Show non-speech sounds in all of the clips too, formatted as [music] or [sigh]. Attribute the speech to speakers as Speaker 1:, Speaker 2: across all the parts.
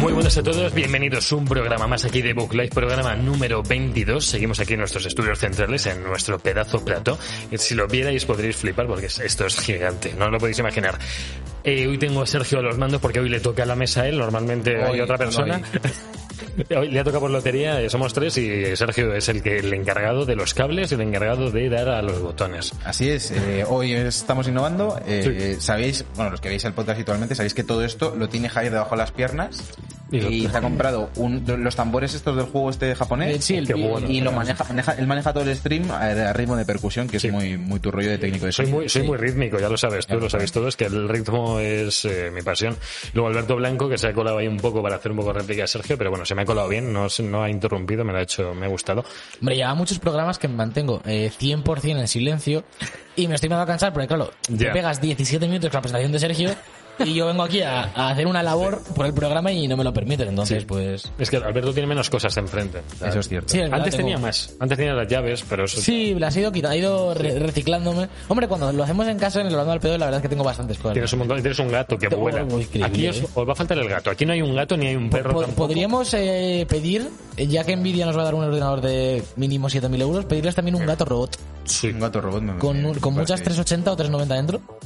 Speaker 1: Muy buenas a todos, bienvenidos a un programa más aquí de Book Live, programa número 22. Seguimos aquí en nuestros estudios centrales, en nuestro pedazo plato. Si lo vierais podréis flipar porque esto es gigante, no lo podéis imaginar. Eh, hoy tengo a Sergio a los mandos porque hoy le toca la mesa a él, normalmente
Speaker 2: Hoy,
Speaker 1: hay otra persona. [laughs] Hoy le ha tocado por lotería, eh, somos tres y Sergio es el, que, el encargado de los cables y el encargado de dar a los botones.
Speaker 2: Así es, eh, hoy estamos innovando. eh, Sabéis, bueno, los que veis el podcast habitualmente, sabéis que todo esto lo tiene Javier debajo de las piernas
Speaker 1: Y
Speaker 2: y,
Speaker 1: lo-
Speaker 2: te ha comprado un- los tambores estos del juego este japonés.
Speaker 3: Eh, sí, el-
Speaker 1: Qué bueno.
Speaker 2: y lo maneja, maneja- él maneja todo el stream a, a ritmo de percusión, que
Speaker 1: Sí.
Speaker 2: es muy, muy tu rollo de técnico de
Speaker 1: Soy
Speaker 2: sonido.
Speaker 1: muy, soy muy rítmico, ya lo sabes tú,
Speaker 2: Ya lo
Speaker 1: lo sabéis todos, que el ritmo es eh, mi pasión. Luego Alberto Blanco, que se ha colado ahí un poco para hacer un poco réplica a Sergio, pero bueno, se me ha colado bien, no, se- no ha interrumpido, me lo ha hecho, me ha gustado.
Speaker 3: Hombre, lleva muchos programas que me mantengo eh, 100% en silencio y me estoy empezando a cansar porque, claro,
Speaker 1: Ya.
Speaker 3: te pegas 17 minutos con la presentación de Sergio y yo vengo aquí a, a hacer una labor por el programa y no me lo permiten. Entonces,
Speaker 1: Sí.
Speaker 3: pues...
Speaker 1: Es que Alberto tiene menos cosas enfrente.
Speaker 2: Eso es cierto.
Speaker 3: Sí, es verdad,
Speaker 1: Antes
Speaker 3: tengo-
Speaker 1: tenía más, antes tenía las llaves, pero eso...
Speaker 3: Sí, las he ido quitando, he ido re- reciclándome. Hombre, cuando lo hacemos en casa en el Orlando al pedo, la verdad es que tengo bastantes cosas.
Speaker 1: Tienes un montón, tienes un gato que
Speaker 3: Tengo
Speaker 1: vuela.
Speaker 3: algo increíble,
Speaker 1: Aquí os,
Speaker 3: ¿eh?
Speaker 1: os va a faltar el gato. Aquí no hay un gato ni hay un perro.
Speaker 3: Po-
Speaker 1: tampoco.
Speaker 3: Podríamos eh, pedir, eh, ya que Nvidia nos va a dar un ordenador de mínimo 7.000 euros, pedirles también un gato robot
Speaker 1: Sí.
Speaker 2: Un gato robot. me-
Speaker 3: con, un-
Speaker 2: me
Speaker 3: con
Speaker 2: parece
Speaker 3: muchas
Speaker 2: bien.
Speaker 3: 380 o 390 dentro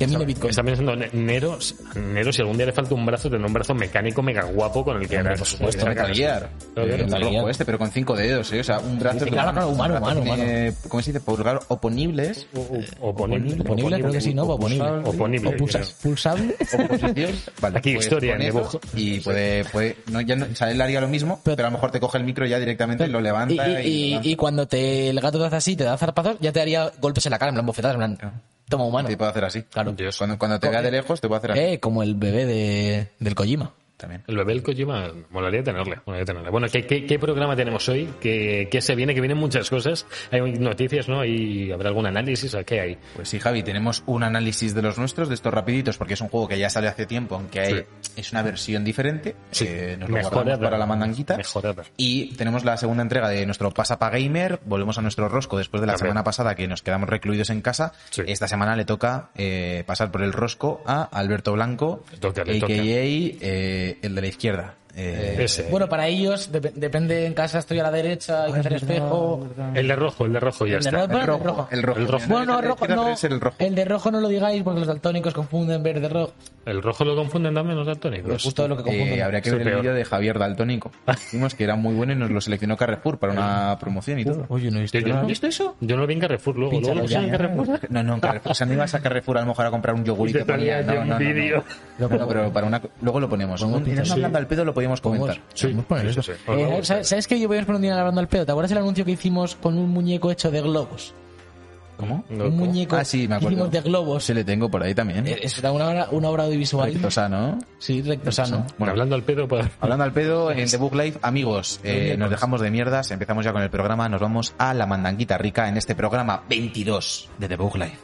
Speaker 3: que mine Bitcoin.
Speaker 1: pues Está pensando Ne- Nero, Nero, si algún día le falta un brazo, tendrá un brazo mecánico mega guapo con el que
Speaker 2: Pues,
Speaker 3: Hombre, por supuesto,
Speaker 2: Para calguear.
Speaker 1: Claro,
Speaker 2: Eh,
Speaker 1: claro.
Speaker 2: el rojo este, pero con cinco dedos, ¿eh? O sea, un brazo...
Speaker 3: Sí, claro, claro, humano,
Speaker 2: un brazo
Speaker 3: humano,
Speaker 2: tiene, ¿Cómo se dice? Pulgar oponibles.
Speaker 1: O- o- oponible,
Speaker 3: Oponible, creo que sí, ¿no? Oponible.
Speaker 1: Oponible,
Speaker 3: O pulsa- Pulsable. [laughs]
Speaker 2: oposición. Vale, pues
Speaker 1: Aquí historia,
Speaker 3: ¿eh?
Speaker 2: con
Speaker 1: en
Speaker 2: eso,
Speaker 1: dibujo.
Speaker 2: Y puede, puede, no, ya no, o sea, él haría lo mismo, pero,
Speaker 3: Pero-
Speaker 2: a lo mejor te coge el micro ya directamente, lo
Speaker 3: Y,
Speaker 2: levanta y,
Speaker 3: y- y- y cuando te, el gato te hace así, te da zarpazos, ya te haría golpes en la cara, en plan bofetadas, en plan, toma humano.
Speaker 2: te puede hacer así.
Speaker 3: Claro.
Speaker 1: Dios.
Speaker 2: Cuando, cuando te vea de lejos, te puede hacer así.
Speaker 3: Eh, como el bebé de, del Kojima.
Speaker 2: También.
Speaker 1: El bebé del Kojima, molaría tenerle. molaría tenerle. Bueno, ¿qué, qué, qué programa tenemos hoy? ¿Qué, qué se viene? Que vienen muchas cosas. Hay noticias, ¿no? ¿Y habrá algún análisis? ¿A ¿Qué hay?
Speaker 2: Pues sí, Javi, tenemos un análisis de los nuestros, de estos rapiditos, porque es un juego que ya sale hace tiempo, aunque hay, es una versión diferente. Eh, nos lo guardamos
Speaker 1: Mejorada.
Speaker 2: para la mandanguita.
Speaker 1: Mejorada.
Speaker 2: Y tenemos la segunda entrega de nuestro Pasapa Gamer. Volvemos a nuestro rosco después de la
Speaker 1: También.
Speaker 2: semana pasada que nos quedamos recluidos en casa.
Speaker 1: Sí.
Speaker 2: Esta semana le toca eh, pasar por el rosco a Alberto Blanco,
Speaker 1: Le toca, le
Speaker 2: a.k.a.
Speaker 1: toca.
Speaker 2: eh, el de la izquierda. Eh,
Speaker 1: Ese.
Speaker 3: Bueno, para ellos, dep- depende, en casa estoy a la derecha, hay que hacer espejo.
Speaker 1: el de rojo, el de rojo ya
Speaker 3: El de
Speaker 1: está.
Speaker 3: rojo, el rojo.
Speaker 2: el rojo.
Speaker 1: El rojo.
Speaker 3: Bueno,
Speaker 2: El
Speaker 3: no,
Speaker 2: de la
Speaker 3: rojo,
Speaker 2: izquierda,
Speaker 3: no.
Speaker 2: pero es el rojo.
Speaker 3: de rojo no lo digáis porque los daltónicos confunden verde rojo.
Speaker 1: El rojo lo confunden también los daltónicos.
Speaker 3: Justo lo que confunden.
Speaker 2: Eh, habría que
Speaker 1: Sí,
Speaker 2: ver el
Speaker 1: peor.
Speaker 2: vídeo de
Speaker 1: [laughs]
Speaker 2: Javier Daltónico. Dijimos que era muy bueno y nos lo seleccionó Carrefour para una promoción y todo.
Speaker 3: Oye, no he visto
Speaker 1: Yo- yo-
Speaker 3: nada.
Speaker 1: yo- Yo no lo vi en Carrefour luego.
Speaker 3: Pínchalo
Speaker 1: luego lo puse
Speaker 3: ya,
Speaker 1: en
Speaker 3: ya.
Speaker 1: Carrefour.
Speaker 2: No, no, en Carrefour. O sea, no ibas a Carrefour a lo mejor a comprar un yogur y
Speaker 1: Y te
Speaker 2: te ponía.
Speaker 1: ponías
Speaker 2: No,
Speaker 1: de
Speaker 2: no,
Speaker 1: un
Speaker 2: no, no.
Speaker 1: vídeo.
Speaker 2: No, no, pero para una. Luego lo ponemos. Un,
Speaker 3: pinchar,
Speaker 2: una
Speaker 3: sí.
Speaker 2: hablando al pedo lo podíamos
Speaker 3: Podemos-
Speaker 2: comentar.
Speaker 1: Sí,
Speaker 3: podemos poner
Speaker 1: sí,
Speaker 3: esto.
Speaker 1: sí, sí.
Speaker 3: Eh,
Speaker 1: Podemos
Speaker 3: ¿Sabes, sabes que yo voy a poner un día grabando al pedo? ¿Te acuerdas el anuncio que hicimos con un muñeco hecho de globos?
Speaker 2: ¿Cómo?
Speaker 1: No,
Speaker 3: un
Speaker 1: ¿cómo?
Speaker 3: muñeco
Speaker 2: Ah, sí, me acuerdo.
Speaker 3: hicimos de globos.
Speaker 2: Se le tengo por ahí también.
Speaker 3: Eh, Es una, una, una obra audiovisual.
Speaker 2: Rectosano.
Speaker 3: Sí, recto sano.
Speaker 1: Bueno, hablando al pedo, pues,
Speaker 2: Hablando al pedo, en The Book Live, amigos, eh, nos dejamos de mierdas, empezamos ya con el programa, nos vamos a la mandanguita rica en este programa 22 de The Book Live.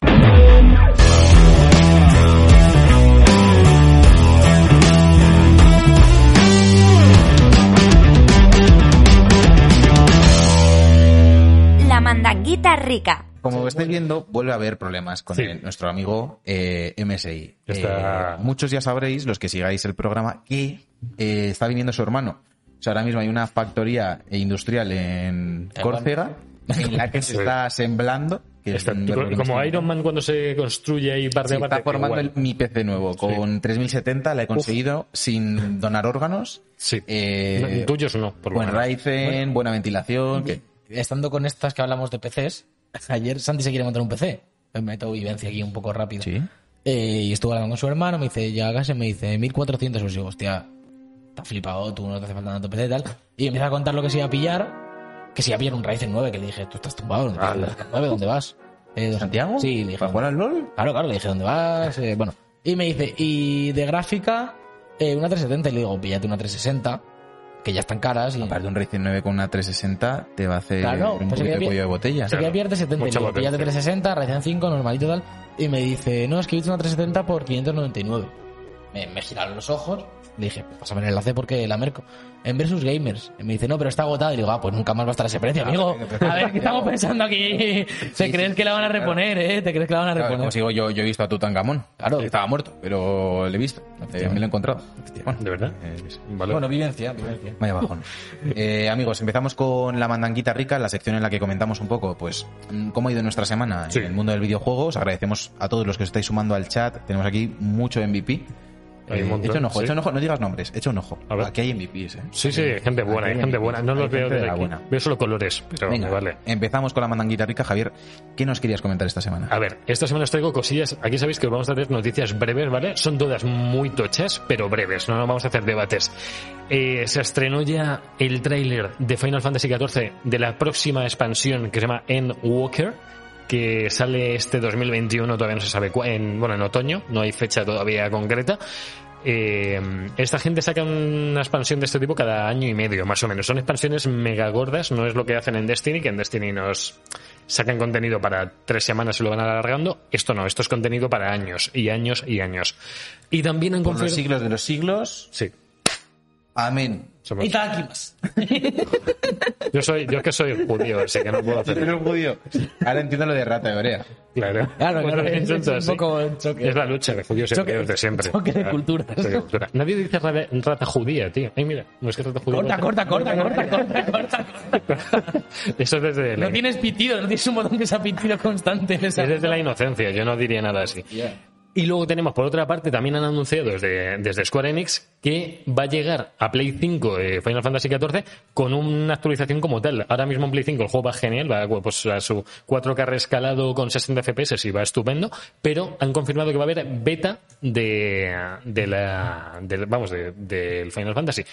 Speaker 4: La mandanguita rica.
Speaker 2: Como estáis viendo, vuelve a haber problemas con
Speaker 1: Sí.
Speaker 2: el- nuestro amigo eh, MSI.
Speaker 1: Está-
Speaker 2: Eh, muchos ya sabréis, los que sigáis el programa, que eh, está viniendo su hermano. O sea, ahora mismo hay una factoría e industrial en Córcega en la que se
Speaker 1: Sí.
Speaker 2: está semblando. Que es
Speaker 1: está-
Speaker 2: un verbo
Speaker 1: como
Speaker 2: que
Speaker 1: Iron Man cuando se construye ahí parte
Speaker 2: Sí,
Speaker 1: a
Speaker 2: está
Speaker 1: parte.
Speaker 2: formando
Speaker 1: igual.
Speaker 2: el- mi PC nuevo. Con 3070 la he conseguido sin donar órganos.
Speaker 1: Sí.
Speaker 2: Eh,
Speaker 1: No, tuyos no, por lo
Speaker 2: buen
Speaker 1: menos.
Speaker 2: Ryzen, buena ventilación. que-
Speaker 3: Estando con estas que hablamos de PCs, ayer Santi se quiere montar un PC. Me meto vivencia aquí un poco rápido.
Speaker 2: Sí.
Speaker 3: Eh, y estuve hablando con su hermano, me dice, ya casi me dice, 1400 euros. Y digo, hostia, está flipado, tú no te hace falta tanto PC y tal. Y me empieza a contar lo que se iba a pillar, que se iba a pillar un Ryzen 9, que le dije, tú estás tumbado, no te
Speaker 1: Ala.
Speaker 3: haces un 9, ¿dónde vas? Eh, dos-
Speaker 2: ¿Santiago?
Speaker 3: Sí, le dije,
Speaker 2: ¿Para jugar al LOL?
Speaker 3: Claro, claro, le dije, ¿dónde vas? Eh, bueno. Y me dice, y de gráfica, eh, una 370 y le digo, píllate una 360, que ya están caras. Y...
Speaker 2: Aparte, un Ryzen 9 con una 360 te va a hacer
Speaker 3: Claro,
Speaker 2: un
Speaker 3: pues
Speaker 2: poquito
Speaker 3: sería
Speaker 2: de
Speaker 3: bien.
Speaker 2: cuello de botella.
Speaker 3: Se quería pillarte 70 y
Speaker 1: Mucha
Speaker 3: luego
Speaker 1: potencia.
Speaker 3: píllate 360, Ryzen 5, normalito tal. Y me dice, no, es que he visto una 370 por 599. Me, me giraron los ojos. Le dije, "Pues pásame el enlace porque la merco. En Versus Gamers. Y me dice, no, pero está agotada. Y digo, ah, pues nunca más va a estar ese precio, amigo. A ver, ¿qué estamos pensando aquí? [laughs] ¿Te crees que la van a reponer, eh? ¿Te crees que la van a
Speaker 2: Claro, como
Speaker 3: reponer?
Speaker 2: sigo yo, yo he visto a Tutankamón.
Speaker 3: Claro.
Speaker 2: Estaba muerto, pero le he visto. Eh, me lo he encontrado. Bueno,
Speaker 1: ¿De verdad?
Speaker 2: eh, sí.
Speaker 1: Vale.
Speaker 2: Bueno, vivencia, vivencia. Vaya bajón. [laughs] Eh, amigos, empezamos con la mandanguita rica, la sección en la que comentamos un poco, pues, mm, cómo ha ido nuestra semana
Speaker 1: Sí.
Speaker 2: en el mundo del videojuego. Os agradecemos a todos los que os estáis sumando al chat. Tenemos aquí mucho MVP.
Speaker 1: Hay un montón,
Speaker 2: Eh, echa un ojo,
Speaker 1: sí.
Speaker 2: echa un ojo, no digas nombres, echa un ojo.
Speaker 1: A ver.
Speaker 2: Aquí hay MVPs, eh.
Speaker 1: Sí, sí, hay gente buena,
Speaker 2: Aquí
Speaker 1: hay gente buena. No
Speaker 2: hay
Speaker 1: los veo
Speaker 2: gente de
Speaker 1: desde
Speaker 2: la
Speaker 1: aquí.
Speaker 2: buena.
Speaker 1: Veo solo colores, pero
Speaker 2: Venga,
Speaker 1: vale.
Speaker 2: empezamos con la mandanguita rica. Javier, ¿qué nos querías comentar esta semana?
Speaker 1: A ver, esta semana os traigo cosillas. Aquí sabéis que os vamos a hacer noticias breves, ¿vale? Son todas muy tochas, pero breves. No nos vamos a hacer debates. Eh, se estrenó ya el tráiler de Final Fantasy XIV de la próxima expansión que se llama Endwalker, que sale este 2021, todavía no se sabe cuándo. Bueno, en otoño, no hay fecha todavía concreta. Eh, esta gente saca una expansión de este tipo cada año y medio, más o menos. Son expansiones mega gordas, no es lo que hacen en Destiny, que en Destiny nos sacan contenido para tres semanas y lo van alargando. Esto no, esto es contenido para años y años y años. Y también han
Speaker 2: Por los
Speaker 1: confirmado.
Speaker 2: siglos de los siglos.
Speaker 1: Sí.
Speaker 2: Amén.
Speaker 1: somos-
Speaker 3: Itakimas.
Speaker 1: Yo soy, yo es que soy judío, así que no puedo hacer.
Speaker 2: Eres un judío. Ahora entiendo lo de rata de orea.
Speaker 1: [laughs] Claro,
Speaker 3: Claro, claro,
Speaker 1: Bueno,
Speaker 3: es,
Speaker 1: entonces,
Speaker 3: es
Speaker 1: sí.
Speaker 3: un poco un choque.
Speaker 1: Es la lucha de judíos y
Speaker 3: Choque-
Speaker 1: judíos de siempre.
Speaker 3: choque de culturas.
Speaker 1: Choque de cultura. Nadie dice rata, rata judía, tío. Ay, mira, no es que rata judía.
Speaker 3: Corta, corta, corta, corta, corta, corta.
Speaker 1: [laughs] Eso es desde la,
Speaker 3: No tienes pitido, no tienes un botón que sea pitido constante en [laughs] esa.
Speaker 1: es desde la inocencia, yo no diría nada así. Y luego tenemos, por otra parte, también han anunciado desde, desde Square Enix que va a llegar a Play 5 eh, Final Fantasy XIV con una actualización como tal. Ahora mismo en Play 5 el juego va genial, va bueno, pues, a su 4K rescalado con 60 FPS y va estupendo, pero han confirmado que va a haber beta de, de la, del- vamos, de- del Final Fantasy.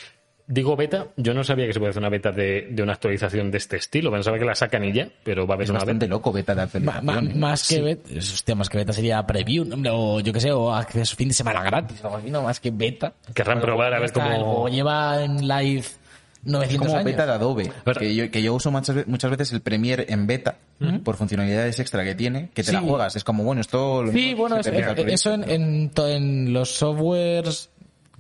Speaker 1: Digo beta, yo no sabía que se podía hacer una beta de, de una actualización de este estilo, pensaba que la sacan y ya, pero va a haber
Speaker 2: Es
Speaker 1: una beta.
Speaker 2: bastante loco, beta de
Speaker 3: Ma- ma-
Speaker 2: actualización.
Speaker 3: más que beta, hostia, más que beta sería preview, ¿no? o yo que sé, o acceso fin de semana gratis, o algo así, no más que beta.
Speaker 1: Querrán probar a ver
Speaker 3: pues Está, el
Speaker 1: cómo...
Speaker 3: juego lleva en live 900
Speaker 2: como
Speaker 3: años.
Speaker 2: beta de Adobe,
Speaker 1: Pero-
Speaker 2: que yo, que yo uso muchas, ve- muchas veces el Premiere en beta por funcionalidades extra que tiene, que te la
Speaker 3: Sí.
Speaker 2: juegas. Es como, bueno, esto... lo
Speaker 3: Sí,
Speaker 2: mismo
Speaker 3: bueno,
Speaker 2: se
Speaker 3: es-
Speaker 2: te deja
Speaker 3: eh,
Speaker 2: actualizar.
Speaker 3: eso en, en to- en los softwares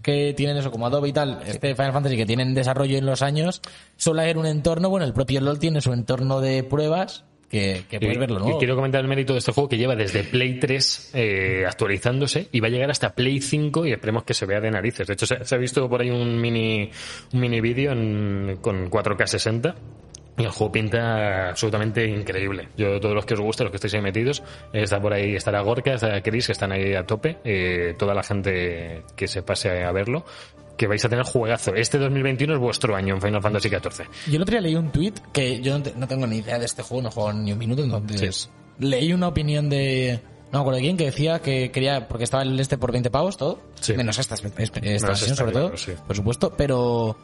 Speaker 3: que tienen eso, como Adobe y tal, este Final Fantasy que tienen desarrollo en los años, suele haber un entorno, bueno, el propio LOL tiene su entorno de pruebas que, que puedes
Speaker 1: Y-
Speaker 3: verlo, ¿no?
Speaker 1: Y quiero comentar el mérito de este juego que lleva desde Play 3 eh, actualizándose y va a llegar hasta Play 5 y esperemos que se vea de narices. De hecho, se, se ha visto por ahí un mini, un mini vídeo en- con 4K60. Y el juego pinta absolutamente increíble. Yo, todos los que os gusta, los que estáis ahí metidos, eh, está por ahí, estará Gorka, está Chris, que están ahí a tope, eh, toda la gente que se pase a verlo, que vais a tener juegazo. Este 2021 es vuestro año en Final Fantasy XIV.
Speaker 3: Yo el otro día leí un tweet que yo no, te- no tengo ni idea de este juego, no juego ni un minuto, entonces leí una opinión de no me acuerdo de quién que decía que quería porque estaba el este por 20 pavos todo,
Speaker 1: Sí.
Speaker 3: menos esta, esta
Speaker 1: esta,
Speaker 3: versión, sobre
Speaker 1: claro,
Speaker 3: todo,
Speaker 1: sí.
Speaker 3: por supuesto, pero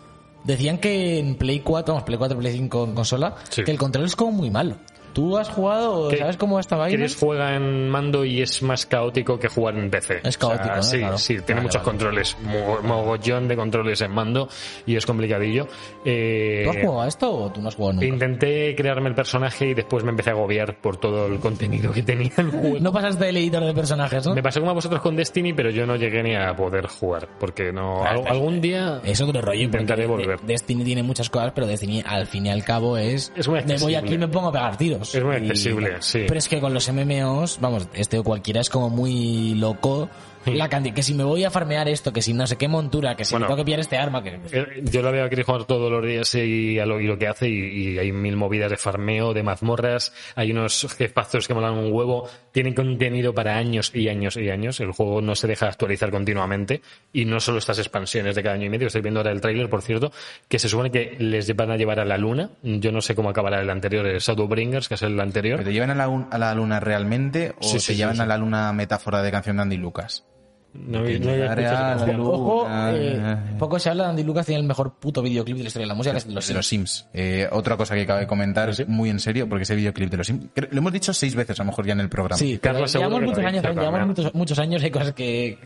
Speaker 3: decían que en Play 4, vamos, Play 4, Play 5 en consola,
Speaker 1: Sí.
Speaker 3: que el control es como muy malo. ¿Tú has jugado, o
Speaker 1: ¿Qué-
Speaker 3: sabes cómo esta vaina?
Speaker 1: Chris juega en mando y es más caótico que jugar en PC.
Speaker 3: Es caótico, ¿no?
Speaker 1: sí,
Speaker 3: Claro.
Speaker 1: sí, tiene
Speaker 3: Vale,
Speaker 1: muchos
Speaker 3: vale.
Speaker 1: controles, mo- mogollón de controles en mando y es complicadillo. Eh,
Speaker 3: ¿Tú has jugado a esto o tú no has jugado nunca?
Speaker 1: intenté crearme el personaje y después me empecé a agobiar por todo el contenido que tenía el juego.
Speaker 3: [laughs] No pasaste el editor de personajes, ¿no?
Speaker 1: Me pasó como a vosotros con Destiny, pero yo no llegué ni a poder jugar, porque no...
Speaker 3: Ah,
Speaker 1: al-
Speaker 3: está-
Speaker 1: algún día...
Speaker 3: Es otro rollo.
Speaker 1: Intentaré
Speaker 3: porque
Speaker 1: volver.
Speaker 3: De- Destiny tiene muchas cosas, pero Destiny al fin y al cabo es...
Speaker 1: Es muy
Speaker 3: me voy
Speaker 1: accesible.
Speaker 3: aquí y me pongo a pegar tiros.
Speaker 1: Es muy
Speaker 3: Y-
Speaker 1: accesible, sí.
Speaker 3: Pero es que con los MMOs, vamos, este o cualquiera es como muy loco. La cantidad, que si me voy a farmear esto, que si no sé qué montura, que si
Speaker 1: Bueno.
Speaker 3: me tengo que pillar este arma, que...
Speaker 1: Eh, Yo lo veo a Chris jugar todos los días y, a lo, y lo que hace, y, y hay mil movidas de farmeo, de mazmorras, hay unos jefazos que molan un huevo, tienen contenido para años y años y años, el juego no se deja actualizar continuamente, y no solo estas expansiones de cada año y medio, estoy viendo ahora el tráiler, por cierto, que se supone que les van a llevar a la luna, yo no sé cómo acabará el anterior, el Shadowbringers, que es el anterior,
Speaker 2: ¿Pero te llevan a la, un- a la luna realmente o
Speaker 1: Sí,
Speaker 2: te
Speaker 1: sí, sí,
Speaker 2: llevan
Speaker 1: sí.
Speaker 2: a la luna metáfora de canción de Andy Lucas?
Speaker 1: no, no había
Speaker 2: Llegaré
Speaker 1: escuchado
Speaker 2: a la
Speaker 1: esa canción.
Speaker 2: luna.
Speaker 3: Ojo, eh, poco se habla, Andy Lucas tiene el mejor puto videoclip de la historia de la música, que es de los
Speaker 2: de los
Speaker 3: Sims.
Speaker 2: Sims. Eh, otra cosa que acabo de comentar
Speaker 1: ¿Sí?
Speaker 2: muy en serio, porque ese videoclip de los Sims, creo- lo hemos dicho seis veces a lo mejor ya en el programa.
Speaker 3: Sí,
Speaker 1: Carla
Speaker 3: pero
Speaker 1: seguro
Speaker 3: llevamos
Speaker 1: que lo
Speaker 3: muchos
Speaker 1: ha
Speaker 3: años,
Speaker 1: dicho
Speaker 3: llevamos
Speaker 1: también.
Speaker 3: muchos, muchos años y hay cosas que...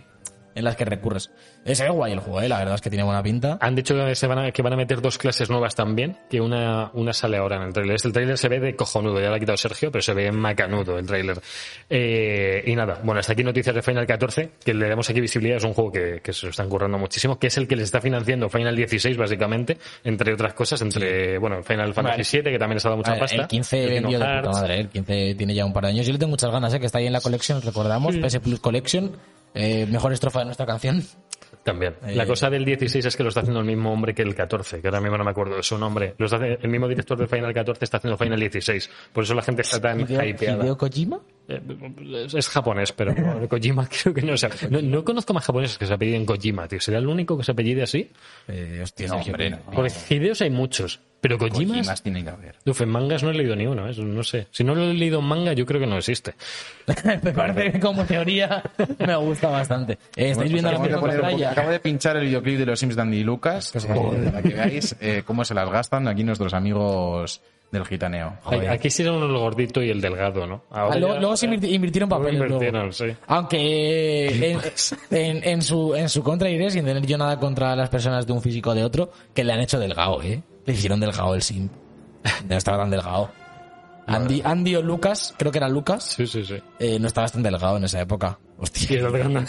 Speaker 3: en las que recurres. Ese es guay el juego, ¿eh? la verdad es que tiene buena pinta.
Speaker 1: Han dicho que, se van, a, que van a meter dos clases nuevas también, que una, una sale ahora en el tráiler. El tráiler se ve de cojonudo, ya lo ha quitado Sergio, pero se ve macanudo el tráiler. Eh, y nada, bueno, hasta aquí noticias de Final 14, que le damos aquí visibilidad, es un juego que, que se lo están currando muchísimo, que es el que les está financiando Final 16, básicamente, entre otras cosas, entre, bueno, Final Fantasy 7 que también les ha dado
Speaker 3: A
Speaker 1: mucha
Speaker 3: ver,
Speaker 1: pasta.
Speaker 3: el 15
Speaker 1: Kingdom
Speaker 3: vendió de puta
Speaker 1: Hearts.
Speaker 3: madre, el 15 tiene ya un par de años. Yo le tengo muchas ganas, ¿eh? que está ahí en la collection, recordamos, PS Plus Collection, eh, mejor estrofa de nuestra canción.
Speaker 1: También. La
Speaker 3: Eh,
Speaker 1: cosa del 16 es que lo está haciendo el mismo hombre que el 14, que ahora mismo no me acuerdo de su nombre. Lo está hace- el mismo director de Final 14 está haciendo Final 16. Por eso la gente está tan
Speaker 3: Hideo,
Speaker 1: hypeada.
Speaker 3: Hideo Kojima. [laughs]
Speaker 1: Eh, Es, es japonés, pero no, Kojima [laughs] creo que no. o sea, no, no conozco más japoneses que se apelliden Kojima, tío. ¿Será el único que se apellide así?
Speaker 3: Eh, hostia,
Speaker 2: No,
Speaker 3: Sergio,
Speaker 2: hombre,
Speaker 3: tío.
Speaker 2: no.
Speaker 1: Porque Hideos hay muchos, pero Kojima
Speaker 2: Kojimas tiene que haber.
Speaker 1: Uf, en mangas no he leído ni uno, ¿eh? no sé. Si no lo he leído en manga, yo creo que no existe.
Speaker 3: Me parece que como teoría [laughs] me gusta bastante. Eh, estáis viendo la
Speaker 2: Acabo pues de poner-
Speaker 3: misma pantalla.
Speaker 2: Acabo de pinchar el videoclip de los Sims Dandy y Lucas eh, para que veáis eh, cómo se las gastan aquí nuestros amigos del gitaneo.
Speaker 1: Ay, Aquí sí era uno el gordito y el delgado, ¿no? Ahora
Speaker 3: Ah, luego,
Speaker 1: ya-
Speaker 3: luego se invirti- invirtieron
Speaker 1: Luego
Speaker 3: papeles. luego.
Speaker 1: invirtieron, sí.
Speaker 3: Aunque eh, en, en- en su, en su contra iré sin tener yo nada contra las personas de un físico o de otro que le han hecho delgado, ¿eh? Le hicieron delgado el sim. No estaba tan delgado. Andy, Andy o Lucas, creo que era Lucas,
Speaker 1: Sí, sí, sí.
Speaker 3: eh, no estaba tan delgado en esa época.
Speaker 1: Y el
Speaker 3: Hostia.
Speaker 1: otro [laughs] no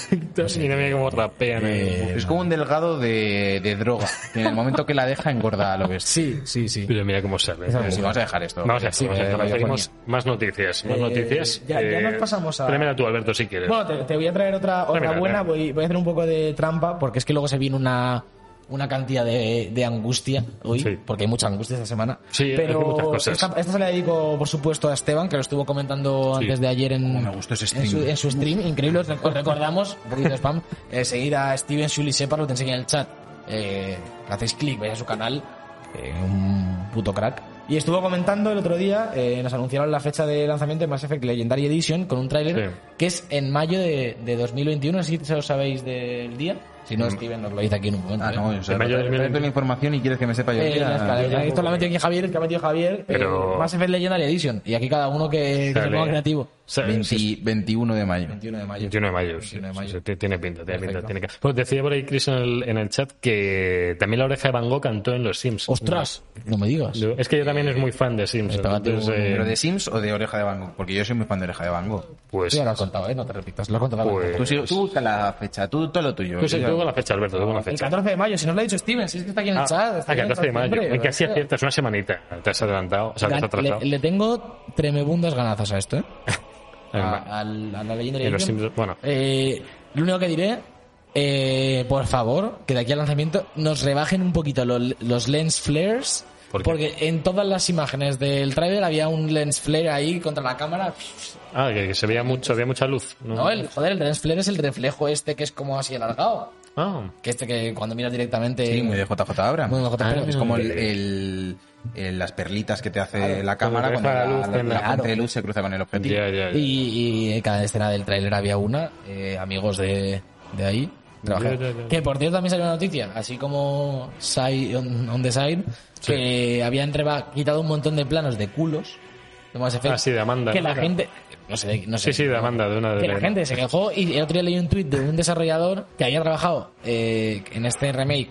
Speaker 1: Mira, mira cómo rapean ahí.
Speaker 3: Eh,
Speaker 2: Es como un delgado de, de droga. que en el momento que la deja engorda a lo
Speaker 3: [laughs]
Speaker 2: bestia.
Speaker 3: Sí, sí, sí.
Speaker 1: Pero mira cómo sale.
Speaker 2: Pero sí, vamos a dejar esto.
Speaker 1: Vamos a ver,
Speaker 2: Sí,
Speaker 1: vamos a
Speaker 2: eh,
Speaker 1: ver,
Speaker 2: radiofonía.
Speaker 1: tenemos más noticias, más
Speaker 3: Eh,
Speaker 1: noticias.
Speaker 3: ya- ya nos pasamos a-
Speaker 1: tráemela tú, Alberto, si quieres.
Speaker 3: Bueno, te, te voy a traer otra, otra
Speaker 1: Tráemela,
Speaker 3: buena.
Speaker 1: tráemela.
Speaker 3: Voy, voy a hacer un poco de trampa porque es que luego se viene una, una cantidad de, de angustia hoy,
Speaker 1: Sí.
Speaker 3: porque hay mucha angustia esta semana.
Speaker 1: Sí,
Speaker 3: pero
Speaker 1: hay muchas cosas.
Speaker 3: Esta, esta se la dedico, por supuesto, a Esteban, que lo estuvo comentando
Speaker 1: Sí.
Speaker 3: antes de ayer en,
Speaker 2: Cómo me gustó ese
Speaker 3: en, su,
Speaker 2: stream.
Speaker 3: en su stream. Increíble, os rec- os recordamos, un poquito de spam, eh, seguir a Steven Shully Sepa, lo te enseña en el chat. Eh, hacéis clic, vais a su canal, eh, un puto crack. Y estuvo comentando el otro día, eh, nos anunciaron la fecha de lanzamiento de Mass Effect Legendary Edition con un tráiler
Speaker 1: Sí.
Speaker 3: que es en mayo de, de 2021, así que se lo sabéis del día. Si no, Steven nos lo dice aquí en un momento.
Speaker 2: Ah, no,
Speaker 3: ¿eh?
Speaker 2: o sea,
Speaker 1: En mayo de
Speaker 2: te- te- te- te- te- la información y quieres que me sepa yo.
Speaker 3: Eh,
Speaker 2: Mira,
Speaker 3: las caras,
Speaker 2: yo-
Speaker 3: esto lo ha metido aquí Javier, que ha metido Javier. eh,
Speaker 1: Pero-
Speaker 3: Mass Effect Legendary Edition. Y aquí cada uno que, que se
Speaker 1: Dale.
Speaker 3: ponga creativo.
Speaker 1: Sa-
Speaker 2: 20 21 de mayo.
Speaker 3: 21 de mayo.
Speaker 1: 21 de mayo. sí,
Speaker 3: 21 de
Speaker 1: sí,
Speaker 3: mayo.
Speaker 1: sí, t- tiene pinta, tiene
Speaker 3: Perfecto.
Speaker 1: pinta. Tiene que... Pues decía por ahí Chris en el, en el chat que también la oreja de Van Gogh cantó en Los Sims.
Speaker 3: ¡Ostras! No me digas.
Speaker 1: Yo- Es que yo también es muy fan de Sims.
Speaker 3: Espérate,
Speaker 1: entonces, eh,
Speaker 2: ¿Pero de Sims o de Oreja de Van Gogh? Porque yo soy muy fan de Oreja de Van Gogh.
Speaker 1: pues,
Speaker 3: Tú ya lo has contado, ¿eh? No te repitas. Lo has contado.
Speaker 1: pues,
Speaker 2: Tú, sí- tú busca la fecha, tú todo lo tuyo.
Speaker 1: tú sí,
Speaker 2: Yo-
Speaker 1: tú con la fecha, Alberto, tú con la
Speaker 3: El
Speaker 1: fecha.
Speaker 3: 14 de mayo, si no lo ha dicho Steven, si es que está aquí en el chat.
Speaker 1: ah,
Speaker 3: está aquí en el
Speaker 1: 14 de
Speaker 3: chat
Speaker 1: mayo.
Speaker 3: siempre,
Speaker 1: Es que así
Speaker 3: hostia.
Speaker 1: aciertas una semanita. Te has adelantado, o sea, te has
Speaker 3: Le-
Speaker 1: atrasado.
Speaker 3: le, le tengo tremebundas ganazas a
Speaker 1: [laughs]
Speaker 3: esto, ¿eh?
Speaker 1: Ah,
Speaker 3: a, al- a la leyenda
Speaker 1: Y los Sims- bueno.
Speaker 3: Eh, lo único que diré, eh, por favor, que de aquí al lanzamiento nos rebajen un poquito lo- los lens flares.
Speaker 1: ¿Por qué?
Speaker 3: porque en todas las imágenes del trailer había un lens flare ahí contra la cámara.
Speaker 1: Ah, que, que se veía mucho, había mucha luz. ¿no? pues.
Speaker 3: No, el, joder, el lens flare es el reflejo este que es como así alargado.
Speaker 1: Ah,
Speaker 3: Que este que cuando miras directamente.
Speaker 2: Sí,
Speaker 1: eh,
Speaker 2: muy de JJ Abrams.
Speaker 3: Muy de JJ Abrams.
Speaker 2: Es como el,
Speaker 3: eh,
Speaker 2: el- el- las perlitas que te hace la cámara
Speaker 1: deja
Speaker 2: cuando la,
Speaker 1: la luz
Speaker 2: la-
Speaker 1: en
Speaker 2: la
Speaker 1: la-
Speaker 2: fuente de luz se cruza con el objetivo.
Speaker 1: ya, ya, ya.
Speaker 3: Y, y en cada escena del tráiler había una, eh, amigos de, de ahí. trabajaron.
Speaker 1: Ya, ya, ya.
Speaker 3: Que por cierto también salió una noticia, así como Side on, on the Side, que habían reba- quitado un montón de planos de culos de Mass Effect.
Speaker 1: Ah, sí, de Amanda,
Speaker 3: Que
Speaker 1: ¿no?
Speaker 3: la gente... No sé, de- no sé.
Speaker 1: Sí, sí, de Amanda, de una de
Speaker 3: Que la
Speaker 1: las-
Speaker 3: gente se quejó y el otro día leí un tuit de un desarrollador que había trabajado eh, en este remake,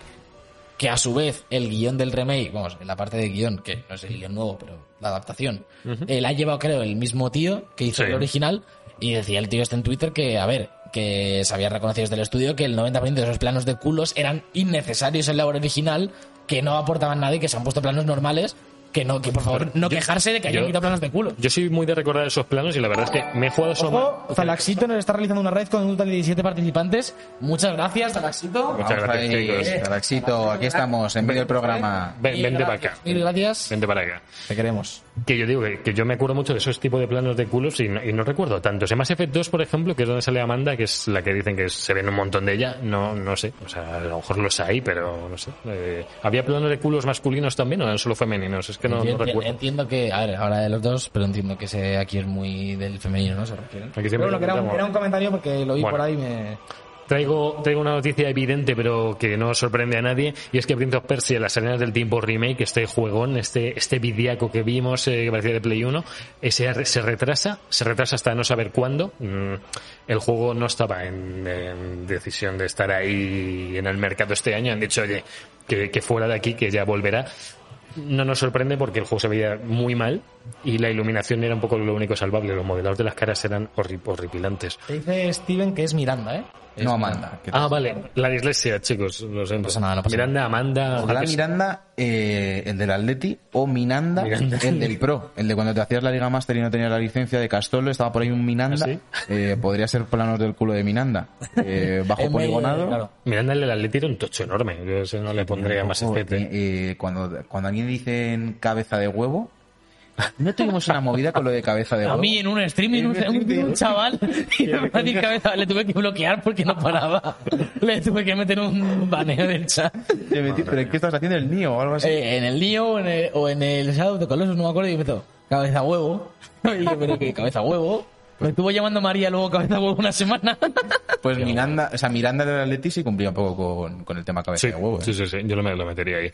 Speaker 3: que a su vez el guión del remake, vamos, en la parte de guión, que no es el guión nuevo, pero la adaptación, eh, la ha llevado creo el mismo tío que
Speaker 1: Sí.
Speaker 3: hizo el original y decía el tío este en Twitter que, a ver, que se había reconocido desde el estudio que el 90% de esos planos de culos eran innecesarios en la obra original, que no aportaban nada y que se han puesto planos normales. Que no, que por favor, no quejarse de que hayan
Speaker 1: yo-
Speaker 3: quitado planos de culo.
Speaker 1: Yo soy muy de recordar esos planos y la verdad es que me he jugado solo.
Speaker 3: Ojo, Zalaxito nos está realizando una red con un total de 17 participantes. Muchas gracias, Zalaxito.
Speaker 1: Muchas
Speaker 2: Vamos
Speaker 1: gracias,
Speaker 2: ahí,
Speaker 1: chicos.
Speaker 2: Galaxito, aquí estamos, en medio del programa.
Speaker 1: Ven-
Speaker 3: Y
Speaker 1: vente para
Speaker 3: gracias,
Speaker 1: acá.
Speaker 3: Mil gracias.
Speaker 1: Vente para acá.
Speaker 3: Te queremos.
Speaker 1: Que yo digo que, que yo me acuerdo mucho de esos tipos de planos de culos y no, y no recuerdo tantos. En Mass Effect 2, por ejemplo, que es donde sale Amanda, que es la que dicen que se ven un montón de ella, no, no sé. O sea, a lo mejor los hay, pero no sé. Eh, ¿Había planos de culos masculinos también o eran solo femeninos? Es que no, no
Speaker 3: Yo enti-
Speaker 1: recuerdo.
Speaker 3: entiendo que, a ver, ahora de los dos, pero entiendo que ese aquí es muy del femenino, ¿no? Se refiere.
Speaker 1: Aquí siempre
Speaker 3: Pero bueno, que era, un,
Speaker 1: comentamos.
Speaker 3: era un comentario porque lo vi
Speaker 1: Bueno.
Speaker 3: por ahí y me.
Speaker 1: Traigo, traigo una noticia evidente, pero que no sorprende a nadie, y es que Prince of Persia, Las Arenas del Tiempo Remake, este juegón, este, este vidiaco que vimos, eh, que parecía de Play 1, ese, se retrasa, se retrasa hasta no saber cuándo. Mm, el juego no estaba en, en decisión de estar ahí en el mercado este año. Han dicho, oye, que, que fuera de aquí, que ya volverá no nos sorprende porque el juego se veía muy mal y la iluminación era un poco lo único salvable. Los modelos de las caras eran horri- horripilantes.
Speaker 3: Te dice Steven que es Miranda, ¿eh? Es
Speaker 2: No Amanda. que-
Speaker 1: Ah, vale, la dislexia, chicos. Lo siento.
Speaker 3: pasa nada, no pasa
Speaker 1: Miranda, Amanda.
Speaker 2: Ojalá
Speaker 1: yo qué sé.
Speaker 2: Miranda, eh, el del Atleti, o Minanda,
Speaker 1: Miranda.
Speaker 2: el del Pro. El de cuando te hacías la Liga Master y no tenías la licencia de Castolo, estaba por ahí un Minanda.
Speaker 1: ¿Ah, sí?
Speaker 2: Eh, podría ser planos del culo de Minanda.
Speaker 1: [laughs]
Speaker 2: Eh, bajo
Speaker 3: En medio,
Speaker 2: poligonado.
Speaker 3: claro.
Speaker 1: Miranda le Atleti era un tocho enorme. Yo ese no le pondría más
Speaker 2: Ojo,
Speaker 1: especie.
Speaker 2: eh, eh, cuando, cuando a mí dicen cabeza de huevo, no tuvimos una movida con lo de cabeza de huevo.
Speaker 3: A mí en un streaming, un, un-
Speaker 1: [laughs]
Speaker 3: un chaval, y de verdad y cabeza, le tuve que bloquear porque no
Speaker 1: [laughs]
Speaker 3: paraba. Le tuve que meter un baneo del chat.
Speaker 2: Te metí- ¿Pero qué estás haciendo el niño o algo así?
Speaker 3: Eh, en el Nio o en el, o en el Shadow de Colossus, no me acuerdo, y empezó, cabeza huevo. [laughs] Y yo, pero que cabeza huevo. Me estuvo llamando María luego cabeza huevo
Speaker 1: [laughs]
Speaker 3: una semana.
Speaker 2: pues Miranda, o sea, Miranda del Atleti sí cumplía un poco con, con el tema cabeza
Speaker 1: Sí,
Speaker 2: de huevo. ¿eh?
Speaker 1: sí, sí, sí, yo lo, me- lo metería ahí.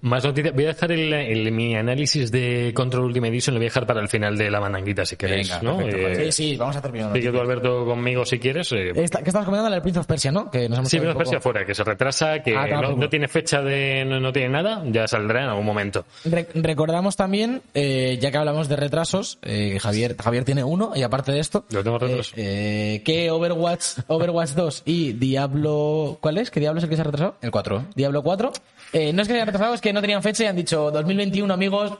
Speaker 1: Más noticias. Voy a dejar el, el- mi análisis de Control Ultimate Edition, lo voy a dejar para el final de la mandanguita, si queréis.
Speaker 2: Venga,
Speaker 1: ¿no?
Speaker 2: perfecto,
Speaker 1: Eh,
Speaker 3: sí, vamos a terminar.
Speaker 1: sigue tú, Alberto, conmigo si quieres. eh,
Speaker 3: Esta, ¿Qué estabas comentando? La del Prince of Persia, ¿no? Que nos hemos
Speaker 1: Sí,
Speaker 3: quedado
Speaker 1: pero
Speaker 3: un
Speaker 1: Persia
Speaker 3: poco-
Speaker 1: fuera, que se retrasa, que
Speaker 3: Ah, claro,
Speaker 1: no,
Speaker 3: por-
Speaker 1: no tiene fecha de. No, no tiene nada, ya saldrá en algún momento.
Speaker 3: Re- recordamos también, eh, ya que hablamos de retrasos, eh, Javier, Javier tiene uno, y aparte de esto,
Speaker 1: Yo tengo retraso.
Speaker 3: eh, eh, que Overwatch, Overwatch 2 y Diablo... ¿Cuál es? ¿Qué Diablo es el que se ha retrasado?
Speaker 2: El 4. ¿eh?
Speaker 3: Diablo 4. Eh, no es que se hayan retrasado, es que no tenían fecha y han dicho 2021, amigos,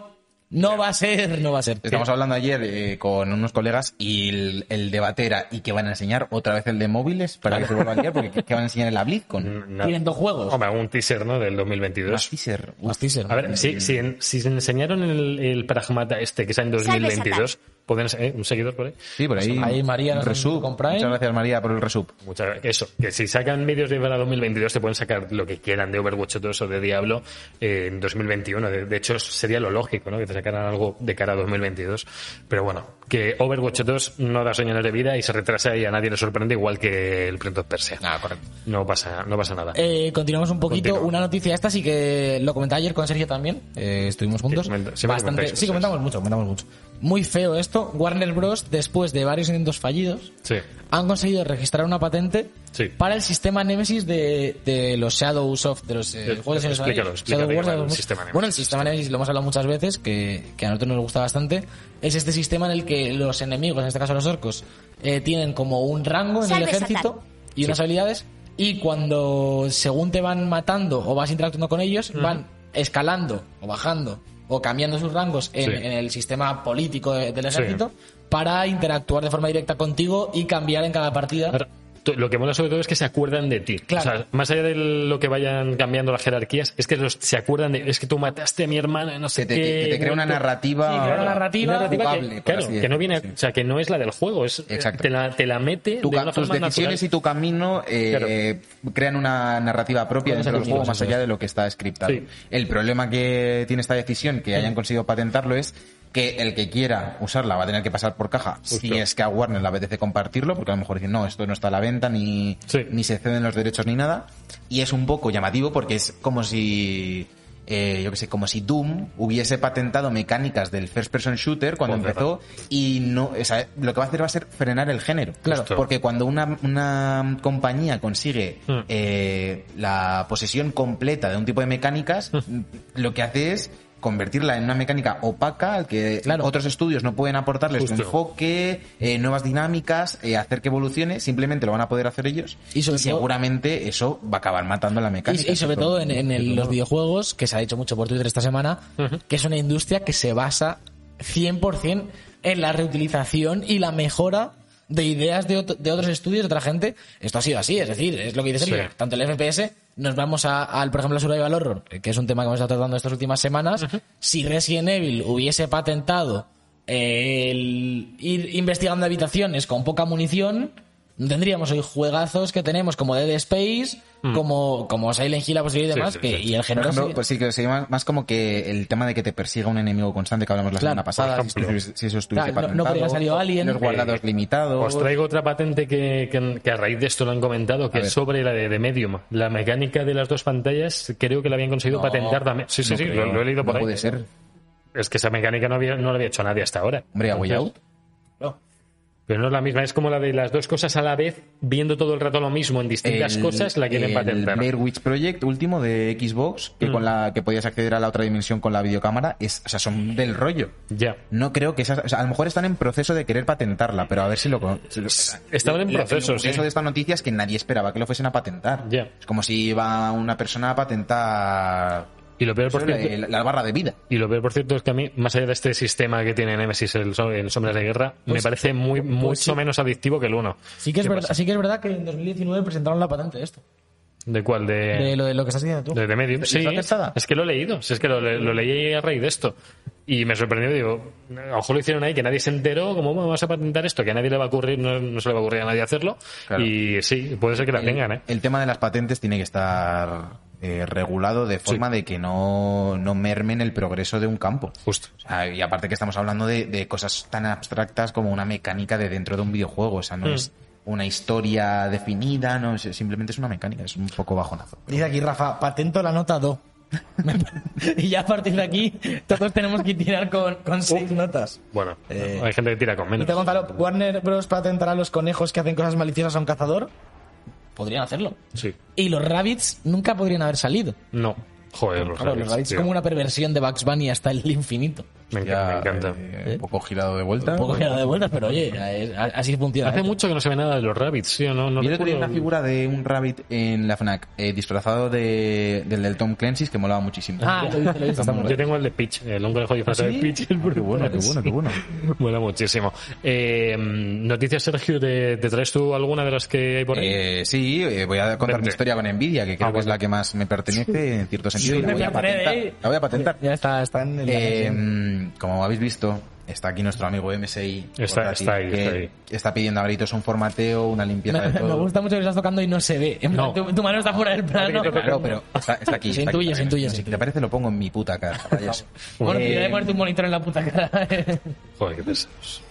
Speaker 3: no va a ser, no va a ser.
Speaker 2: Estamos hablando ayer eh, con unos colegas y el, el de batera y que van a enseñar otra vez el de móviles para que se vuelva a liar porque ¿qué- ¿qué van a enseñar en la BlizzCon?
Speaker 1: No.
Speaker 3: Tienen dos juegos.
Speaker 1: Hombre, algún teaser, ¿no? Del 2022.
Speaker 2: Más teaser.
Speaker 3: Más teaser.
Speaker 1: A ver, si, si, en- si se enseñaron el, el pragmata este que sale en 2022, pueden ser- ¿eh? un seguidor por ahí.
Speaker 2: Sí, por ahí.
Speaker 3: Ahí María nos
Speaker 2: resub.
Speaker 3: compra, ¿eh?
Speaker 2: Muchas gracias María por el resub.
Speaker 1: Muchas gracias. Eso, que si sacan vídeos de para 2022, te pueden sacar lo que quieran de Overwatch 2 o de Diablo eh, en 2021. De, de hecho, sería lo lógico, ¿no? Que te sacaran algo de cara a 2022. Pero bueno, que Overwatch 2 no da señales de vida y se retrasa y a nadie le sorprende, igual que el Prince of Persia.
Speaker 2: Ah, correcto.
Speaker 1: No pasa, no pasa nada.
Speaker 3: Eh, continuamos un poquito.
Speaker 1: Continúa.
Speaker 3: Una noticia esta sí que lo comentaba ayer con Sergio también. eh, estuvimos juntos.
Speaker 1: Sí, comenta- siempre comentáis
Speaker 3: sí,
Speaker 1: cosas.
Speaker 3: comentamos mucho, comentamos mucho. Muy feo esto. Warner Bros. después de varios intentos fallidos
Speaker 1: Sí.
Speaker 3: han conseguido registrar una patente
Speaker 1: Sí.
Speaker 3: para el sistema Nemesis de, de los Shadows of de los eh,
Speaker 1: Eh,
Speaker 3: juegos de Señor de los
Speaker 1: explícalo,
Speaker 3: Anillos.
Speaker 1: explícalo
Speaker 3: Shadow Wars,
Speaker 1: igual, el
Speaker 3: Shadow Wars.
Speaker 1: sistema Nemesis.
Speaker 3: Bueno, el sistema Nemesis lo hemos hablado muchas veces que, que a nosotros nos gusta bastante. Es este sistema en el que los enemigos, en este caso los orcos, eh, tienen como un rango en el
Speaker 4: Salve,
Speaker 3: ejército
Speaker 4: Satán.
Speaker 3: y unas habilidades y cuando según te van matando o vas interactuando con ellos van escalando o bajando o cambiando sus rangos en,
Speaker 1: Sí.
Speaker 3: en el sistema político de- del
Speaker 1: Sí.
Speaker 3: ejército para interactuar de forma directa contigo y cambiar en cada partida
Speaker 1: Ahora, tú- Lo que mola sobre todo es que se acuerdan de ti.
Speaker 3: Claro.
Speaker 1: O sea, más allá de lo que vayan cambiando las jerarquías, es que los- se acuerdan de. Es que tú mataste a mi hermana, no sé
Speaker 2: Que te,
Speaker 1: qué.
Speaker 2: que te crea una
Speaker 1: no-
Speaker 2: narrativa,
Speaker 3: Sí, crea una narrativa
Speaker 2: jugable.
Speaker 1: que,
Speaker 2: por
Speaker 1: claro,
Speaker 2: así
Speaker 1: que no
Speaker 2: decirlo,
Speaker 1: viene,
Speaker 2: sí.
Speaker 1: o sea, que no es la del juego, es
Speaker 2: Exacto.
Speaker 1: te la, te la mete
Speaker 2: Tu
Speaker 1: de
Speaker 2: ca-
Speaker 1: una
Speaker 2: tus
Speaker 1: forma
Speaker 2: decisiones y
Speaker 1: natural.
Speaker 2: tu camino eh, crean una narrativa propia dentro del juego más allá de lo que está scriptado.
Speaker 1: Sí.
Speaker 2: El problema que tiene esta decisión, que hayan conseguido patentarlo, es que el que quiera usarla va a tener que pasar por caja si es que a Warner le apetece compartirlo, porque a lo mejor dicen, no, esto no está a la venta, ni,
Speaker 1: Sí.
Speaker 2: ni se ceden los derechos ni nada. Y es un poco llamativo porque es como si... eh, yo que sé, como si Doom hubiese patentado mecánicas del first person shooter cuando
Speaker 1: Joder.
Speaker 2: empezó y no, o sea, lo que va a hacer va a ser frenar el género.
Speaker 1: Claro. Justo.
Speaker 2: Porque cuando una, una compañía consigue
Speaker 3: Hmm.
Speaker 1: Mm.
Speaker 2: eh, la posesión completa de un tipo de mecánicas,
Speaker 3: Hmm.
Speaker 2: lo que hace es convertirla en una mecánica opaca al que
Speaker 3: Claro.
Speaker 2: otros estudios no pueden aportarles su
Speaker 1: Justo.
Speaker 2: enfoque, eh, nuevas dinámicas, eh, hacer que evolucione, simplemente lo van a poder hacer ellos
Speaker 3: Y sobre todo-
Speaker 2: seguramente eso va a acabar matando la mecánica.
Speaker 3: Y, y sobre todo en, en el- los videojuegos, que se ha dicho mucho por Twitter esta semana, que es una industria que se basa 100% en la reutilización y la mejora de ideas de, ot- de otros estudios, de otra gente. Esto ha sido así, es decir, es lo que dice
Speaker 1: Sí.
Speaker 3: Sergio. Tanto el FPS, nos vamos a- al, por ejemplo, Survival Horror, que es un tema que hemos estado tratando estas últimas semanas. Si Resident Evil hubiese patentado el ir investigando habitaciones con poca munición, no tendríamos hoy juegazos que tenemos como Dead Space, como, como Silent Hill ha poseído y
Speaker 1: Mm. Sí,
Speaker 3: demás,
Speaker 1: sí,
Speaker 3: que,
Speaker 1: sí.
Speaker 3: y el
Speaker 2: Por
Speaker 3: género
Speaker 2: ejemplo,
Speaker 3: sigue-
Speaker 2: pues sí que sería más, más como que el tema de que te persiga un enemigo constante que hablamos la
Speaker 3: Claro,
Speaker 2: semana pasada,
Speaker 1: por
Speaker 2: si, estuviese- si eso estuviese
Speaker 3: Claro, no- no
Speaker 2: patentado,
Speaker 3: podría salir Alien.
Speaker 2: los guardados
Speaker 1: Eh,
Speaker 2: limitados,
Speaker 1: Os traigo otra patente que, que- que a raíz de esto lo han comentado, que
Speaker 2: A
Speaker 1: es
Speaker 2: ver.
Speaker 1: sobre la de, de Medium. La mecánica de las dos pantallas creo que la habían conseguido
Speaker 3: No,
Speaker 1: patentar también. Sí, sí,
Speaker 2: no
Speaker 1: sí,
Speaker 2: creo.
Speaker 1: lo, lo he leído por
Speaker 2: No
Speaker 1: ahí.
Speaker 2: puede ser.
Speaker 1: Es que esa mecánica no, había, no la había hecho nadie hasta ahora.
Speaker 2: Hombre, a Way Out.
Speaker 3: No.
Speaker 1: Pero no es la misma, es como la de las dos cosas a la vez, viendo todo el rato lo mismo en distintas
Speaker 2: el-
Speaker 1: cosas, la quieren
Speaker 2: el
Speaker 1: patentar. Mm.
Speaker 2: Blair Witch Project último de Xbox, que con la que podías acceder a la otra dimensión con la videocámara, es, o sea, son del rollo.
Speaker 1: Ya.
Speaker 2: No creo que esas, o sea, a lo mejor están en proceso de querer patentarla, pero a ver si lo con- si lo-
Speaker 1: Estaban en ¿eh?
Speaker 2: lo- lo
Speaker 1: proceso, sí.
Speaker 2: curioso de esta noticia es que nadie esperaba que lo fuesen a patentar.
Speaker 1: Ya.
Speaker 2: Es como si iba una persona a patentar
Speaker 1: Y lo peor, por
Speaker 2: eso, la,
Speaker 1: cierto,
Speaker 2: la- la barra de vida.
Speaker 1: Y lo peor, por cierto, es que a mí, más allá de este sistema que tiene Nemesis, el, so- el Sombras de Guerra, me
Speaker 3: Pues-
Speaker 1: parece muy, mucho
Speaker 3: sí.
Speaker 1: menos adictivo que el 1.
Speaker 3: Sí que, es
Speaker 1: ¿Qué
Speaker 3: verdad,
Speaker 1: pasa?
Speaker 3: sí que es verdad que en 2019 presentaron la patente de esto.
Speaker 1: ¿De cuál? De,
Speaker 3: De lo, de lo que estás diciendo tú.
Speaker 1: de, de Medium. Sí,
Speaker 2: está testada?
Speaker 1: es que lo he leído. Si Es que lo, le- lo leí a raíz de esto. Y me sorprendió, digo, a lo mejor lo hicieron ahí, que nadie se enteró, ¿cómo vamos a patentar esto? Que a nadie le va a ocurrir, no, no se le va a ocurrir a nadie hacerlo.
Speaker 2: Claro.
Speaker 1: Y sí, puede ser que la tengan, ¿eh?
Speaker 2: El tema de las patentes tiene que estar eh, regulado de forma de que no, no mermen el progreso de un campo.
Speaker 1: Justo.
Speaker 2: O sea, y aparte que estamos hablando de, de cosas tan abstractas como una mecánica de dentro de un videojuego. O sea,
Speaker 1: Mm.
Speaker 2: no es una historia definida, no es- simplemente es una mecánica, es un poco bajonazo.
Speaker 3: Dice aquí Rafa, patento la nota 2. [laughs] y ya a partir de aquí, todos tenemos que tirar con, con seis notas.
Speaker 1: Bueno,
Speaker 3: Eh,
Speaker 1: hay gente que tira con menos.
Speaker 3: Dice Gonzalo, ¿Warner Bros. patentará los conejos que hacen cosas maliciosas a un cazador? Podrían hacerlo.
Speaker 1: Sí.
Speaker 3: Y los rabbits nunca podrían haber salido.
Speaker 1: No. Joder, los
Speaker 3: Claro, los
Speaker 1: Rabbits,
Speaker 3: rabbits es
Speaker 1: tío.
Speaker 3: como una perversión de Bugs Bunny hasta el infinito.
Speaker 1: Me encanta. me encanta.
Speaker 2: eh, un poco girado de vuelta.
Speaker 3: Un poco queda de vueltas, pero oye, ya es- a- así funciona.
Speaker 1: Hace
Speaker 3: ¿eh?
Speaker 1: mucho que no se ve nada de los Rabbits, ¿sí o no? no
Speaker 2: Yo le tenía
Speaker 1: recuerdo-
Speaker 2: una figura de un rabbit en la FNAC, eh, disfrazado de, del del Tom Clancy's, que molaba muchísimo.
Speaker 3: Ah, lo he visto, lo he visto.
Speaker 2: Está muy
Speaker 1: Yo tengo el de Peach, el un conejo disfrazado de Peach. el
Speaker 2: ¿Ah, qué bueno, qué
Speaker 1: brutal,
Speaker 2: bueno, qué
Speaker 1: sí.
Speaker 2: bueno.
Speaker 1: [laughs] Mola muchísimo. Eh, noticias, Sergio, ¿te, te traes tú alguna de las que hay por ahí?
Speaker 2: Eh, sí, eh, voy a contar
Speaker 1: Vente.
Speaker 2: mi historia con Nvidia, que creo
Speaker 1: Ah,
Speaker 2: que es
Speaker 1: bueno.
Speaker 2: la que más me pertenece en cierto sentido. y la,
Speaker 3: Me
Speaker 2: voy a
Speaker 3: pertenece,
Speaker 2: patentar,
Speaker 3: ¿eh?
Speaker 2: la voy a patentar.
Speaker 3: Ya está, está en el.
Speaker 2: Eh, mm, como habéis visto, está aquí nuestro amigo MSI.
Speaker 1: Está-
Speaker 2: portátil,
Speaker 1: está ahí,
Speaker 2: que
Speaker 1: está ahí.
Speaker 2: está pidiendo a gritos un formateo, una limpieza
Speaker 3: me,
Speaker 2: de todo.
Speaker 3: me gusta mucho que estás tocando y no se ve. En
Speaker 1: No.
Speaker 3: plan, Tu, tu mano está fuera del plano.
Speaker 2: Claro, pero está, está aquí.
Speaker 3: [laughs] Se
Speaker 2: está aquí
Speaker 3: intuye, se
Speaker 2: también.
Speaker 3: intuye,
Speaker 2: No
Speaker 3: se
Speaker 2: sé, Si
Speaker 3: intuye.
Speaker 2: te parece, lo pongo en mi puta cara. rayos.
Speaker 3: [laughs] Bueno,
Speaker 2: Eh,
Speaker 3: te voy a ponerte un monitor en la puta cara. [laughs]
Speaker 1: Joder, qué pesados.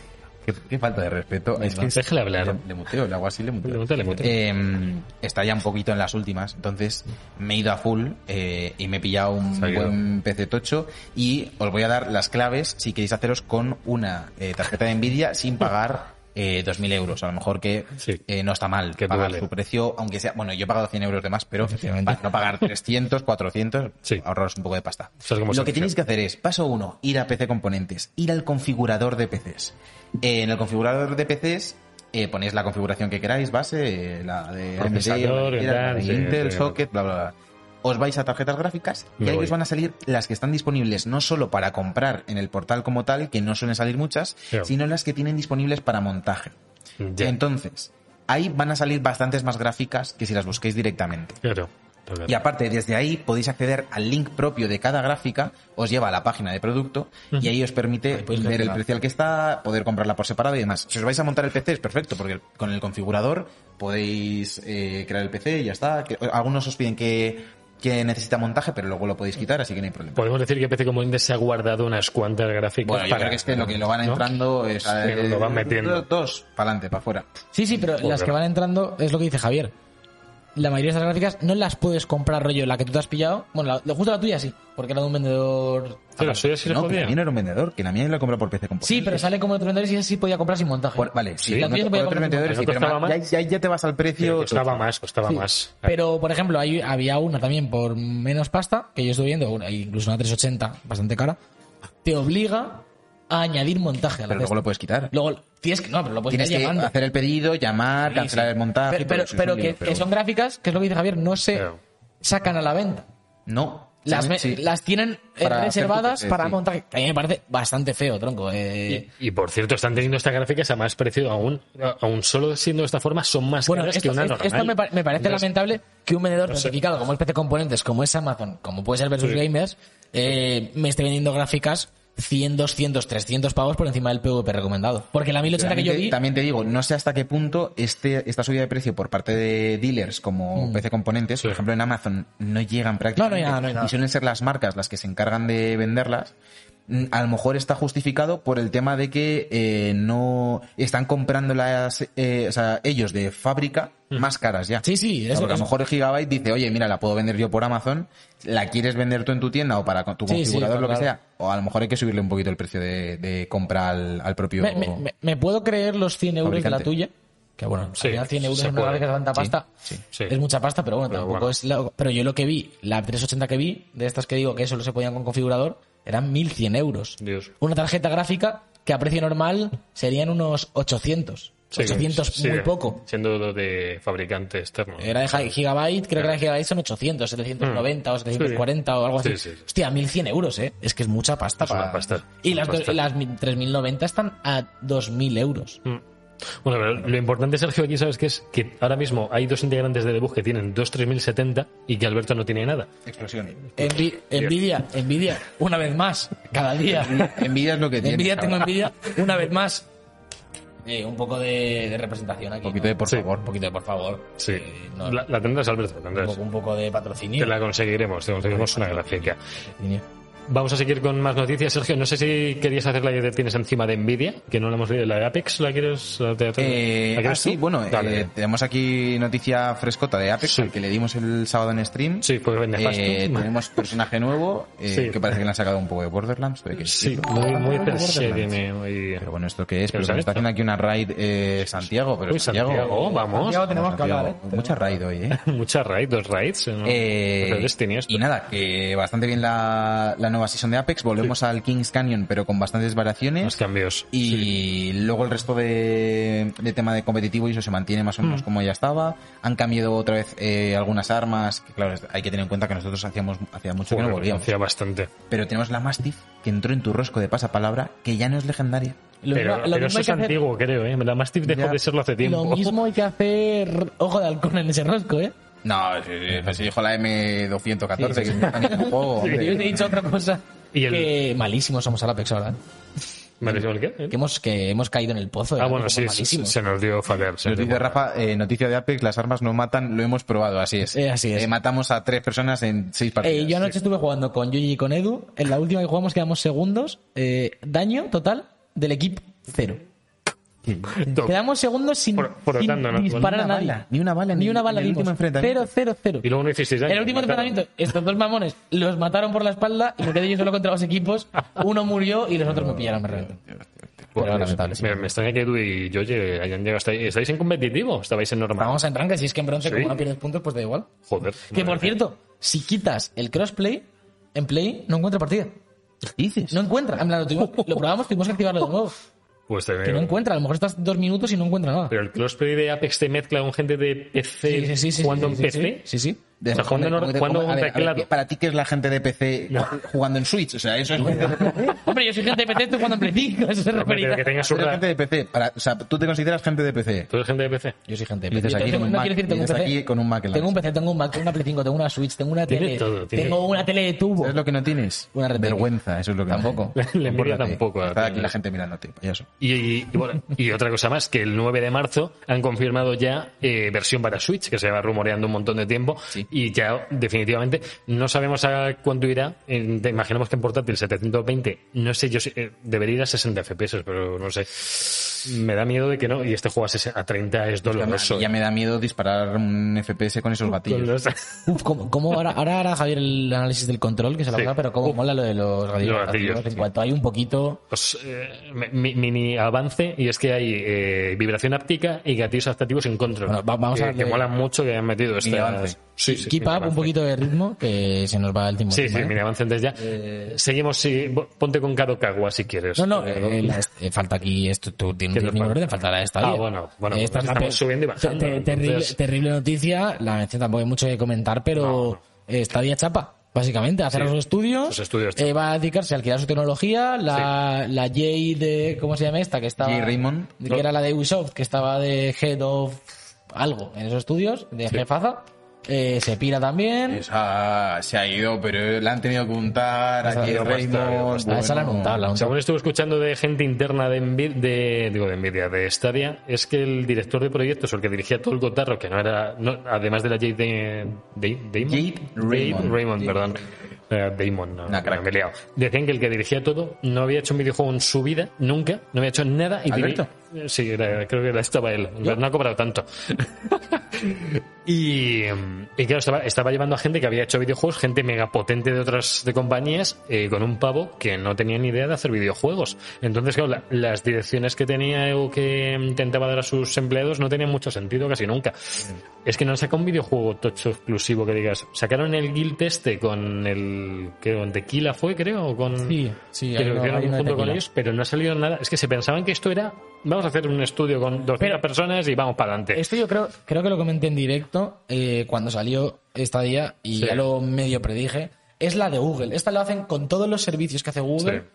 Speaker 2: qué, qué falta de respeto. Es que
Speaker 1: Déjale hablar.
Speaker 2: Le, le muteo, le hago así, le muteo.
Speaker 1: Le muteo, le muteo.
Speaker 2: Eh, está ya un poquito en las últimas, entonces me he ido a full eh, y me he pillado un
Speaker 1: Se ha ido.
Speaker 2: buen PC tocho y os voy a dar las claves si queréis haceros con una eh, tarjeta de Nvidia sin pagar eh, 2.000 euros. A lo mejor que
Speaker 1: Sí.
Speaker 2: eh, no está mal
Speaker 1: Que
Speaker 2: pagar
Speaker 1: duele.
Speaker 2: su precio, aunque sea... Bueno, yo he pagado 100 euros de más, pero
Speaker 3: Efectivamente.
Speaker 2: para no pagar 300, 400,
Speaker 1: Sí.
Speaker 2: ahorraros un poco de pasta.
Speaker 1: Eso es como
Speaker 2: Lo que
Speaker 1: Sergio.
Speaker 2: tenéis que hacer es, paso uno, ir a PC Componentes, ir al configurador de PCs. Eh, en el configurador de PCs eh, ponéis la configuración que queráis, base, eh, la de AMD,
Speaker 1: Procesador,
Speaker 2: la que quieras, la
Speaker 1: tal,
Speaker 2: de
Speaker 1: sí,
Speaker 2: Intel,
Speaker 1: sí,
Speaker 2: socket, bla, bla, bla. Os vais a tarjetas gráficas y
Speaker 1: Me
Speaker 2: ahí
Speaker 1: voy.
Speaker 2: os van a salir las que están disponibles no solo para comprar en el portal como tal, que no suelen salir muchas,
Speaker 1: Claro.
Speaker 2: sino las que tienen disponibles para montaje.
Speaker 1: Ya,
Speaker 2: Entonces, ahí van a salir bastantes más gráficas que si las busquéis directamente.
Speaker 1: claro. claro.
Speaker 2: Y aparte, desde ahí podéis acceder al link propio de cada gráfica, os lleva a la página de producto y ahí os permite pues,
Speaker 3: podéis
Speaker 2: ver el
Speaker 3: gestionar.
Speaker 2: precio al que está, poder comprarla por separado y demás. Si os vais a montar el PC es perfecto, porque con el configurador podéis eh, crear el PC y ya está. Que- Algunos os piden que, que necesita montaje, pero luego lo podéis quitar, así que no hay problema.
Speaker 1: Podemos decir que PC Componentes se ha guardado unas cuantas gráficas
Speaker 2: Bueno,
Speaker 1: Pues,
Speaker 2: yo
Speaker 1: para-
Speaker 2: creo que es que lo que lo van
Speaker 1: ¿no?
Speaker 2: entrando es...
Speaker 1: Sí,
Speaker 2: eh,
Speaker 1: lo van metiendo.
Speaker 2: Dos, para adelante, para afuera.
Speaker 3: Sí, sí, pero las
Speaker 1: Joder.
Speaker 3: que van entrando es lo que dice Javier. La mayoría de esas gráficas no las puedes comprar rollo la que tú te has pillado. Bueno, la, justo la tuya sí, porque era de un vendedor.
Speaker 1: Claro, soy así
Speaker 2: No,
Speaker 1: de
Speaker 2: que la
Speaker 1: jodida.
Speaker 2: mía no era un vendedor, que la mía la compré por PC Componentes.
Speaker 3: Sí, pero sale como de otro vendedor y ese sí podía comprar sin montaje.
Speaker 2: Por- vale, sí,
Speaker 1: Sí.
Speaker 2: no
Speaker 3: La tuya
Speaker 2: te-
Speaker 3: se
Speaker 2: por
Speaker 3: podía
Speaker 2: otros
Speaker 3: comprar sin
Speaker 2: vendedores sí,
Speaker 1: montaje.
Speaker 2: pero
Speaker 1: ¿Costaba
Speaker 2: más-
Speaker 1: más?
Speaker 2: ya, ya- ya te vas
Speaker 1: Pero
Speaker 2: al precio...
Speaker 1: costaba más, costaba
Speaker 3: Sí.
Speaker 1: más.
Speaker 3: Pero, por ejemplo, hay, había una también por menos pasta, que yo estoy viendo, una- incluso una 380, bastante cara, te obliga a añadir montaje a la
Speaker 2: Pero luego
Speaker 3: cesta.
Speaker 2: lo puedes quitar.
Speaker 3: Luego tienes que... No, pero lo puedes
Speaker 2: Tienes
Speaker 3: ir
Speaker 2: que
Speaker 3: llamando.
Speaker 2: hacer el pedido, llamar,
Speaker 3: Sí,
Speaker 2: cancelar
Speaker 3: sí.
Speaker 2: el montaje.
Speaker 3: Pero, pero-
Speaker 2: eso es
Speaker 3: pero
Speaker 2: un
Speaker 3: que,
Speaker 2: lío, pero
Speaker 3: que son gráficas, que es lo que dice Javier, no se
Speaker 1: Claro.
Speaker 3: sacan a la venta.
Speaker 2: No.
Speaker 3: Las,
Speaker 2: ¿sabes?
Speaker 3: ve-
Speaker 2: Sí.
Speaker 3: las tienen eh,
Speaker 2: Para hacer
Speaker 3: reservadas
Speaker 2: tu PC,
Speaker 3: para
Speaker 2: sí.
Speaker 3: montaje. Que a mí me parece bastante feo, tronco. eh.
Speaker 1: Y, y, por cierto, están teniendo estas gráficas a más precio aún. Aún solo siendo de esta forma son más
Speaker 3: Bueno,
Speaker 1: caras
Speaker 3: esto,
Speaker 1: que una
Speaker 3: esto-
Speaker 1: normal.
Speaker 3: esto me, pa- me parece
Speaker 1: Las-
Speaker 3: lamentable que un vendedor
Speaker 1: No sé.
Speaker 3: notificado como es PC Componentes, como es Amazon, como puede ser Versus
Speaker 1: Sí.
Speaker 3: Gamers, eh, me esté vendiendo gráficas 100, 200, 300 pavos por encima del PVP recomendado. Porque la 1080 que yo
Speaker 2: También
Speaker 3: vi...
Speaker 2: te- También te digo, no sé hasta qué punto este, esta subida de precio por parte de dealers como PC Componentes,
Speaker 1: Sí.
Speaker 2: por ejemplo en Amazon, no llegan prácticamente.
Speaker 3: Mm. No, no hay nada, no hay nada.
Speaker 2: Y suelen ser las marcas las que se encargan de venderlas. Mm, A lo mejor está justificado por el tema de que eh, no están comprando las, eh, o sea, ellos de fábrica más caras ya.
Speaker 3: Mm. Sí, sí,
Speaker 2: O sea,
Speaker 3: eso-
Speaker 2: porque a lo
Speaker 3: eso-
Speaker 2: mejor el Gigabyte dice, oye, mira, la puedo vender yo por Amazon, la quieres vender tú en tu tienda o para con- tu
Speaker 3: Sí, sí,
Speaker 2: configurador, lo que
Speaker 3: claro.
Speaker 2: sea. O a lo mejor hay que subirle un poquito el precio de, de compra al, al propio.
Speaker 3: Me, me- me- me puedo creer los 100 euros de la
Speaker 2: Fabricante.
Speaker 3: tuya. Que bueno,
Speaker 1: Sí,
Speaker 3: al final 100 euros
Speaker 1: se
Speaker 3: en una
Speaker 1: puede.
Speaker 3: marca de tanta
Speaker 2: Sí,
Speaker 3: pasta
Speaker 2: sí,
Speaker 1: sí.
Speaker 3: es mucha pasta, pero bueno,
Speaker 1: Pero
Speaker 3: tampoco
Speaker 1: bueno.
Speaker 3: es la- Pero yo lo que vi, la 380 que vi, de estas que digo que solo se podían con configurador, eran 1100 euros.
Speaker 1: Dios.
Speaker 3: Una tarjeta gráfica que a precio normal serían unos 800.
Speaker 1: Sí,
Speaker 3: 800
Speaker 1: sí,
Speaker 3: muy poco.
Speaker 1: Siendo lo de fabricante externo.
Speaker 3: Era de Gigabyte, creo que la de Gigabyte son 800, 790 o 740 o algo así.
Speaker 1: Mm. Sí, sí, sí.
Speaker 3: Hostia, 1100 euros, ¿eh? Es que es mucha pasta.
Speaker 1: Es una pasta,
Speaker 3: Y
Speaker 1: es una
Speaker 3: las, do-
Speaker 1: pasta.
Speaker 3: y las 3090 están a 2000 euros.
Speaker 1: Mm. Bueno, pero lo importante, Sergio, aquí sabes que es que ahora mismo hay dos integrantes de Debug que tienen dos 3070 y que Alberto no tiene nada.
Speaker 2: Explosión.
Speaker 3: Envi- envidia, envidia, una vez más, cada día.
Speaker 2: Envidia es lo que tiene.
Speaker 3: [laughs] Envidia, tengo
Speaker 2: cabrón.
Speaker 3: envidia, una vez más. Eh, un poco de, de representación aquí.
Speaker 2: Un poquito de por
Speaker 1: Sí.
Speaker 2: favor.
Speaker 3: Un poquito de por favor.
Speaker 1: Sí.
Speaker 3: Eh, no,
Speaker 1: la, la tendrás, Alberto, la
Speaker 3: un,
Speaker 1: tendrás.
Speaker 3: poco, un poco de patrocinio.
Speaker 1: Te la conseguiremos, te conseguiremos una gráfica.
Speaker 3: Patrocinio.
Speaker 1: Vamos a seguir con más noticias, Sergio. No sé si querías hacer la que tienes encima de Nvidia, que no la hemos leído. ¿La de Apex la quieres? ¿La, te-
Speaker 2: Eh,
Speaker 1: ¿la
Speaker 2: ah,
Speaker 1: quieres
Speaker 2: sí,
Speaker 1: tú?
Speaker 2: bueno,
Speaker 1: Dale.
Speaker 2: eh, tenemos aquí noticia frescota de Apex,
Speaker 1: Sí.
Speaker 2: al que le dimos el sábado en stream.
Speaker 1: Sí, pues vende fast.
Speaker 2: Eh, tenemos personaje nuevo, eh,
Speaker 1: Sí.
Speaker 2: que parece que le han sacado un poco de Borderlands. pero hay
Speaker 1: [laughs]
Speaker 2: que
Speaker 1: Sí,
Speaker 2: decirlo.
Speaker 1: muy, muy per
Speaker 2: Borderlands.
Speaker 1: se viene hoy.
Speaker 2: Pero bueno, ¿esto qué es?
Speaker 1: Pero
Speaker 2: Pero se me está
Speaker 1: ¿sabes?
Speaker 2: haciendo aquí una raid eh, Santiago, pero
Speaker 1: Uy,
Speaker 2: Santiago...
Speaker 1: Santiago, vamos.
Speaker 5: Santiago tenemos que
Speaker 2: Santiago,
Speaker 5: hablar, ¿eh?
Speaker 2: Mucha raid hoy, ¿eh?
Speaker 1: Muchas raids, dos raids. ¿no?
Speaker 2: Eh,
Speaker 1: [laughs] Pero Destiny esto.
Speaker 2: y nada, que bastante bien la, la nueva season de Apex. Volvemos al Kings Canyon, pero con bastantes
Speaker 1: Más
Speaker 2: variaciones.
Speaker 1: cambios.
Speaker 2: Y luego el resto de, de tema de competitivo y eso se mantiene más o
Speaker 1: Hmm.
Speaker 2: menos como ya estaba. Han cambiado otra vez eh, algunas armas, que claro, hay que tener en cuenta que nosotros hacíamos hacía mucho que
Speaker 1: Joder,
Speaker 2: no volvíamos.
Speaker 1: hacía bastante.
Speaker 2: Pero tenemos la Mastiff, que entró en tu rosco de pasapalabra, que ya no es legendaria.
Speaker 3: Lo
Speaker 1: pero
Speaker 3: mismo- lo
Speaker 1: pero
Speaker 3: mismo
Speaker 1: eso
Speaker 3: hay
Speaker 1: es
Speaker 3: que hacer-
Speaker 1: antiguo, creo, ¿eh? La Mastiff dejó
Speaker 2: Ya.
Speaker 1: de serlo hace
Speaker 3: Lo
Speaker 1: tiempo.
Speaker 3: mismo hay que hacer ojo de halcón en ese rosco, ¿eh?
Speaker 2: No, se dijo la M214, que es un juego. hombre.
Speaker 3: Yo te he dicho otra cosa.
Speaker 1: Y el-
Speaker 3: Que malísimos somos al Apex ahora.
Speaker 1: [laughs] ¿Me decís el qué? ¿Eh?
Speaker 3: Que hemos, que hemos caído en el pozo.
Speaker 1: Ah,
Speaker 3: ¿eh?
Speaker 1: bueno,
Speaker 3: Somos
Speaker 1: sí, se,
Speaker 3: malísimos.
Speaker 1: se nos dio fallar.
Speaker 2: Se nos dice Rafa, eh, noticia de Apex, las armas no matan, lo hemos probado, así es.
Speaker 3: Eh, así es.
Speaker 2: Eh, matamos a tres personas en seis partidas.
Speaker 3: Eh, yo anoche estuve jugando con Yuji y con Edu. En la última que jugamos quedamos segundos. Eh, daño total del equipo cero. Quedamos segundos sin,
Speaker 1: Por- por
Speaker 3: sin
Speaker 1: tanto, ¿no?
Speaker 3: disparar
Speaker 2: Ni
Speaker 3: a
Speaker 2: una
Speaker 3: nadie.
Speaker 2: bala, ni una bala en
Speaker 3: Ni
Speaker 2: el-
Speaker 3: una bala
Speaker 2: en el último
Speaker 3: dimos.
Speaker 2: enfrentamiento.
Speaker 3: Cero, cero, cero.
Speaker 1: Y luego no hicisteis daño.
Speaker 3: el último
Speaker 1: mataron.
Speaker 3: enfrentamiento, estos dos mamones los mataron por la espalda y me quedé yo solo contra dos equipos. Uno murió y los otros me pillaron, me reventaron.
Speaker 1: Pues,
Speaker 3: Pero lamentable, sí.
Speaker 1: me, me extraña que tú y yo lle- hayan llegado hasta ahí. ¿Estáis en competitivo? o ¿Estabais en normal?
Speaker 3: Vamos a entrar, que si es que en bronce,
Speaker 1: Sí.
Speaker 3: como no pierdes puntos, pues da igual.
Speaker 1: Joder.
Speaker 3: Que por cierto, si quitas el crossplay, en play no encuentra partida.
Speaker 2: ¿Qué dices?
Speaker 3: No encuentra. En plan, lo, tuvimos- lo probamos, tuvimos que activarlo de nuevo.
Speaker 1: Pues te
Speaker 3: Que no
Speaker 1: veo.
Speaker 3: encuentra. A lo mejor estás dos minutos y no encuentra nada.
Speaker 1: Pero el crossplay de Apex te mezcla con gente de PC jugando
Speaker 3: sí,
Speaker 1: en
Speaker 3: sí,
Speaker 1: PC.
Speaker 3: Sí, sí. sí.
Speaker 2: De-
Speaker 1: O sea, jugando en or-
Speaker 2: ¿cómo te-
Speaker 1: jugando
Speaker 2: cómo-
Speaker 1: en
Speaker 2: a ver, a ver,
Speaker 1: teclado.
Speaker 2: ¿qué- para ti que es la gente de PC jugando en Switch, o sea, eso es gente de PC.
Speaker 3: Hombre, yo soy gente de PC, estoy jugando en Play 5. Eso se
Speaker 1: Pero
Speaker 3: refería.
Speaker 1: que tengas
Speaker 2: Tú eres gente
Speaker 1: una...
Speaker 2: de PC, para- o sea, tú te consideras gente de PC.
Speaker 1: ¿Tú eres gente de PC?
Speaker 3: Yo soy gente de
Speaker 2: Dices
Speaker 3: PC.
Speaker 2: aquí
Speaker 3: Yo
Speaker 2: con un
Speaker 3: no
Speaker 2: Mac,
Speaker 3: quiero decir, tengo un
Speaker 2: dices
Speaker 3: PC.
Speaker 2: aquí con un Mac en la
Speaker 3: tengo un
Speaker 2: mesa.
Speaker 3: PC, tengo un Mac, tengo una Play 5, tengo una Switch, tengo una
Speaker 1: Tiene
Speaker 3: tele.
Speaker 1: todo, tiene-
Speaker 3: Tengo una tele de tubo.
Speaker 2: ¿Sabes lo que no tienes?
Speaker 3: Una red
Speaker 2: Vergüenza, eso es lo que
Speaker 3: Tampoco.
Speaker 2: No
Speaker 1: La envidia
Speaker 2: Compórtate.
Speaker 1: tampoco,
Speaker 2: Está aquí
Speaker 1: tío.
Speaker 2: la gente mirándote, payaso.
Speaker 1: Y, y- y bueno, y otra cosa más, que el 9 de marzo han confirmado ya eh, versión para Switch, que se va rumoreando un montón de tiempo,
Speaker 2: Sí.
Speaker 1: y ya definitivamente no sabemos a cuánto irá, en- te- imaginemos que en portátil 720, no sé, yo sé, eh, debería ir a 60 FPS, pero no sé, me da miedo de que no, y este juego a, 60 a 30 Pues es
Speaker 3: Pues
Speaker 1: doloroso.
Speaker 2: Ya me da miedo disparar un FPS con esos
Speaker 1: Con
Speaker 2: gatillos.
Speaker 1: los-
Speaker 3: Uf, ¿cómo, cómo ahora, ahora hará Javier el análisis del control, que se lo
Speaker 1: Sí.
Speaker 3: haga, pero cómo
Speaker 1: Uf.
Speaker 3: mola lo de los gatillos.
Speaker 1: Los gatillos,
Speaker 3: En
Speaker 1: sí.
Speaker 3: cuanto hay un poquito.
Speaker 1: Pues, eh, mi- mini avance y es que hay eh, vibración áptica y gatillos adaptativos en control.
Speaker 3: Bueno, va- vamos
Speaker 1: que,
Speaker 3: a hablar
Speaker 1: que
Speaker 3: de-
Speaker 1: molan mucho que hayan metido estas...
Speaker 2: avance.
Speaker 1: Sí, sí, mini
Speaker 3: Keep up, un
Speaker 1: avance.
Speaker 3: poquito de ritmo, que se nos va el tiempo.
Speaker 1: Sí,
Speaker 3: encima,
Speaker 1: sí,
Speaker 3: ¿eh?
Speaker 1: mira, avance antes ya. Seguimos, sí, bo- ponte con Kadokawa si quieres.
Speaker 3: No, no,
Speaker 1: Eh,
Speaker 3: eh, la est- eh, falta aquí esto, tú tienes
Speaker 1: ¿Qué nos
Speaker 3: ningún
Speaker 1: falta?
Speaker 3: orden, falta la estadía.
Speaker 1: Ah, bueno, bueno,
Speaker 3: Esta
Speaker 1: pues
Speaker 3: es la
Speaker 1: estamos
Speaker 3: pe-
Speaker 1: subiendo y bajando,
Speaker 3: te- te- terrible,
Speaker 1: entonces-
Speaker 3: terrible noticia, la mención tampoco hay mucho que comentar, pero eh, estadía chapa, básicamente, hacer
Speaker 1: Sí,
Speaker 3: los estudios,
Speaker 1: sus estudios,
Speaker 3: eh, va a dedicarse a alquilar su tecnología, la, la Jay de, ¿cómo se llama esta? Que estaba,
Speaker 2: Jay Raymond.
Speaker 3: que era la de Ubisoft, que estaba de head of algo en esos estudios, de jefaza, Eh, se pira también.
Speaker 2: Esa se ha ido, pero la han tenido que untar.
Speaker 3: Esa-
Speaker 2: Aquí
Speaker 3: esa-
Speaker 2: Raymond.
Speaker 3: Ah, esa la han untado, la han untado.
Speaker 1: Según estuve escuchando de gente interna de, Envi- de digo de Nvidia, de Stadia, es que el director de proyectos, o el que dirigía todo el cotarro, que no era, no, además de la Jade, eh, de, de- Damon,
Speaker 2: Jade Raymond.
Speaker 1: Raymond, perdón. Eh, Damon, no,
Speaker 2: Una crack.
Speaker 1: me he liado. Decían que el que dirigía todo no había hecho un videojuego en su vida, nunca, no había hecho nada. Y
Speaker 2: ¿Alberto?
Speaker 1: diri- Sí, era- creo que era- estaba él, pero no ha cobrado tanto. Y, mm, y claro, estaba, estaba llevando a gente que había hecho videojuegos, gente mega potente de otras de compañías, eh, con un pavo que no tenía ni idea de hacer videojuegos. Entonces, claro, la- las direcciones que tenía o que intentaba dar a sus empleados no tenían mucho sentido casi nunca. Es que no han sacado un videojuego tocho exclusivo que digas. Sacaron el Guild este con el. que con Tequila fue, creo, o con.
Speaker 3: Sí, sí,
Speaker 1: que
Speaker 3: hay
Speaker 1: lo
Speaker 3: uno-
Speaker 1: hicieron
Speaker 3: hay uno de
Speaker 1: junto con
Speaker 3: Tequila.
Speaker 1: ellos, pero no ha salido nada. Es que se pensaban que esto era. Vamos a hacer un estudio con 200
Speaker 3: Pero-
Speaker 1: personas y vamos para adelante.
Speaker 3: Esto yo creo, creo que lo comenté en directo eh, cuando salió esta día y
Speaker 1: Sí.
Speaker 3: ya lo medio predije. Es la de Google. Esta lo hacen con todos los servicios que hace Google.
Speaker 1: Sí.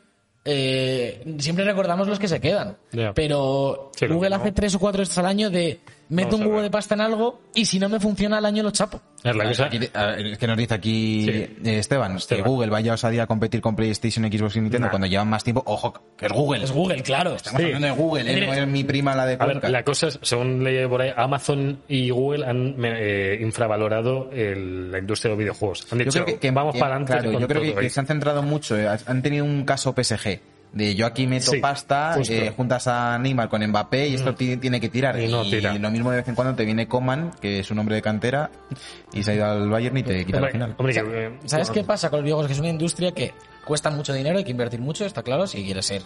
Speaker 3: Eh, siempre recordamos los que se quedan.
Speaker 1: Ya.
Speaker 3: Pero
Speaker 1: Sí, lo
Speaker 3: Google
Speaker 1: mismo.
Speaker 3: hace tres o cuatro estos al año de meto
Speaker 1: Vamos a
Speaker 3: un huevo
Speaker 1: ver.
Speaker 3: de pasta en algo y si no me funciona al año lo chapo.
Speaker 1: Es la cosa.
Speaker 2: Aquí- a ver, es que nos dice aquí
Speaker 1: Sí.
Speaker 2: eh, Esteban,
Speaker 1: Esteban.
Speaker 2: que Google vaya osadía a competir con PlayStation, Xbox y Nintendo
Speaker 1: Nah.
Speaker 2: cuando llevan más tiempo. Ojo, que es Google.
Speaker 3: Es Google, claro.
Speaker 2: Estamos
Speaker 1: Sí.
Speaker 2: hablando de Google, ¿eh? No es mi prima la de
Speaker 1: A ver,
Speaker 2: Cuenca.
Speaker 1: la cosa es, según leí por ahí, Amazon y Google han eh, infravalorado el- la industria de los videojuegos. Han
Speaker 2: Yo
Speaker 1: dicho,
Speaker 2: creo que, que-
Speaker 1: vamos
Speaker 2: que-
Speaker 1: para adelante.
Speaker 2: claro,
Speaker 1: con
Speaker 2: yo creo que,
Speaker 1: todo
Speaker 2: que
Speaker 1: esto".
Speaker 2: se han centrado mucho. eh, Han tenido un caso PSG. De yo aquí meto
Speaker 1: Sí,
Speaker 2: pasta,
Speaker 1: justo. Mm.
Speaker 2: eh, juntas a Neymar con Mbappé y esto ti- tiene que tirar.
Speaker 1: Y no tira.
Speaker 2: lo mismo de vez en cuando te viene Coman, que es un hombre de cantera, y se ha ido al Bayern y te quita la
Speaker 1: Hombre,
Speaker 2: final.
Speaker 1: hombre, que, eh,
Speaker 3: ¿Sabes qué
Speaker 1: bueno,
Speaker 3: pasa con los videojuegos? Que es una industria que cuesta mucho dinero, hay que invertir mucho, está claro, si quieres ser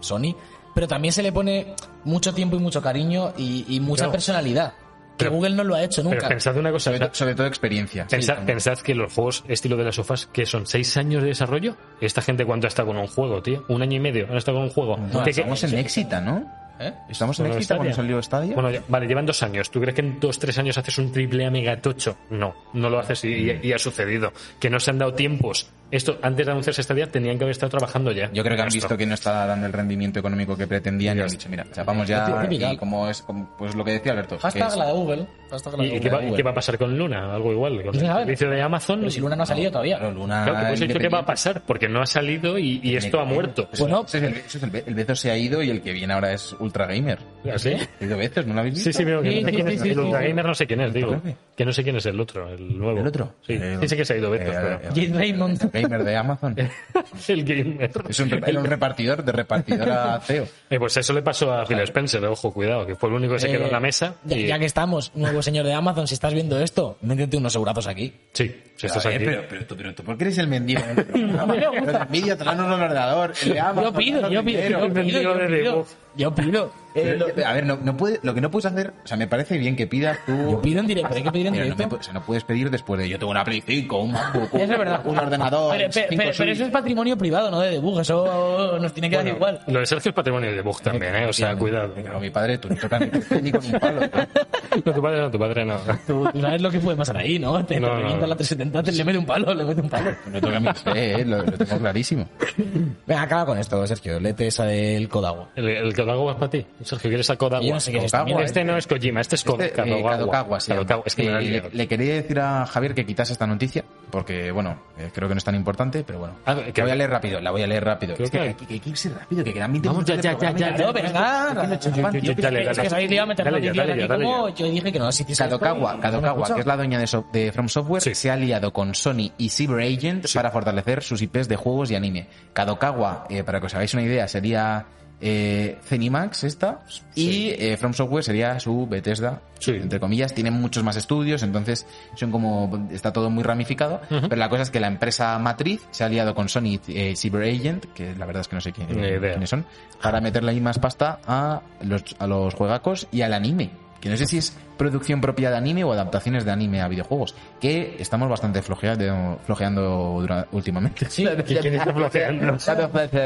Speaker 3: Sony. Pero también se le pone mucho tiempo y mucho cariño y, y mucha
Speaker 1: Claro.
Speaker 3: personalidad. Que
Speaker 1: Pero-
Speaker 3: Google no lo ha hecho
Speaker 1: Pero
Speaker 3: nunca.
Speaker 1: pensad una cosa.
Speaker 2: Sobre, to- sobre todo experiencia.
Speaker 1: Pensad,
Speaker 2: Sí,
Speaker 1: pensad que los juegos estilo de las sofás, que son seis años de desarrollo, esta gente cuánto ha estado con un juego, tío. Un año y medio han estado con un juego.
Speaker 2: también. Bueno,
Speaker 1: Que- que-
Speaker 2: estamos en Éxita, ¿no?
Speaker 3: ¿Eh?
Speaker 2: Estamos en
Speaker 1: Bueno,
Speaker 2: Éxita cuando
Speaker 1: Stadia.
Speaker 2: salió Estadio.
Speaker 1: Bueno, ya- vale, llevan dos años. ¿Tú crees que en dos, tres años haces un triple A megatocho? No, no lo haces y, y- y ha sucedido. Que no se han dado tiempos. Esto, antes de anunciarse esta día, tenían que haber estado trabajando ya.
Speaker 2: Yo creo que han
Speaker 1: Esto.
Speaker 2: visto que no está dando el rendimiento económico que pretendían y han dicho, mira, chapamos ya.
Speaker 3: Típica.
Speaker 2: Y como es, como- pues lo que decía Alberto. que
Speaker 3: Hashtag
Speaker 2: es-
Speaker 3: la de Google. Hashtag la de
Speaker 1: ¿Y, y
Speaker 3: Google.
Speaker 1: qué va, y
Speaker 3: Google.
Speaker 1: qué va a pasar con Luna? Algo igual. Con
Speaker 3: No se
Speaker 1: el
Speaker 3: sabe.
Speaker 1: servicio de Amazon.
Speaker 3: Pero si Luna no ha
Speaker 1: Ah,
Speaker 3: salido todavía.
Speaker 2: Claro, Luna
Speaker 1: Claro, que pues he dicho que va a
Speaker 2: independiente.
Speaker 1: pasar, porque no ha salido y, y esto ha muerto.
Speaker 2: Pues
Speaker 3: Bueno.
Speaker 2: ese es el, ese es el, Be- el Bezo se ha ido y el que viene ahora es Ultra Gamer.
Speaker 1: ¿Así?
Speaker 2: ¿Ha ido Bezos? ¿No lo habéis visto?
Speaker 1: ¿Ah, Sí, sí, veo que
Speaker 3: Sí,
Speaker 1: no sé
Speaker 3: sí,
Speaker 1: quién
Speaker 3: sí,
Speaker 1: es.
Speaker 3: sí,
Speaker 1: El
Speaker 3: sí,
Speaker 1: Ultra
Speaker 3: sí.
Speaker 1: Gamer no sé quién es, digo.
Speaker 2: Ultra Gamer.
Speaker 1: Que no sé quién es el otro, el nuevo.
Speaker 2: ¿El otro?
Speaker 1: Sí,
Speaker 2: El-
Speaker 1: sí, sí que se ha ido Beto.
Speaker 2: Eh,
Speaker 1: pero-
Speaker 2: eh,
Speaker 3: Jade Raymond.
Speaker 2: Gamer de Amazon.
Speaker 1: [laughs] El gamer.
Speaker 2: Es un, era un repartidor, de repartidor a
Speaker 1: [laughs]
Speaker 2: CEO.
Speaker 1: Eh, pues eso le pasó a Phil Spencer, ojo, cuidado, que fue el único que se quedó en la
Speaker 3: Eh,
Speaker 1: mesa.
Speaker 3: Ya,
Speaker 1: y-
Speaker 3: ya que estamos, nuevo señor de Amazon, si estás viendo esto, métete unos eurazos aquí.
Speaker 1: Sí, si estás
Speaker 2: A ver,
Speaker 1: aquí.
Speaker 2: Eh, pero, pero, tú, pero tú, ¿por qué eres el mendigo?
Speaker 3: [laughs]
Speaker 2: El envidia, te dan un ordenador. El de Amazon,
Speaker 3: Yo pido,
Speaker 2: danos
Speaker 3: yo pido,
Speaker 2: dinero.
Speaker 3: yo pido, yo
Speaker 1: de
Speaker 3: pido.
Speaker 1: debug.
Speaker 3: Yo pido.
Speaker 2: Eh, lo- a ver, no, no puede, lo que no puedes hacer, o sea, me parece bien que pidas tú.
Speaker 3: Yo pido en directo, hay que pedir en
Speaker 2: Pero no, me
Speaker 3: directo.
Speaker 2: pu- o sea, no puedes pedir después de yo tengo una Play 5, un MacBook, un,
Speaker 3: Eso es verdad.
Speaker 2: un ordenador.
Speaker 3: Pero, pero-
Speaker 2: cinco
Speaker 3: pero- pero
Speaker 2: Switch.
Speaker 3: eso es patrimonio privado, no de debug. Eso nos tiene que dar igual.
Speaker 1: Lo de Sergio es patrimonio de Bug también, ¿eh? O sea, cuidado.
Speaker 2: Pero mi padre, tú no tocas [laughs] ni- ni con un palo. pues
Speaker 1: No, tu padre no, tu padre no.
Speaker 3: Tú, tú sabes lo que puede pasar ahí, ¿no? Te,
Speaker 1: No,
Speaker 3: te
Speaker 1: no,
Speaker 3: revienta
Speaker 1: no.
Speaker 3: la 370, te- le mete un palo, le mete un palo.
Speaker 2: No
Speaker 1: [laughs]
Speaker 2: toca mi eh, eh, lo, lo tengo clarísimo.
Speaker 1: Este,
Speaker 3: Venga, acaba con esto, Sergio. Lete esa del Kodawa.
Speaker 1: El, el Kodawa es para ti. Sergio, ¿quieres a Kodawa?
Speaker 3: Yo no sé qué es esto.
Speaker 2: Kodawa,
Speaker 1: este no es Kojima, este es Kodawa.
Speaker 2: Este, eh, Kadokawa se llama.
Speaker 1: Kadokawa, es que me
Speaker 2: Eh,
Speaker 1: la he liado.
Speaker 2: le, le quería decir a Javier que quitase esta noticia, porque, bueno, eh, creo que no es tan importante, pero bueno.
Speaker 1: Ah, que-
Speaker 2: la voy a leer rápido, la voy a leer rápido.
Speaker 1: Creo
Speaker 2: Es que,
Speaker 1: que-
Speaker 2: hay que- hay que irse rápido, que quedan 20
Speaker 1: Vamos,
Speaker 2: minutos.
Speaker 1: ya,
Speaker 2: de
Speaker 1: ya, ya,
Speaker 2: programa.
Speaker 1: ya,
Speaker 3: No, venga.
Speaker 2: Estoy
Speaker 1: Yo-
Speaker 2: haciendo
Speaker 1: yo-
Speaker 2: champán,
Speaker 1: dale,
Speaker 2: tío.
Speaker 3: Es que
Speaker 1: dale.
Speaker 3: sabéis que iba a meter
Speaker 1: Dale ya,
Speaker 3: noticia
Speaker 1: dale
Speaker 3: aquí
Speaker 1: ya, dale
Speaker 3: como
Speaker 1: ya.
Speaker 3: yo dije que no, si
Speaker 2: Kadokawa, Kadokawa, que es la dueña de, so- de From Software,
Speaker 1: Sí.
Speaker 2: se ha aliado con Sony y Cyber Agent para fortalecer sus IPs de juegos y anime. Kadokawa, eh, para que os hagáis una idea, sería eh, Zenimax esta y eh, From Software sería su Bethesda,
Speaker 1: Sí.
Speaker 2: entre comillas. Tienen muchos más estudios, entonces son como está todo muy ramificado. Pero la cosa es que la empresa matriz se ha aliado con Sony y eh, Cyber Agent, que la verdad es que no sé quién,
Speaker 1: Ni idea.
Speaker 2: Eh, quiénes son, para meterle ahí más pasta a los, a los juegacos y al anime. Que no sé si es producción propia de anime o adaptaciones de anime a videojuegos. Que estamos bastante flojeando, flojeando dura- últimamente.
Speaker 3: Sí.
Speaker 1: ¿Qué-
Speaker 2: [laughs]
Speaker 1: quién está flojeando?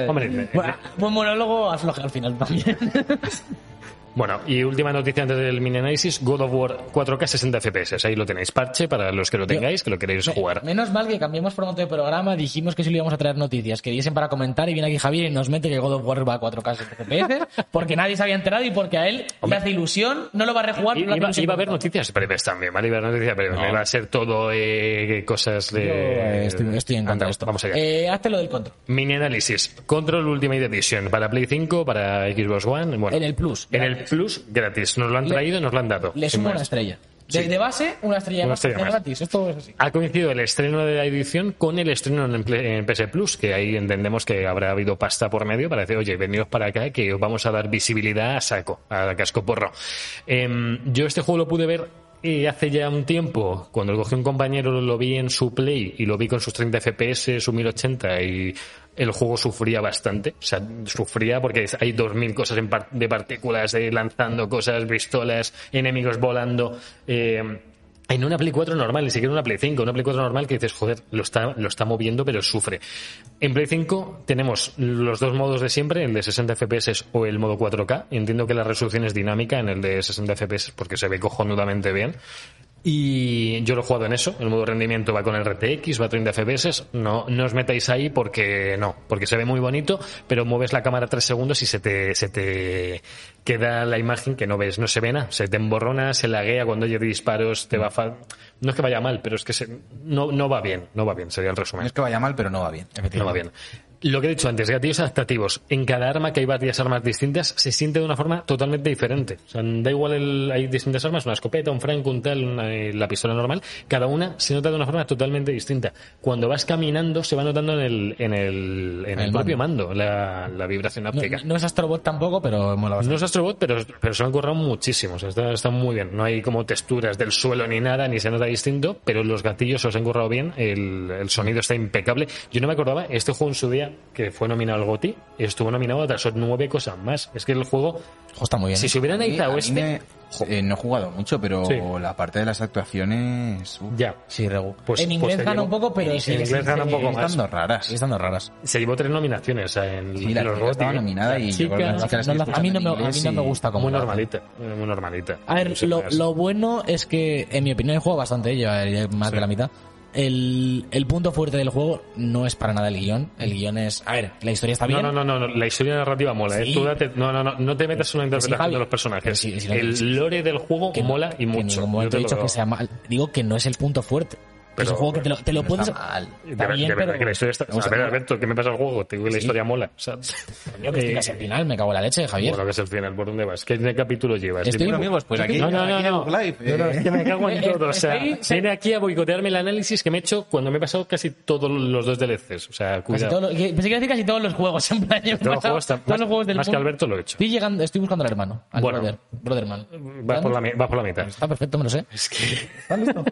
Speaker 1: Hombre, eh,
Speaker 3: pues, Bueno, buen monólogo afloje al final también.
Speaker 1: Bueno, y última noticia antes del mini análisis: God of War 4K 60 FPS. Ahí lo tenéis, parche para los que lo tengáis, que lo queréis jugar.
Speaker 3: Menos mal que cambiamos formato de programa, dijimos que solo íbamos a traer noticias, que diesen para comentar y viene aquí Javier y nos mete que God of War va a 4K 60 FPS, porque nadie se había enterado y porque a él
Speaker 1: Hombre.
Speaker 3: le hace ilusión, no lo va a rejugar.
Speaker 1: I-
Speaker 3: no le hace
Speaker 1: Iba,
Speaker 3: ilusión
Speaker 1: iba a haber
Speaker 3: por tanto.
Speaker 1: noticias breves también, ¿vale? Iba a haber noticias breves. No iba a ser todo eh, cosas de.
Speaker 3: Yo, eh, estoy, estoy en
Speaker 1: Anda,
Speaker 3: contra de esto.
Speaker 1: Vamos allá.
Speaker 3: Eh, hazte lo del control.
Speaker 1: Mini análisis. Control Ultimate Edition para Play 5, para Xbox One. Bueno,
Speaker 3: En el Plus,
Speaker 1: En el
Speaker 3: gratis.
Speaker 1: Plus gratis. Nos lo han
Speaker 3: Le-
Speaker 1: traído y nos lo han dado.
Speaker 3: Le
Speaker 1: Sin
Speaker 3: sumo una
Speaker 1: más.
Speaker 3: estrella. De,
Speaker 1: Sí.
Speaker 3: de base, una estrella,
Speaker 1: Una
Speaker 3: más,
Speaker 1: estrella
Speaker 3: estrella
Speaker 1: más.
Speaker 3: gratis. Esto es así.
Speaker 1: Ha coincidido el estreno de la edición con el estreno en, Play- en PS Plus, que ahí entendemos que habrá habido pasta por medio para decir, oye, venidos para acá que os vamos a dar visibilidad a saco, a casco porro. Em, yo este juego lo pude ver eh, hace ya un tiempo, cuando lo cogí un compañero, lo vi en su Play y lo vi con sus 30 FPS, su 1080 y el juego sufría bastante, o sea, sufría porque hay 2.000 cosas en par- de partículas, eh, lanzando cosas, pistolas, enemigos volando. em, en una Play 4 normal, ni siquiera una Play 5, una Play 4 normal que dices, joder, lo está, lo está moviendo pero sufre. En Play 5 tenemos los dos modos de siempre, el de 60 FPS o el modo 4K. Entiendo que la resolución es dinámica en el de 60 FPS porque se ve cojonudamente bien. Y yo lo he jugado en eso, el modo rendimiento va con RTX, va a 30 FPS, no, no os metáis ahí porque no, porque se ve muy bonito, pero mueves la cámara tres segundos y se te, se te queda la imagen que no ves, no se ve nada, se te emborrona, se laguea cuando hay disparos, te va fa- No es que vaya mal, pero es que se- no, no va bien, no va bien, sería el
Speaker 2: No
Speaker 1: resumen.
Speaker 2: es que vaya mal, pero no va bien.
Speaker 1: No va bien. Lo que he dicho antes, gatillos adaptativos. En cada arma, que hay varias armas distintas, se siente de una forma totalmente diferente. O sea, da igual, el- hay distintas armas, una escopeta, un franco, un tal, una- eh, la pistola normal. Cada una se nota de una forma totalmente distinta. Cuando vas caminando, se va notando en el, en el, en
Speaker 3: En
Speaker 1: el,
Speaker 3: el
Speaker 1: propio mando la, la vibración
Speaker 3: No,
Speaker 1: óptica.
Speaker 3: no es Astrobot tampoco, pero mola bastante.
Speaker 1: No es Astrobot, pero, pero se lo han currado muchísimo. O sea, está, está muy bien. No hay como texturas del suelo ni nada, ni se nota distinto, pero los gatillos se los han currado bien. El, el sonido está impecable. Yo no me acordaba, este juego en su día, que fue nominado al GOTI, estuvo nominado a otras nueve cosas más. Es que el juego,
Speaker 3: Ojo, está muy bien.
Speaker 1: si se hubieran
Speaker 2: ¿eh? A mí- a
Speaker 1: editado
Speaker 2: mí
Speaker 1: este.
Speaker 2: me- eh, no he jugado mucho, pero
Speaker 1: Sí.
Speaker 2: la parte de las actuaciones. uf,
Speaker 1: Ya.
Speaker 3: Sí, Regu.
Speaker 1: Pues-
Speaker 3: en inglés
Speaker 1: pues te
Speaker 3: gana
Speaker 1: llevo-
Speaker 3: un poco, pero
Speaker 1: en
Speaker 3: sí,
Speaker 1: inglés
Speaker 3: sí,
Speaker 1: gana un
Speaker 3: sí,
Speaker 1: poco
Speaker 3: sí,
Speaker 1: más.
Speaker 2: Estando raras.
Speaker 3: sí, están raras.
Speaker 1: Se llevó tres nominaciones o sea, en
Speaker 2: Sí, la
Speaker 1: los
Speaker 2: chica estaba
Speaker 1: GOTY.
Speaker 2: nominada y
Speaker 1: La
Speaker 2: yo creo que
Speaker 1: chica,
Speaker 2: la chica la
Speaker 3: No
Speaker 2: estoy
Speaker 3: la- a, mí no
Speaker 2: escuchando
Speaker 3: me,
Speaker 2: en
Speaker 3: a mí no
Speaker 2: inglés
Speaker 3: me
Speaker 2: y-
Speaker 3: gusta como
Speaker 1: muy
Speaker 3: lo hacen.
Speaker 1: normalita, eh, muy normalita.
Speaker 3: A
Speaker 1: No
Speaker 3: ver,
Speaker 1: sé,
Speaker 3: lo,
Speaker 1: más.
Speaker 3: lo bueno es que, en mi opinión, he jugado bastante, ya iré más de la mitad. El, el punto fuerte del juego no es para nada el guión. El guión es. A ver, la historia está bien.
Speaker 1: No, no, no, no, no, la historia narrativa mola. ¿eh?
Speaker 3: Sí.
Speaker 1: Tú date- no, no, no, no te metas en una
Speaker 3: Que sí,
Speaker 1: interpretación
Speaker 3: Javi.
Speaker 1: de los
Speaker 3: Que
Speaker 1: personajes.
Speaker 3: sí, sí, lo que dices.
Speaker 1: el lore del juego
Speaker 3: que no-
Speaker 1: mola y
Speaker 3: que En
Speaker 1: mucho.
Speaker 3: ningún
Speaker 1: Yo
Speaker 3: momento
Speaker 1: te
Speaker 3: he
Speaker 1: lo
Speaker 3: dicho
Speaker 1: digo.
Speaker 3: que sea mal. Digo que no es el punto fuerte. Que es
Speaker 1: Pero-
Speaker 3: un juego que te lo, te lo
Speaker 2: No
Speaker 3: puedes.
Speaker 2: está mal.
Speaker 1: De,
Speaker 3: Está
Speaker 1: ver-
Speaker 3: bien,
Speaker 1: de verdad
Speaker 3: pero-
Speaker 1: que la historia está.
Speaker 3: Vamos
Speaker 1: a
Speaker 3: a
Speaker 1: ver,
Speaker 3: ver.
Speaker 1: Alberto, ¿qué me pasa al juego? Te digo que la
Speaker 3: Sí.
Speaker 1: historia mola.
Speaker 3: [laughs]
Speaker 1: O sea,
Speaker 3: Coño, que
Speaker 1: eh,
Speaker 3: estoy casi
Speaker 1: [laughs]
Speaker 3: al final, me cago en la leche, Javier.
Speaker 1: bueno, que es el final, ¿por dónde vas? ¿Qué capítulo llevas?
Speaker 3: Estoy-
Speaker 1: Dime.
Speaker 2: Bueno, amigos, pues aquí.
Speaker 1: No, no, no,
Speaker 2: aquí
Speaker 1: no.
Speaker 2: en Live, eh,
Speaker 1: No, no, es que me cago
Speaker 2: [laughs]
Speaker 1: en
Speaker 3: Eh,
Speaker 1: todo. O sea,
Speaker 3: estoy-
Speaker 1: viene aquí a boicotearme el análisis que me he hecho cuando me he pasado casi todos los dos DLCs. O sea,
Speaker 3: Casi
Speaker 1: cuidado.
Speaker 3: todos los- que- pensé que iba a decir casi todos los juegos. [laughs] En plan, yo me he
Speaker 1: Todos los
Speaker 3: pasado
Speaker 1: juegos,
Speaker 3: todos
Speaker 1: más-
Speaker 3: los juegos del
Speaker 1: más que
Speaker 3: mundo.
Speaker 1: Alberto lo he hecho.
Speaker 3: Estoy, llegando, estoy buscando al hermano, al
Speaker 1: Bueno.
Speaker 3: brother, brotherman.
Speaker 1: Vas por, la, mi- vas por la mitad.
Speaker 3: Está perfecto, me lo sé.
Speaker 1: Es que.
Speaker 3: ¿Estás listo?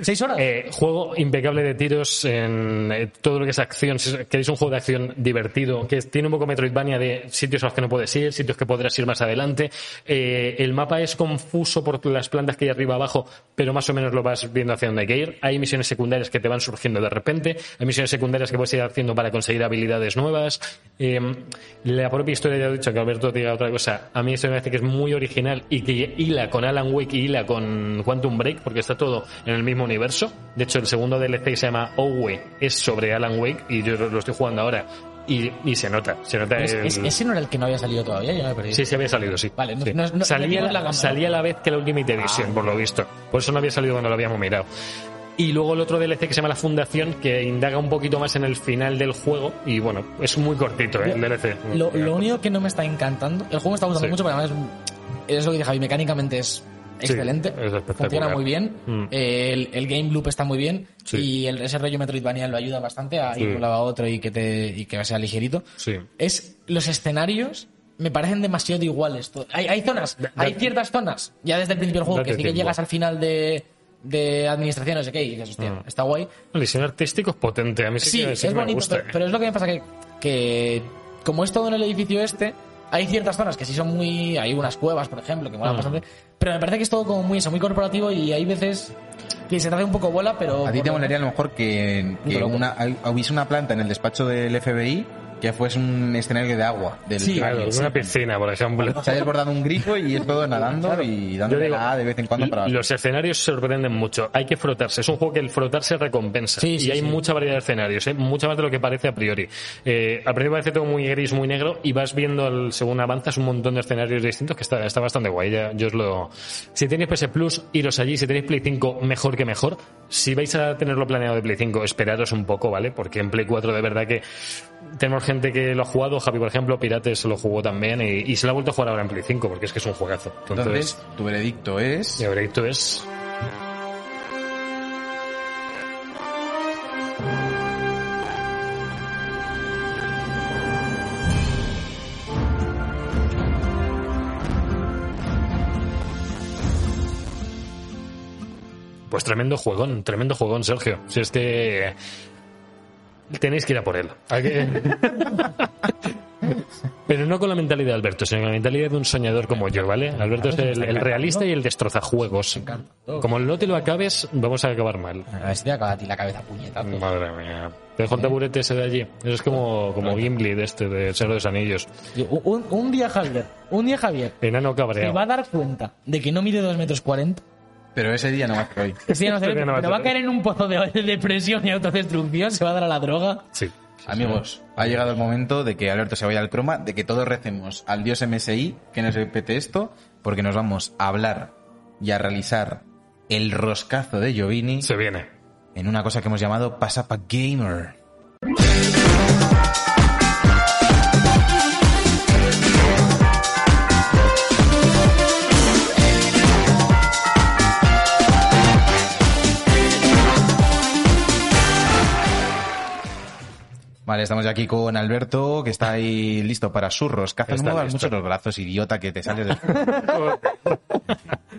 Speaker 3: ¿Seis horas?
Speaker 1: Eh, juego impecable de tiros en eh, todo lo que es acción. Si queréis un juego de acción divertido, que tiene un poco Metroidvania de sitios a los que no puedes ir, sitios que podrás ir más adelante. Eh, el mapa es confuso por las plantas que hay arriba abajo, pero más o menos lo vas viendo hacia dónde hay que ir. Hay misiones secundarias que te van surgiendo de repente, hay misiones secundarias que puedes ir haciendo para conseguir habilidades nuevas. Eh, la propia historia, ya he dicho que Alberto diga otra cosa, a mí eso me parece que es muy original y que hila con Alan Wake y hila con Quantum Break, porque está todo en el mismo universo. De hecho, el segundo DLC que se llama Owe es sobre Alan Wake y yo lo estoy jugando ahora. Y, y se nota, se nota.
Speaker 3: Es-
Speaker 1: el-
Speaker 3: es- ese no era el que no había salido todavía, yo me he perdido.
Speaker 1: Sí, sí había salido, sí.
Speaker 3: Vale, no-
Speaker 1: Sí.
Speaker 3: no- no-
Speaker 1: salía,
Speaker 3: no Ah, es la gama.
Speaker 1: salía a la vez que la Ultimate Edition, por lo visto. Por eso no había salido cuando lo habíamos mirado. Y luego el otro DLC que se llama La Fundación, que indaga un poquito más en el final del juego. Y bueno, es muy cortito, ¿eh? el DLC.
Speaker 3: Lo, lo único que no me está encantando. El juego me está gustando
Speaker 1: pues. Sí.
Speaker 3: mucho, pero además es, es lo que dice Javi, mecánicamente es excelente.
Speaker 1: es espectacular.
Speaker 3: funciona muy bien.
Speaker 1: Mm.
Speaker 3: eh, El, el game loop está muy bien.
Speaker 1: Sí.
Speaker 3: Y el, ese rollo Metroidvania lo ayuda bastante a ir
Speaker 1: Sí.
Speaker 3: de un lado a otro y que, te, y que sea ligerito.
Speaker 1: Sí.
Speaker 3: Es los escenarios. Me parecen demasiado iguales. to- Hay, hay zonas,
Speaker 1: Da-
Speaker 3: hay
Speaker 1: date-
Speaker 3: ciertas zonas, ya desde el principio del juego,
Speaker 1: Date
Speaker 3: que sí que
Speaker 1: tiempo.
Speaker 3: llegas al final de, de administración, no sé qué, y dices,
Speaker 1: Mm.
Speaker 3: hostia, está guay.
Speaker 1: El diseño artístico es potente, a mí sí,
Speaker 3: Sí,
Speaker 1: que- sí
Speaker 3: es
Speaker 1: que me
Speaker 3: bonito,
Speaker 1: gusta.
Speaker 3: pero, pero es lo que me pasa que, que como es todo en el edificio este, hay ciertas zonas que sí son muy... Hay unas cuevas, por ejemplo, que molan
Speaker 1: Ah.
Speaker 3: bastante, pero me parece que es todo como muy eso, muy corporativo y hay veces que se te hace un poco bola, pero...
Speaker 2: A ti
Speaker 3: por
Speaker 2: te
Speaker 3: lo-
Speaker 2: molaría a lo mejor que, que
Speaker 3: Loco.
Speaker 2: una, hubiese una planta en el despacho del FBI que fuese un escenario de agua. Del
Speaker 3: Sí,
Speaker 2: del-
Speaker 1: Claro, una piscina, por ejemplo.
Speaker 2: Se ha desbordado un grifo y es todo nadando y dando
Speaker 1: Yo digo,
Speaker 2: nada de vez en cuando para...
Speaker 1: Los escenarios sorprenden mucho. Hay que frotarse. Es un juego que el frotarse recompensa.
Speaker 3: Sí, sí,
Speaker 1: y hay
Speaker 3: sí.
Speaker 1: mucha variedad de escenarios, ¿eh? mucha más de lo que parece a priori. Eh, al principio parece todo muy gris, muy negro, y vas viendo el- según avanzas un montón de escenarios distintos que está, está bastante guay. Ya- yo os lo... Si tenéis PS Plus, iros allí. Si tenéis Play 5, mejor que mejor. Si vais a tenerlo planeado de Play 5, esperaros un poco, ¿vale? Porque en Play 4 de verdad que tenemos gente que lo ha jugado. Javi, por ejemplo, Pirates lo jugó también y, y se lo ha vuelto a jugar ahora en Play 5 porque es que es un juegazo.
Speaker 2: Entonces, tu veredicto es...
Speaker 1: Y ahora esto es. Pues tremendo juegón, tremendo juegón, Sergio. Si es que. Tenéis que ir a por él. Hay que- [laughs] Pero no con la mentalidad de Alberto, sino con la mentalidad de un soñador como yo, ¿vale? Alberto es el, el realista y el destrozajuegos. Como no te lo acabes, vamos a acabar mal.
Speaker 3: A ver si te acaba a ti la cabeza puñetazo.
Speaker 1: Madre mía. Te dejo el taburete ese de allí. Eso es como, como Gimli de este, de Señor de los Anillos.
Speaker 3: Yo- Un, un día Javier, un día Javier,
Speaker 1: Enano
Speaker 3: se
Speaker 1: cabreado.
Speaker 3: va a dar cuenta de que no mide 2
Speaker 1: [laughs]
Speaker 3: metros 40.
Speaker 2: Pero ese día no va a estar hoy.
Speaker 3: Ese día no se
Speaker 1: Este
Speaker 3: ve,
Speaker 1: día no va a
Speaker 3: pero va a
Speaker 1: tener.
Speaker 3: caer en un pozo de, de depresión y autodestrucción, se va a dar a la droga.
Speaker 1: Sí.
Speaker 2: Amigos, ha llegado el momento de que Alberto se vaya al croma, de que todos recemos al dios MSI, que nos repete esto, porque nos vamos a hablar y a realizar el roscazo de Giovini
Speaker 1: Se viene.
Speaker 2: en una cosa que hemos llamado Pasapa Gamer. Vale, estamos ya aquí con Alberto, que está ahí listo para surros. Caza, no
Speaker 1: Está
Speaker 2: muevas
Speaker 1: listo.
Speaker 2: mucho los brazos, idiota, que te sales del...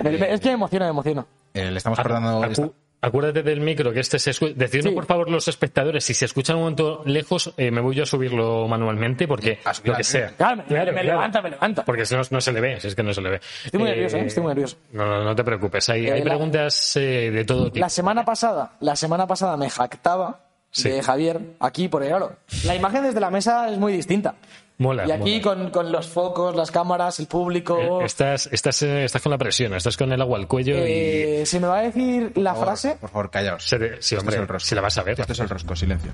Speaker 1: [laughs]
Speaker 3: Es que me emociona, me emociona.
Speaker 2: Eh, le estamos cortando...
Speaker 1: Acu- acuérdate del micro, que este se escucha. Decidnos,
Speaker 3: Sí.
Speaker 1: por favor, los espectadores, si se escucha un momento lejos, eh, me voy yo a subirlo manualmente, porque
Speaker 2: A subir
Speaker 1: lo
Speaker 2: al
Speaker 1: que
Speaker 2: micro.
Speaker 1: sea.
Speaker 3: Claro, me,
Speaker 1: Claro,
Speaker 3: me
Speaker 1: claro.
Speaker 3: levanta, me levanta.
Speaker 1: Porque si no, no se le ve, si es que no se le ve.
Speaker 3: Estoy muy nervioso, ¿eh? Estoy muy nervioso.
Speaker 1: No, no, no te preocupes. Hay,
Speaker 3: Eh,
Speaker 1: hay
Speaker 3: la-
Speaker 1: preguntas eh, de todo tipo.
Speaker 5: La semana pasada, la semana pasada me jactaba
Speaker 1: Sí.
Speaker 5: de Javier aquí por el oro. La imagen desde la mesa es muy distinta.
Speaker 1: Mola,
Speaker 5: y aquí
Speaker 1: mola.
Speaker 5: con, con los focos, las cámaras, el público.
Speaker 1: Eh, Estás, estás, eh, estás con la presión, estás con el agua al cuello y...
Speaker 5: Eh, se me va a decir la
Speaker 2: Por favor,
Speaker 5: frase.
Speaker 2: Por favor, callaos.
Speaker 1: Se te- sí,
Speaker 2: Esto
Speaker 1: hombre,
Speaker 2: es el rosco.
Speaker 1: si la vas a ver.
Speaker 2: Esto es el rosco, silencio.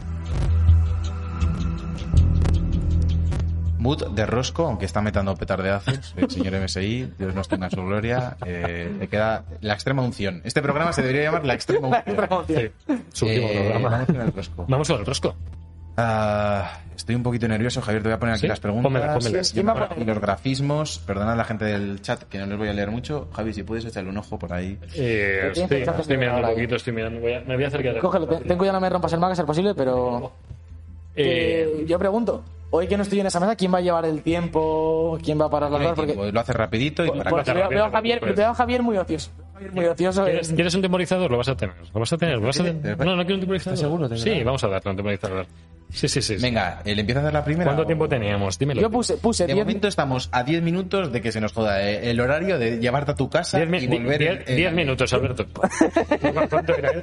Speaker 2: Mood de rosco, aunque está metando [laughs] petardazos, el señor MSI, Dios nos tenga su gloria, eh, le queda la extrema unción. Este programa se debería llamar la extrema
Speaker 5: [laughs]
Speaker 2: unción.
Speaker 1: Sí, su último
Speaker 2: Eh,
Speaker 1: programa.
Speaker 2: vamos con el rosco.
Speaker 1: Vamos con el rosco.
Speaker 2: Ah, estoy un poquito nervioso, Javier. Te voy a poner aquí
Speaker 1: ¿Sí?
Speaker 2: las preguntas
Speaker 1: Pónmela, pónmela.
Speaker 2: Yo me voy a poner los grafismos. Perdonad a la gente del chat que no les voy a leer mucho. Javi, si puedes echarle un ojo por ahí.
Speaker 1: Eh,
Speaker 5: Yo pienso
Speaker 1: estoy,
Speaker 5: que estás
Speaker 1: estoy mirando
Speaker 5: ahora
Speaker 1: un
Speaker 5: aquí.
Speaker 1: poquito, estoy mirando. voy a- me voy a acercar.
Speaker 5: Cógelo, ten, ten cuidado, no me rompas el mag a ser posible, pero.
Speaker 1: Eh,
Speaker 5: Eh, yo pregunto, hoy que no estoy en esa mesa, ¿quién va a llevar el tiempo? ¿Quién va a parar las
Speaker 2: No hay
Speaker 5: cosas? Porque
Speaker 2: tiempo, Lo hace rapidito y para
Speaker 5: porque
Speaker 1: Cuenta
Speaker 5: veo,
Speaker 1: rápido,
Speaker 5: veo a
Speaker 1: no te
Speaker 5: Javier,
Speaker 1: preocupes.
Speaker 5: veo a Javier muy ocioso. Javier muy ocioso. en-
Speaker 1: ¿Quieres, quieres un temporizador? Lo vas a tener. Lo vas a tener. lo vas a tener. No, no quiero un temporizador.
Speaker 3: seguro? ¿Te
Speaker 1: Sí,
Speaker 3: verdad?
Speaker 1: vamos a darle un temporizador. Sí, sí, sí. sí.
Speaker 2: Venga, él empieza a hacer la primera.
Speaker 1: ¿Cuánto
Speaker 2: o-
Speaker 1: tiempo teníamos? Dímelo.
Speaker 5: Yo puse, puse
Speaker 2: De
Speaker 5: 10
Speaker 2: momento estamos a 10 minutos de que se nos joda eh, el horario de llevarte a tu casa
Speaker 1: Diez, mi-
Speaker 2: y
Speaker 1: di-
Speaker 2: volver.
Speaker 1: diez-
Speaker 2: en-
Speaker 1: diez
Speaker 2: en-
Speaker 1: minutos, Alberto. ¿Cuánto era? eh?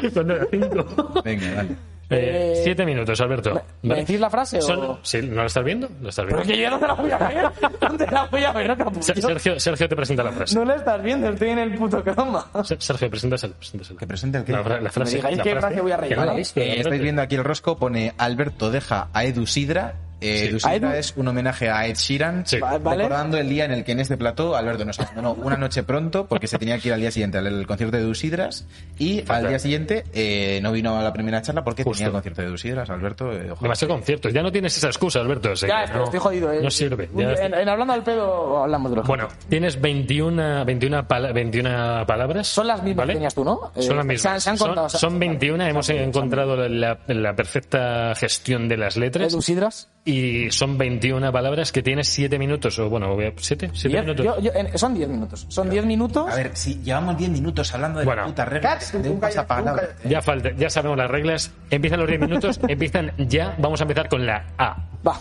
Speaker 1: ¿Cuánto era? Cinco.
Speaker 2: Venga, dale.
Speaker 1: Eh,
Speaker 5: Eh,
Speaker 1: siete minutos, Alberto.
Speaker 5: ¿Me
Speaker 1: ¿Vale?
Speaker 5: decís la frase o.?
Speaker 1: Son- sí, ¿No lo estás viendo? ¿Lo estás
Speaker 5: Pero
Speaker 1: viendo?
Speaker 5: es que yo no te la voy a
Speaker 1: [laughs]
Speaker 5: ver. No te la voy a ver, capullo.
Speaker 1: Se- Sergio, Sergio te presenta la frase.
Speaker 5: No la estás viendo, estoy en el puto croma.
Speaker 1: Se- Sergio, preséntasela. preséntasela.
Speaker 2: Que presente el que.
Speaker 1: La, fra- la frase.
Speaker 5: digáis
Speaker 1: la
Speaker 5: qué frase voy a rellenar.
Speaker 1: Que no la he visto,
Speaker 2: Eh,
Speaker 1: la
Speaker 2: estáis
Speaker 1: frase.
Speaker 2: viendo aquí el rosco, pone Alberto deja a Edu Sidra. Eh,
Speaker 1: Sí.
Speaker 2: Edu Sidra
Speaker 5: A Edu-
Speaker 2: es un homenaje a Ed Sheeran.
Speaker 5: [laughs]
Speaker 1: Sí.
Speaker 5: Va- ¿Vale?
Speaker 2: Recordando el día en el que en este plató Alberto nos abandonó una noche pronto porque se tenía que ir al día siguiente al al concierto de Dusidras y al día siguiente eh, no vino a la primera charla porque
Speaker 1: Justo.
Speaker 2: tenía el concierto de Dusidras, Alberto. eh, ojalá.
Speaker 1: Demasiado concierto. Ya no tienes esa excusa, Alberto. o sea
Speaker 5: Ya,
Speaker 1: que
Speaker 5: estoy,
Speaker 1: no-
Speaker 5: estoy jodido. eh.
Speaker 1: No sirve. ya
Speaker 5: Un-
Speaker 1: está.
Speaker 5: en, en hablando al pedo, hablamos de los.
Speaker 1: Bueno, tienes 21, 21, pala- 21 palabras.
Speaker 5: Son las mismas que tenías tú, ¿no? Eh,
Speaker 1: son las mismas.
Speaker 5: se han- se han
Speaker 1: Son-
Speaker 5: contado, se
Speaker 1: son,
Speaker 5: han-
Speaker 1: 21, hemos encontrado la, la perfecta gestión de las letras.
Speaker 5: Edusidras.
Speaker 1: Y son 21 palabras que tienes 7 minutos, o bueno, 7, 7
Speaker 5: Diez-
Speaker 1: minutos.
Speaker 5: yo- yo- en- son 10 minutos. Son 10 minutos.
Speaker 2: A ver, si llevamos 10 minutos hablando de
Speaker 1: Bueno.
Speaker 2: la puta regla
Speaker 5: Cats,
Speaker 2: de un
Speaker 5: nunca-
Speaker 2: pasapalabra.
Speaker 1: Ya, falta, ya sabemos las [laughs] reglas. Empiezan los 10 minutos, empiezan ya. Vamos a empezar con la A.
Speaker 5: Va.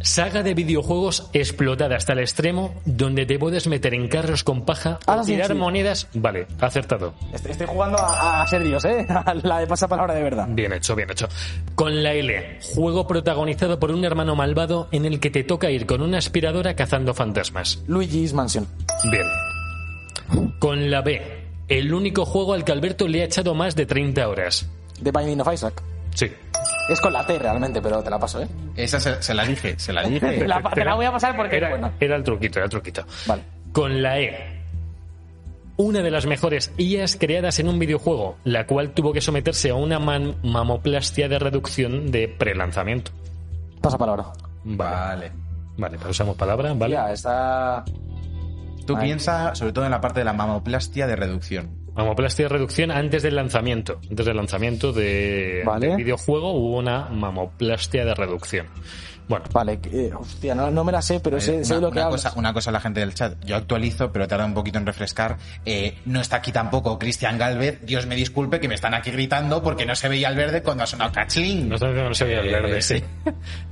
Speaker 1: Saga de videojuegos explotada hasta el extremo donde te puedes meter en carros con paja,
Speaker 3: Ahora Ah, sí,
Speaker 1: tirar
Speaker 3: sí.
Speaker 1: monedas. Vale, acertado.
Speaker 3: Estoy, estoy jugando a, a ser
Speaker 5: [laughs]
Speaker 3: Dios, ¿eh? A la de pasapalabra de verdad.
Speaker 1: Bien hecho, bien hecho. Con la L, juego protagonizado por un hermano malvado en el que te toca ir con una aspiradora cazando fantasmas.
Speaker 3: Luigi's Mansion.
Speaker 1: Bien. Con la B, el único juego al que Alberto le ha echado más de 30 horas.
Speaker 3: The Binding of Isaac.
Speaker 1: Sí.
Speaker 3: Es con la T realmente, pero te la paso, ¿eh?
Speaker 2: Esa se, se la dije, se la
Speaker 3: Te [laughs]
Speaker 2: dije.
Speaker 3: la, te la voy a pasar porque es
Speaker 1: Era,
Speaker 3: buena.
Speaker 1: era el truquito, era el truquito.
Speaker 3: Vale.
Speaker 1: Con la E. Una de las mejores IAs creadas en un videojuego, la cual tuvo que someterse a una man- mamoplastia de reducción de prelanzamiento.
Speaker 3: Pasapalabra.
Speaker 2: Vale.
Speaker 1: Vale, pausamos palabra, ¿vale?
Speaker 3: Ya, está.
Speaker 2: Tú
Speaker 3: Vale.
Speaker 2: piensa sobre todo en la parte de la mamoplastia de reducción.
Speaker 1: Mamoplastia de reducción antes del lanzamiento. Antes del lanzamiento de,
Speaker 3: Vale.
Speaker 1: del videojuego hubo una mamoplastia de reducción. Bueno,
Speaker 3: Vale, eh, hostia, no, no me la sé, pero Pues sé,
Speaker 2: Eh,
Speaker 3: sé de
Speaker 2: una,
Speaker 3: lo que
Speaker 2: una
Speaker 3: hablas.
Speaker 2: cosa, una cosa a la gente del chat. Yo actualizo, pero tarda un poquito en refrescar. Eh, no está aquí tampoco Cristian Galvez. Dios me disculpe que me están aquí gritando porque no se veía el verde cuando ha sonado cachling.
Speaker 1: no, sé- no se voy a hablar
Speaker 3: Eh,
Speaker 1: de sí.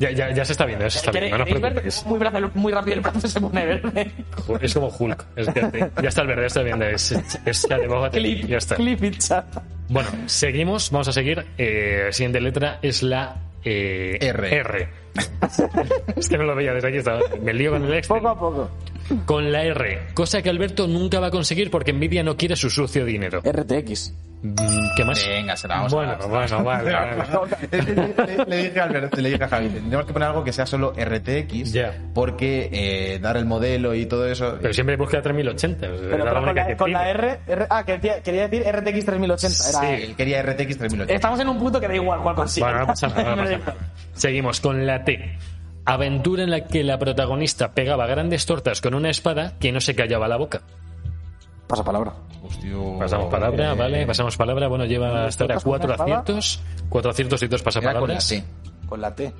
Speaker 1: ya, ya, ya se está viendo, ya se está
Speaker 3: ¿Queréis-
Speaker 1: viendo, no os
Speaker 3: queréis ver?
Speaker 1: preocupéis.
Speaker 3: Muy, brazo- muy rápido el brazo se pone verde.
Speaker 1: Es como Hulk. es que ya está el verde, ya está viendo. Es, es que además-
Speaker 3: [laughs] clip,
Speaker 1: ya está.
Speaker 3: clip y chat.
Speaker 1: Bueno, seguimos, vamos a seguir. Eh, siguiente letra es la eh,
Speaker 2: R.
Speaker 1: R. [laughs] es que no lo veía desde aquí, estaba, me lío con el Excel.
Speaker 3: Poco a poco.
Speaker 1: Con la R, cosa que Alberto nunca va a conseguir porque Nvidia no quiere su sucio dinero.
Speaker 3: RTX.
Speaker 1: Mm, ¿Qué más?
Speaker 2: Venga, se la vamos a
Speaker 1: bueno,
Speaker 2: dar.
Speaker 1: bueno, vale.
Speaker 2: [laughs]
Speaker 1: vale.
Speaker 2: le, le dije a Albert- le dije a Javi, tenemos que poner algo que sea solo RTX,
Speaker 1: Ya.
Speaker 2: porque eh, dar el modelo y todo eso. eh,
Speaker 1: Pero siempre busca 3080. o sea,
Speaker 3: Pero,
Speaker 1: es la
Speaker 3: pero con,
Speaker 1: única
Speaker 3: la,
Speaker 1: que
Speaker 3: con
Speaker 1: tiene.
Speaker 3: la R, R- Ah, quería, quería decir RTX 3080. Era, eh,
Speaker 1: Sí.
Speaker 2: Él quería RTX 3080.
Speaker 3: Estamos en un punto que da igual cuál consigue.
Speaker 1: Bueno, no pasa nada, no
Speaker 3: [laughs]
Speaker 1: pasa nada. Seguimos con la T. Aventura en la que la protagonista pegaba grandes tortas con una espada que no se callaba la boca.
Speaker 3: Pasa palabra.
Speaker 2: Hostia.
Speaker 1: Pasamos palabra,
Speaker 2: Eh,
Speaker 1: vale, Oh, pasamos palabra. Bueno, lleva hasta ahora
Speaker 3: tortas con
Speaker 1: cuatro
Speaker 3: una espada?
Speaker 1: aciertos. Cuatro aciertos y dos
Speaker 2: Era con la
Speaker 1: pasapalabras.
Speaker 2: T.
Speaker 3: Con la T.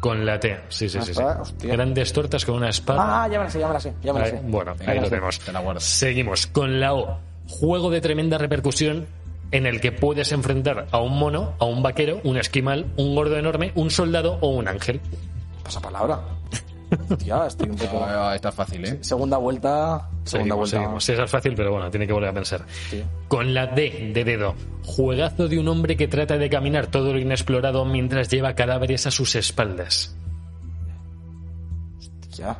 Speaker 1: Con la T, sí, sí, sí. sí.
Speaker 3: Ah, hostia.
Speaker 1: Grandes tortas con una espada.
Speaker 3: Ah, ya me la sé, ya me la sé, ya me la
Speaker 1: Ahí-
Speaker 3: sé.
Speaker 1: bueno,
Speaker 2: Venga,
Speaker 1: ahí lo
Speaker 2: te-
Speaker 1: tenemos.
Speaker 2: te la guardo.
Speaker 1: Seguimos con la O. Juego de tremenda repercusión en el que puedes enfrentar a un mono, a un vaquero, un esquimal, un gordo enorme, un soldado o un ángel.
Speaker 3: Pasa
Speaker 1: [laughs]
Speaker 3: palabra. Hostia, estoy un poco.
Speaker 2: Ah, está fácil, ¿eh?
Speaker 3: Segunda vuelta. Segunda
Speaker 1: Seguimos,
Speaker 3: vuelta.
Speaker 1: seguimos. Esa es fácil, pero bueno, tiene que volver a pensar.
Speaker 3: Sí.
Speaker 1: Con la D de dedo. Juegazo de un hombre que trata de caminar todo lo inexplorado mientras lleva cadáveres a sus espaldas.
Speaker 3: Ya.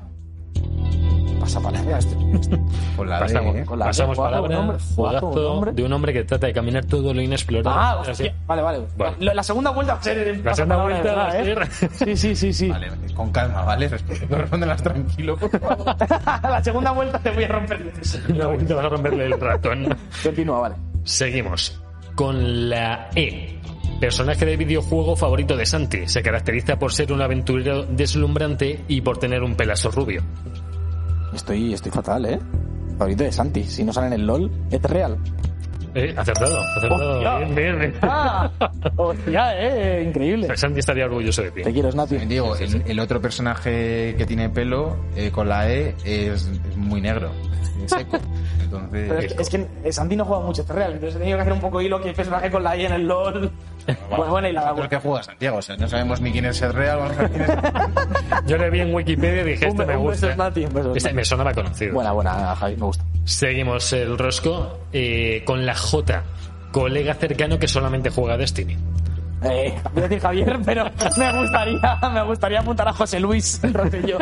Speaker 3: Pasa palabra. Estoy- estoy-
Speaker 2: Con la D,
Speaker 1: Pasamos,
Speaker 2: ¿eh?
Speaker 3: Con la D,
Speaker 1: pasamos
Speaker 3: juegazo de un
Speaker 1: palabra.
Speaker 3: hombre, juegazo de un
Speaker 1: juegazo
Speaker 3: hombre.
Speaker 1: de un hombre que trata de caminar todo lo inexplorado.
Speaker 3: Ah,
Speaker 1: Así-
Speaker 3: hostia. Vale, vale.
Speaker 1: Vale.
Speaker 3: La, la segunda vuelta va a ser. el
Speaker 1: La segunda
Speaker 3: pasapalabra
Speaker 1: vuelta
Speaker 3: de
Speaker 1: va a
Speaker 3: verdad, ¿eh?
Speaker 1: ser-
Speaker 3: Sí, sí, sí, sí.
Speaker 2: Vale, con calma, ¿vale? [laughs] No respóndelas tranquilo, por favor.
Speaker 3: la segunda vuelta te voy a romper.
Speaker 1: [laughs] Una vuelta van a romperle el ratón.
Speaker 3: Continúa, vale.
Speaker 1: Seguimos con la E. Personaje de videojuego favorito de Santi. Se caracteriza por ser un aventurero deslumbrante y por tener un pelazo rubio.
Speaker 3: Estoy, estoy fatal, ¿eh? Favorito de Santi. Si no sale en el LOL, es real.
Speaker 1: Eh, acertado, acertado.
Speaker 3: Hostia.
Speaker 1: Bien, bien, bien.
Speaker 3: [laughs] ¡Ah! ¡Hostia, eh! Increíble.
Speaker 1: Santi estaría orgulloso de ti.
Speaker 3: Te quiero, Snati.
Speaker 2: También Digo, el, el otro personaje que tiene pelo eh, con la E es, es muy negro, es seco.
Speaker 3: Pero
Speaker 2: [laughs] Entonces,
Speaker 3: es, que- es que eh, Santi no juega mucho este real, entonces he tenido que hacer un poco hilo que el personaje con la I en el LOL.
Speaker 2: Pues,
Speaker 3: Bueno, bueno, y la
Speaker 1: Este
Speaker 2: ¿Pero qué juega Santiago? O sea, no sabemos ni quién es el real, vamos a ver quién es
Speaker 1: Yo le vi en Wikipedia y dije,
Speaker 3: Un-
Speaker 1: esto este me
Speaker 3: un beso,
Speaker 1: gusta.
Speaker 3: Snati, un beso,
Speaker 1: Este
Speaker 3: Snati.
Speaker 1: me sonaba conocido.
Speaker 3: Buena, buena, Javi, me gusta.
Speaker 1: Seguimos el rosco eh, con la J. Colega cercano que solamente juega Destiny.
Speaker 3: Eh, voy a decir Javier, pero me gustaría, me gustaría apuntar a José Luis Rosselló.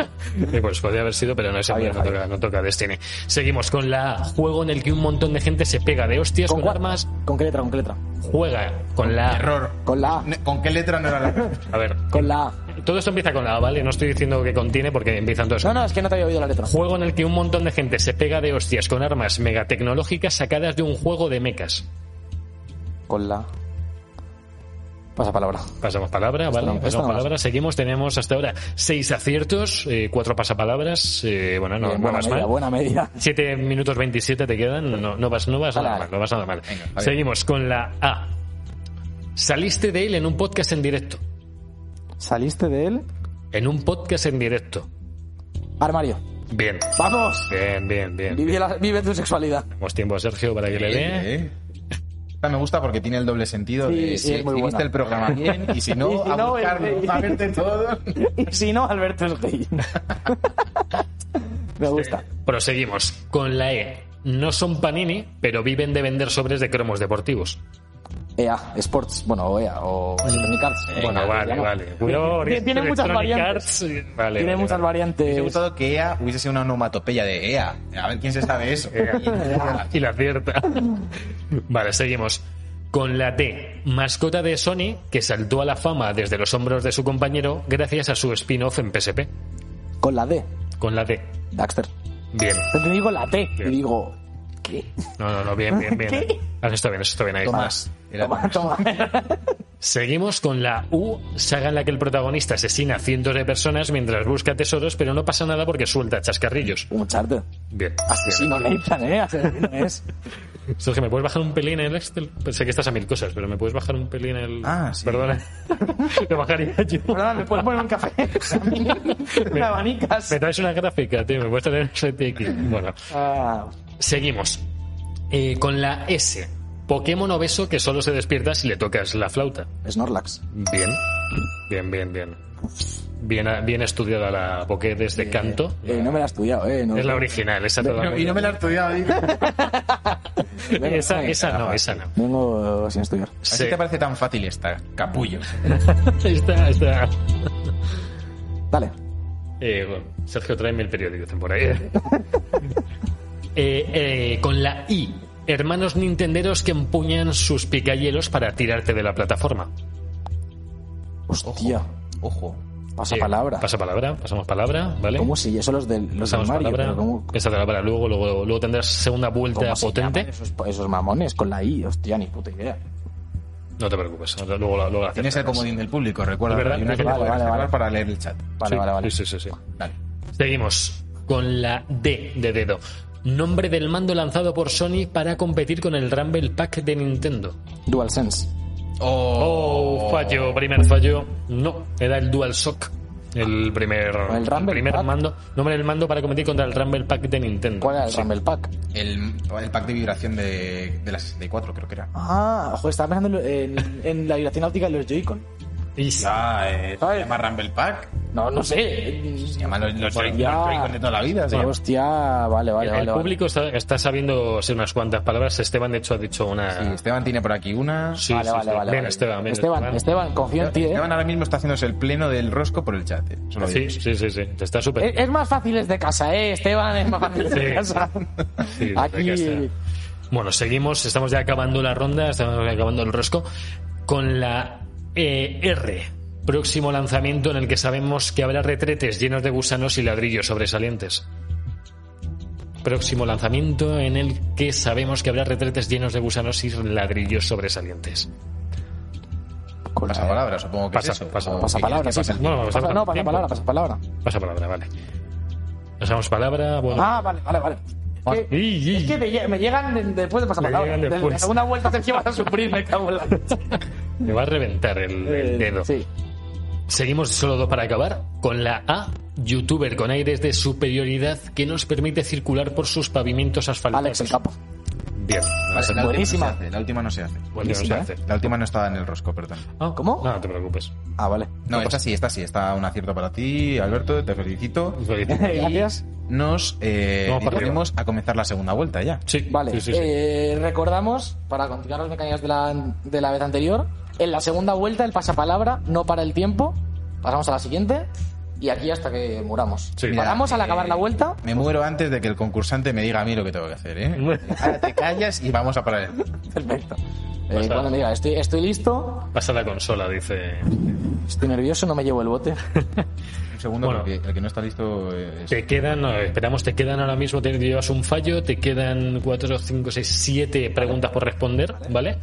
Speaker 1: Eh, pues podría haber sido, pero no es
Speaker 3: Javier,
Speaker 1: no, toca,
Speaker 3: Javier.
Speaker 1: no toca Destiny. Seguimos con la A, juego en el que un montón de gente se pega de hostias con,
Speaker 3: cuál?
Speaker 1: armas,
Speaker 3: Con qué letra, con qué letra.
Speaker 1: juega con la
Speaker 2: el [laughs] error.
Speaker 3: Con la A.
Speaker 2: Ne- ¿Con qué letra no era la
Speaker 1: A ver,
Speaker 3: Con la A.
Speaker 1: todo esto empieza con la A, ¿vale? No estoy diciendo que contiene porque empiezan todos.
Speaker 3: No, no, es que no te había oído la letra.
Speaker 1: Juego en el que un montón de gente se pega de hostias con armas megatecnológicas sacadas de un juego de mecas.
Speaker 3: Con la A. Pasa palabra.
Speaker 1: Pasamos palabra, ¿vale?
Speaker 3: no, esta
Speaker 1: Pasamos
Speaker 3: no la
Speaker 1: palabra, seguimos. Tenemos hasta ahora seis aciertos, eh, cuatro pasapalabras. eh, bueno, no,
Speaker 3: Bien,
Speaker 1: no
Speaker 3: buena
Speaker 1: vas
Speaker 3: media,
Speaker 1: mal.
Speaker 3: buena media.
Speaker 1: 7 minutos 27 te quedan, no, no vas, no vas nada
Speaker 3: Vale.
Speaker 1: mal, no vas nada mal.
Speaker 2: Venga, Javier.
Speaker 1: Seguimos con la A. Saliste de él en un podcast en directo.
Speaker 3: ¿Saliste de él?
Speaker 1: En un podcast en directo.
Speaker 3: Armario.
Speaker 1: Bien,
Speaker 3: ¡Vamos!
Speaker 1: bien, bien, bien. [laughs]
Speaker 3: Vive, la- vive tu sexualidad.
Speaker 1: Tenemos tiempo a Sergio para que le dé.
Speaker 2: Eh, Esta me gusta porque tiene el doble sentido
Speaker 6: Sí,
Speaker 2: de
Speaker 6: sí,
Speaker 2: si,
Speaker 6: es muy
Speaker 2: si viste
Speaker 6: buena.
Speaker 2: el programa bien [laughs] y si no,
Speaker 6: Y si
Speaker 2: a
Speaker 6: no,
Speaker 2: buscarlo,
Speaker 6: el-
Speaker 2: a verte [laughs] todo.
Speaker 6: Y si no, Alberto es
Speaker 1: [laughs]
Speaker 6: gay. Me gusta.
Speaker 1: Proseguimos con la E. No son panini, pero viven de vender sobres de cromos deportivos.
Speaker 3: EA, E Sports, bueno, o EA, o Electronic Arts.
Speaker 1: bueno,
Speaker 3: como se
Speaker 1: vale,
Speaker 3: llama.
Speaker 1: vale. Cuidado,
Speaker 6: Tiene- tiene muchas
Speaker 1: Electronic
Speaker 6: variantes.
Speaker 1: Arts, eh, Vale,
Speaker 6: Tiene muchas
Speaker 1: vale, vale.
Speaker 2: Me hubiese
Speaker 6: variantes.
Speaker 2: gustado que EA hubiese sido una onomatopeya de EA. A ver quién se sabe eso.
Speaker 1: Y la cierta. [laughs] Vale, seguimos. Con la T, mascota de Sony que saltó a la fama desde los hombros de su compañero gracias a su spin-off en PSP.
Speaker 3: Con la D,
Speaker 1: Con la T.
Speaker 3: Daxter.
Speaker 1: Bien.
Speaker 6: Te digo la T.
Speaker 3: Y digo, ¿qué?
Speaker 1: No, no, no, bien,
Speaker 6: [laughs]
Speaker 1: bien, bien. Ahora está bien, eso está bien ahí.
Speaker 2: Tomás.
Speaker 3: [laughs]
Speaker 2: Era
Speaker 6: Toma, toma.
Speaker 1: Seguimos con la U, saga en la que el protagonista asesina a cientos de personas mientras busca tesoros, pero no pasa nada porque suelta chascarrillos.
Speaker 3: Un charter.
Speaker 1: Bien.
Speaker 3: Asesino,
Speaker 6: No, Nathan, ¿eh? Asesino
Speaker 1: [laughs]
Speaker 6: es.
Speaker 1: Sergio, ¿me puedes bajar un pelín el Excel? Pensé que estás a mil cosas, pero ¿me puedes bajar un pelín el...?
Speaker 2: Ah, sí.
Speaker 6: [laughs]
Speaker 1: Perdona. Lo bajaría yo.
Speaker 6: Perdona, ¿me puedes poner un café?
Speaker 1: [laughs]
Speaker 6: Me abanicas.
Speaker 1: Me traes una gráfica, tío. Me puedes traer un STX. Bueno,
Speaker 6: Ah,
Speaker 1: seguimos. Eh, con la S. Pokémon obeso que solo se despierta si le tocas la flauta.
Speaker 3: Snorlax.
Speaker 1: Bien. Bien, bien, bien. Bien, bien estudiada la Poké desde canto.
Speaker 3: Eh, no me la has estudiado, ¿eh? No,
Speaker 1: Es la original, esa
Speaker 2: No,
Speaker 1: totalmente.
Speaker 2: y no me la he estudiado. digo. ¿A
Speaker 3: Vengo-
Speaker 1: Esa, esa no, esa no.
Speaker 3: Vengo eh, sin estudiar.
Speaker 2: ti
Speaker 1: Sí.
Speaker 2: te parece tan fácil esta? Capullo.
Speaker 1: [laughs] Esta- esta-
Speaker 3: Dale.
Speaker 1: Eh, bueno, Sergio, tráeme el periódico
Speaker 3: [laughs]
Speaker 1: temporal. Eh, con la I. Hermanos nintenderos que empuñan sus picayelos para tirarte de la plataforma.
Speaker 3: Hostia.
Speaker 2: Ojo.
Speaker 3: Pasa
Speaker 1: Eh,
Speaker 3: palabra.
Speaker 1: Pasa palabra, pasamos palabra, ¿vale?
Speaker 3: ¿Cómo si eso los del, los del
Speaker 1: Pasamos
Speaker 3: Mario?
Speaker 1: palabra.
Speaker 3: pero ¿Cómo,
Speaker 1: Piénsatela para luego, luego, luego tendrás segunda vuelta
Speaker 3: cómo se
Speaker 1: potente.
Speaker 3: llaman esos, esos mamones con la I? Hostia, ni puta idea.
Speaker 1: No te preocupes, ahora- luego, la- luego la
Speaker 2: Tienes el
Speaker 1: acertarás.
Speaker 2: comodín del público, recuerda.
Speaker 1: Es verdad,
Speaker 2: Hay una
Speaker 1: es
Speaker 2: que te
Speaker 1: verdad.
Speaker 2: puedes
Speaker 3: Vale, vale,
Speaker 2: reservar para leer el chat.
Speaker 3: Vale,
Speaker 1: Sí,
Speaker 3: vale, vale.
Speaker 1: sí, sí, sí.
Speaker 2: Dale.
Speaker 1: Seguimos con la D de dedo. Nombre del mando lanzado por Sony para competir con el Rumble Pack de Nintendo.
Speaker 3: DualSense.
Speaker 1: Oh, fallo, primer fallo. No, era el DualShock. El primer,
Speaker 3: el Rumble
Speaker 1: primer
Speaker 3: Pack.
Speaker 1: mando. Nombre del mando para competir contra el Rumble Pack de Nintendo.
Speaker 3: ¿Cuál era el
Speaker 1: Sí.
Speaker 3: Rumble Pack?
Speaker 2: El, el pack de vibración de, de la 64, creo que era.
Speaker 3: Ah, ojo, estaba pensando en, en- en la vibración óptica de los Joy-Con.
Speaker 1: Y-
Speaker 2: Ah, eh, se llama Rumble Pack.
Speaker 3: No, no sé.
Speaker 2: Se llama los, los
Speaker 3: Bueno,
Speaker 2: Joy-
Speaker 3: Pues ya. Pues
Speaker 2: los Joy-Con de toda la vida. se llama.
Speaker 3: Hostia, vale, vale,
Speaker 1: el
Speaker 3: vale. vale.
Speaker 1: público está, está sabiendo hacer unas cuantas palabras. Esteban, de hecho, ha dicho
Speaker 2: Sí,
Speaker 1: una.
Speaker 2: Esteban tiene por aquí una.
Speaker 1: Sí,
Speaker 3: vale,
Speaker 1: sí,
Speaker 3: vale,
Speaker 1: sí.
Speaker 3: vale,
Speaker 1: Ven,
Speaker 3: vale.
Speaker 1: Esteban, ven,
Speaker 3: Esteban, Esteban, confío en ti, ¿eh?
Speaker 2: Esteban ahora mismo está haciéndose el pleno del rosco por el chat. eh. Solo digo.
Speaker 1: Sí, sí, sí, sí. Te está
Speaker 3: Eh,
Speaker 1: súper.
Speaker 6: es, es más fácil desde casa, ¿eh? Esteban es más fácil desde
Speaker 1: Pues
Speaker 3: [laughs]
Speaker 1: Sí.
Speaker 6: casa.
Speaker 1: Sí, desde
Speaker 3: Aquí-
Speaker 1: que está. Bueno, seguimos, estamos ya acabando la ronda, estamos acabando el rosco. Con la eh, R, próximo lanzamiento en el que sabemos que habrá retretes llenos de gusanos y ladrillos sobresalientes. Próximo lanzamiento en el que sabemos que habrá retretes llenos de gusanos y ladrillos sobresalientes.
Speaker 3: Con la-
Speaker 2: Pasa palabra, supongo que
Speaker 1: Eh, Pasa-
Speaker 2: es eso.
Speaker 1: pasa-
Speaker 2: O-
Speaker 3: Pasa palabra,
Speaker 2: ¿qué- qué
Speaker 3: pasa.
Speaker 2: pasa?
Speaker 1: Bueno, vamos a
Speaker 3: Pasa-
Speaker 1: pasar
Speaker 3: no, pasa
Speaker 1: tiempo.
Speaker 3: palabra, pasa palabra.
Speaker 1: Pasa palabra, vale. Nos damos palabra. Bueno,
Speaker 6: Ah, vale, vale, vale. Que-
Speaker 1: Y- y-
Speaker 6: Es que me, lle- me llegan de- después de pasar
Speaker 1: Me
Speaker 6: palabra.
Speaker 1: llegan
Speaker 6: De- de
Speaker 1: después.
Speaker 6: La segunda vuelta Sergio vas a sufrir, me cago en la leche.
Speaker 1: me va a reventar el, el dedo.
Speaker 3: Eh, Sí.
Speaker 1: Seguimos solo dos para acabar con la A, youtuber con aires de superioridad que nos permite circular por sus pavimentos asfaltados.
Speaker 3: Alex, el capo.
Speaker 1: Bien.
Speaker 2: Vale, la última
Speaker 3: Buenísima.
Speaker 2: no se hace, La última no se hace.
Speaker 1: Bueno, no se
Speaker 3: Buenísima,
Speaker 1: hace.
Speaker 2: La última no estaba en el rosco, perdón.
Speaker 1: Ah,
Speaker 3: ¿Cómo?
Speaker 1: No, no te preocupes.
Speaker 3: Ah, vale.
Speaker 2: No, esta sí, esta sí. Está un acierto para ti, Alberto. Te felicito.
Speaker 3: [laughs] Gracias.
Speaker 2: Nos eh,
Speaker 1: Vamos para
Speaker 2: dirigimos a comenzar la segunda vuelta ya.
Speaker 1: Sí,
Speaker 3: Vale,
Speaker 1: sí, sí, sí.
Speaker 3: eh, recordamos, para continuar las mecánicas de la, de la vez anterior, en la segunda vuelta el pasapalabra no para el tiempo, pasamos a la siguiente y aquí hasta que muramos.
Speaker 1: Sí.
Speaker 2: Mira,
Speaker 3: Paramos al acabar
Speaker 2: eh,
Speaker 3: la vuelta.
Speaker 2: Me muero antes de que el concursante me diga a mí lo que tengo que hacer, ¿eh? Ahora te callas y vamos a parar.
Speaker 3: Perfecto. Eh,
Speaker 1: Pues nada.
Speaker 3: cuando me diga, estoy, estoy listo,
Speaker 1: [laughs] Pasa la consola, dice.
Speaker 3: estoy nervioso, no me llevo el bote.
Speaker 2: Un segundo,
Speaker 1: Bueno.
Speaker 2: porque el que no está listo es...
Speaker 1: Te quedan, no, esperamos, te quedan ahora mismo, te llevas un fallo, te quedan 4, 5, 6, 7 preguntas por responder, ¿vale?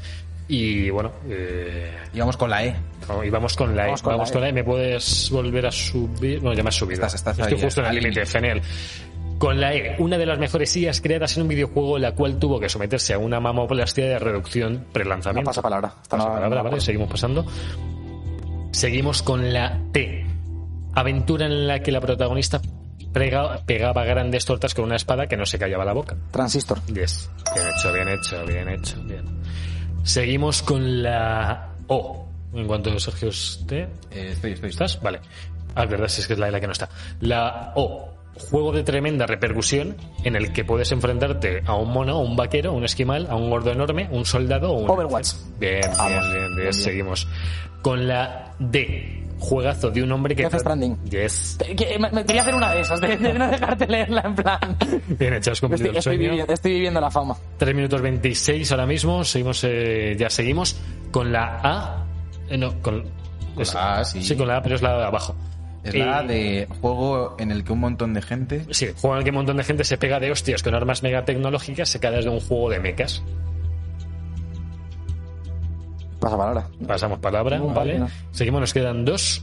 Speaker 1: Y bueno, eh,
Speaker 2: Y vamos con la E.
Speaker 1: no, y vamos con la E. Vamos
Speaker 3: Vamos
Speaker 1: con,
Speaker 3: con
Speaker 1: la, e. ¿Me puedes volver a subir? Bueno, ya me has subido.
Speaker 2: Estás- estás
Speaker 1: Estoy
Speaker 2: ahí,
Speaker 1: justo en
Speaker 2: al
Speaker 1: el límite,
Speaker 2: límite.
Speaker 1: genial. Con la E, una de las mejores IAs creadas en un videojuego, la cual tuvo que someterse a una mamoplastia de reducción
Speaker 3: No
Speaker 1: prelanzamiento.
Speaker 3: pasa palabra. Hasta
Speaker 1: Pasa
Speaker 3: no-
Speaker 1: palabra, ¿vale? Seguimos pasando. Seguimos con la T. Aventura en la que la protagonista prega- pegaba grandes tortas con una espada que no se callaba la boca.
Speaker 3: Transistor.
Speaker 1: Yes. Bien hecho, bien hecho, bien hecho, bien. Seguimos con la O. En cuanto Sergio esté.
Speaker 2: Eh, estoy, estoy.
Speaker 1: ¿Estás? Vale. Ah, es verdad, si es que es la de la que no está. La O. Juego de tremenda repercusión en el que puedes enfrentarte a un mono, a un vaquero, a un esquimal, a un gordo enorme, un soldado o un...
Speaker 7: Overwatch.
Speaker 1: Bien, bien, bien, bien, Seguimos. Con la D. Juegazo de un hombre que...
Speaker 7: Death Stranding.
Speaker 1: Yes.
Speaker 7: Te-
Speaker 3: eh,
Speaker 7: que- me, me quería hacer una de esas, de, de no dejarte leerla en plan.
Speaker 1: Bien hecho, has cumplido
Speaker 7: Estoy,
Speaker 1: el
Speaker 7: estoy
Speaker 1: sueño.
Speaker 7: viviendo, estoy viviendo la fama.
Speaker 1: 3 minutos 26 ahora mismo. Seguimos, eh, ya seguimos. Con la A. eh, no, con, es-
Speaker 2: la A, sí.
Speaker 1: con la A, pero es la de abajo.
Speaker 2: Es
Speaker 1: Y-
Speaker 2: la de juego en el que un montón de gente.
Speaker 1: Sí, juego en el que un montón de gente se pega de hostias con armas mega tecnológicas sacadas de un juego de mecas.
Speaker 3: Pasa palabra.
Speaker 1: Pasamos palabra,
Speaker 3: No,
Speaker 1: ¿vale?
Speaker 3: no.
Speaker 1: Seguimos, nos quedan dos.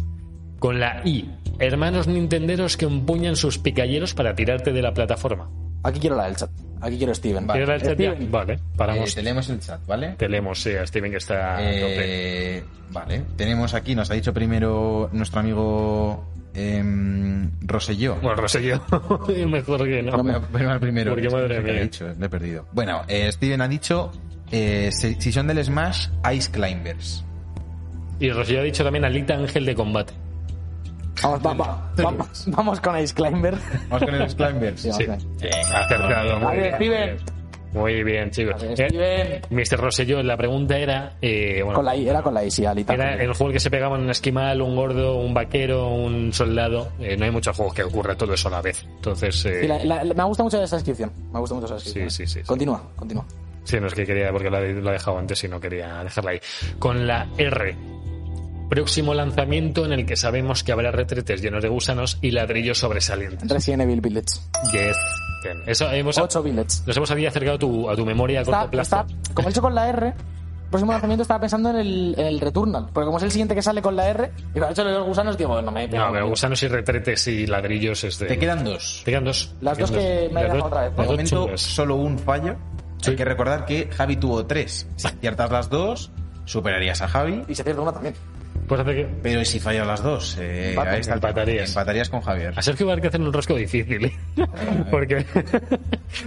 Speaker 1: Con la I. Hermanos nintenderos que empuñan sus picalleros para tirarte de la plataforma.
Speaker 3: Aquí quiero la del chat. Aquí quiero Steven.
Speaker 2: Vale.
Speaker 1: ¿Quieres la chat ya?
Speaker 7: Steven.
Speaker 1: Vale,
Speaker 2: Eh,
Speaker 1: paramos.
Speaker 2: te leemos el chat, ¿vale?
Speaker 1: Te leemos, sí, a Steven que está Ah, a tope.
Speaker 2: Eh, vale, tenemos aquí, nos ha dicho primero nuestro amigo em, Roselló.
Speaker 1: Bueno, Rosello, [laughs] mejor que no.
Speaker 2: Voy a poner al primero.
Speaker 1: Porque
Speaker 2: es que no
Speaker 1: madre
Speaker 2: sé qué
Speaker 1: mía.
Speaker 2: he dicho, lo he perdido. Bueno, eh, Steven ha dicho, eh, si si son del Smash, Ice Climbers.
Speaker 1: Y Rosello ha dicho también Alita Ángel de Combate.
Speaker 7: Vamos, va- va- va- vamos con Ice Climber.
Speaker 2: Vamos con el Ice
Speaker 1: [laughs]
Speaker 2: Climbers.
Speaker 1: Sí,
Speaker 3: eh,
Speaker 1: acertado. Muy
Speaker 7: A ver,
Speaker 1: bien,
Speaker 7: Steven.
Speaker 1: muy bien, chicos.
Speaker 7: ver, Steven.
Speaker 1: Eh, Mr. Rosselló, la pregunta era... eh, bueno,
Speaker 3: Con la I, era con la I, sí, Alita.
Speaker 1: Era el juego en el que se pegaban un esquimal, un gordo, un vaquero, un soldado. Eh, no hay muchos juegos que ocurra todo eso a la vez. Entonces, eh,
Speaker 3: Sí, la- la- la- me gusta mucho esa descripción. Me gusta mucho esa descripción.
Speaker 1: Sí, sí, sí, sí.
Speaker 3: Continúa, continúa.
Speaker 1: sí, no es que quería, porque la, he- la he dejado antes y no quería dejarla ahí. Con la R. Próximo lanzamiento en el que sabemos que habrá retretes llenos de gusanos y ladrillos sobresalientes.
Speaker 3: Resident Evil Village.
Speaker 1: Yes. Bien. Eso hemos,
Speaker 3: 8 Village.
Speaker 1: nos hemos había acercado a tu, a tu memoria a corto
Speaker 3: Está,
Speaker 1: plazo.
Speaker 3: está, como he dicho con la R, el próximo lanzamiento estaba pensando en el, en el Returnal. Porque como es el siguiente que sale con la R, y cuando he hecho los gusanos, digo, no me he pegado.
Speaker 1: No, pero gusanos y retretes y ladrillos es de-
Speaker 2: Te quedan dos.
Speaker 1: Te quedan dos.
Speaker 3: Las
Speaker 1: Te quedan
Speaker 3: dos que me
Speaker 1: Las
Speaker 3: he dejado
Speaker 1: dos-
Speaker 3: otra vez.
Speaker 1: las
Speaker 2: De
Speaker 1: dos
Speaker 2: momento,
Speaker 1: chulas.
Speaker 2: solo un fallo.
Speaker 1: Sí.
Speaker 2: Hay que recordar que Javi tuvo tres. Si aciertas las dos, superarías a Javi.
Speaker 3: Y se pierde una también.
Speaker 1: Pues hace que...
Speaker 2: Pero ¿y si fallas las dos, eh,
Speaker 1: Empatan,
Speaker 2: ahí está el tema.
Speaker 1: empatarías.
Speaker 2: Empatarías con Javier.
Speaker 1: A Sergio va a haber que hacer un rosco difícil,
Speaker 3: [laughs]
Speaker 1: ¿eh? porque,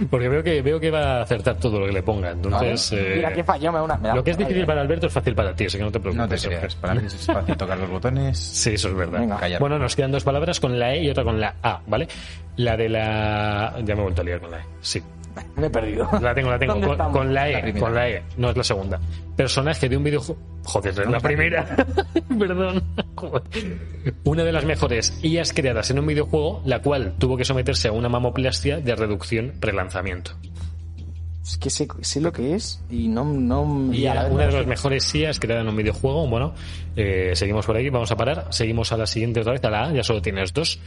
Speaker 1: porque veo que veo que va a acertar todo lo que le ponga. Entonces, eh,
Speaker 3: Mira, qué fallo, me da una. me da
Speaker 1: lo que es
Speaker 3: una
Speaker 1: difícil
Speaker 3: rabia.
Speaker 1: para Alberto es fácil para ti, así que no te preocupes.
Speaker 2: No te
Speaker 1: Sergio.
Speaker 2: creas. Para mí es fácil tocar los botones.
Speaker 1: [laughs] Sí, eso es verdad.
Speaker 3: Venga.
Speaker 2: Callar.
Speaker 1: Bueno, nos quedan dos palabras con la E y otra con la A, ¿vale? La de la. Ya me he vuelto a liar con la E. Sí.
Speaker 3: Me he perdido.
Speaker 1: La tengo, la tengo.
Speaker 3: ¿Dónde
Speaker 1: Con,
Speaker 3: estamos?
Speaker 1: con la E,
Speaker 2: La primera.
Speaker 1: con la E. No es la segunda. Personaje de un videojuego. Joder, es la primera. [laughs] Perdón. Joder. Una de las mejores IAs creadas en un videojuego, la cual tuvo que someterse a una mamoplastia de reducción prelanzamiento.
Speaker 3: Es que sé, sé lo que es y no. no
Speaker 1: Y
Speaker 3: y a la vez
Speaker 1: una
Speaker 3: no-
Speaker 1: de las mejores IAs creada en un videojuego. Bueno, eh, seguimos por aquí, vamos a parar. Seguimos a la siguiente otra vez, a la A, ya solo tienes dos.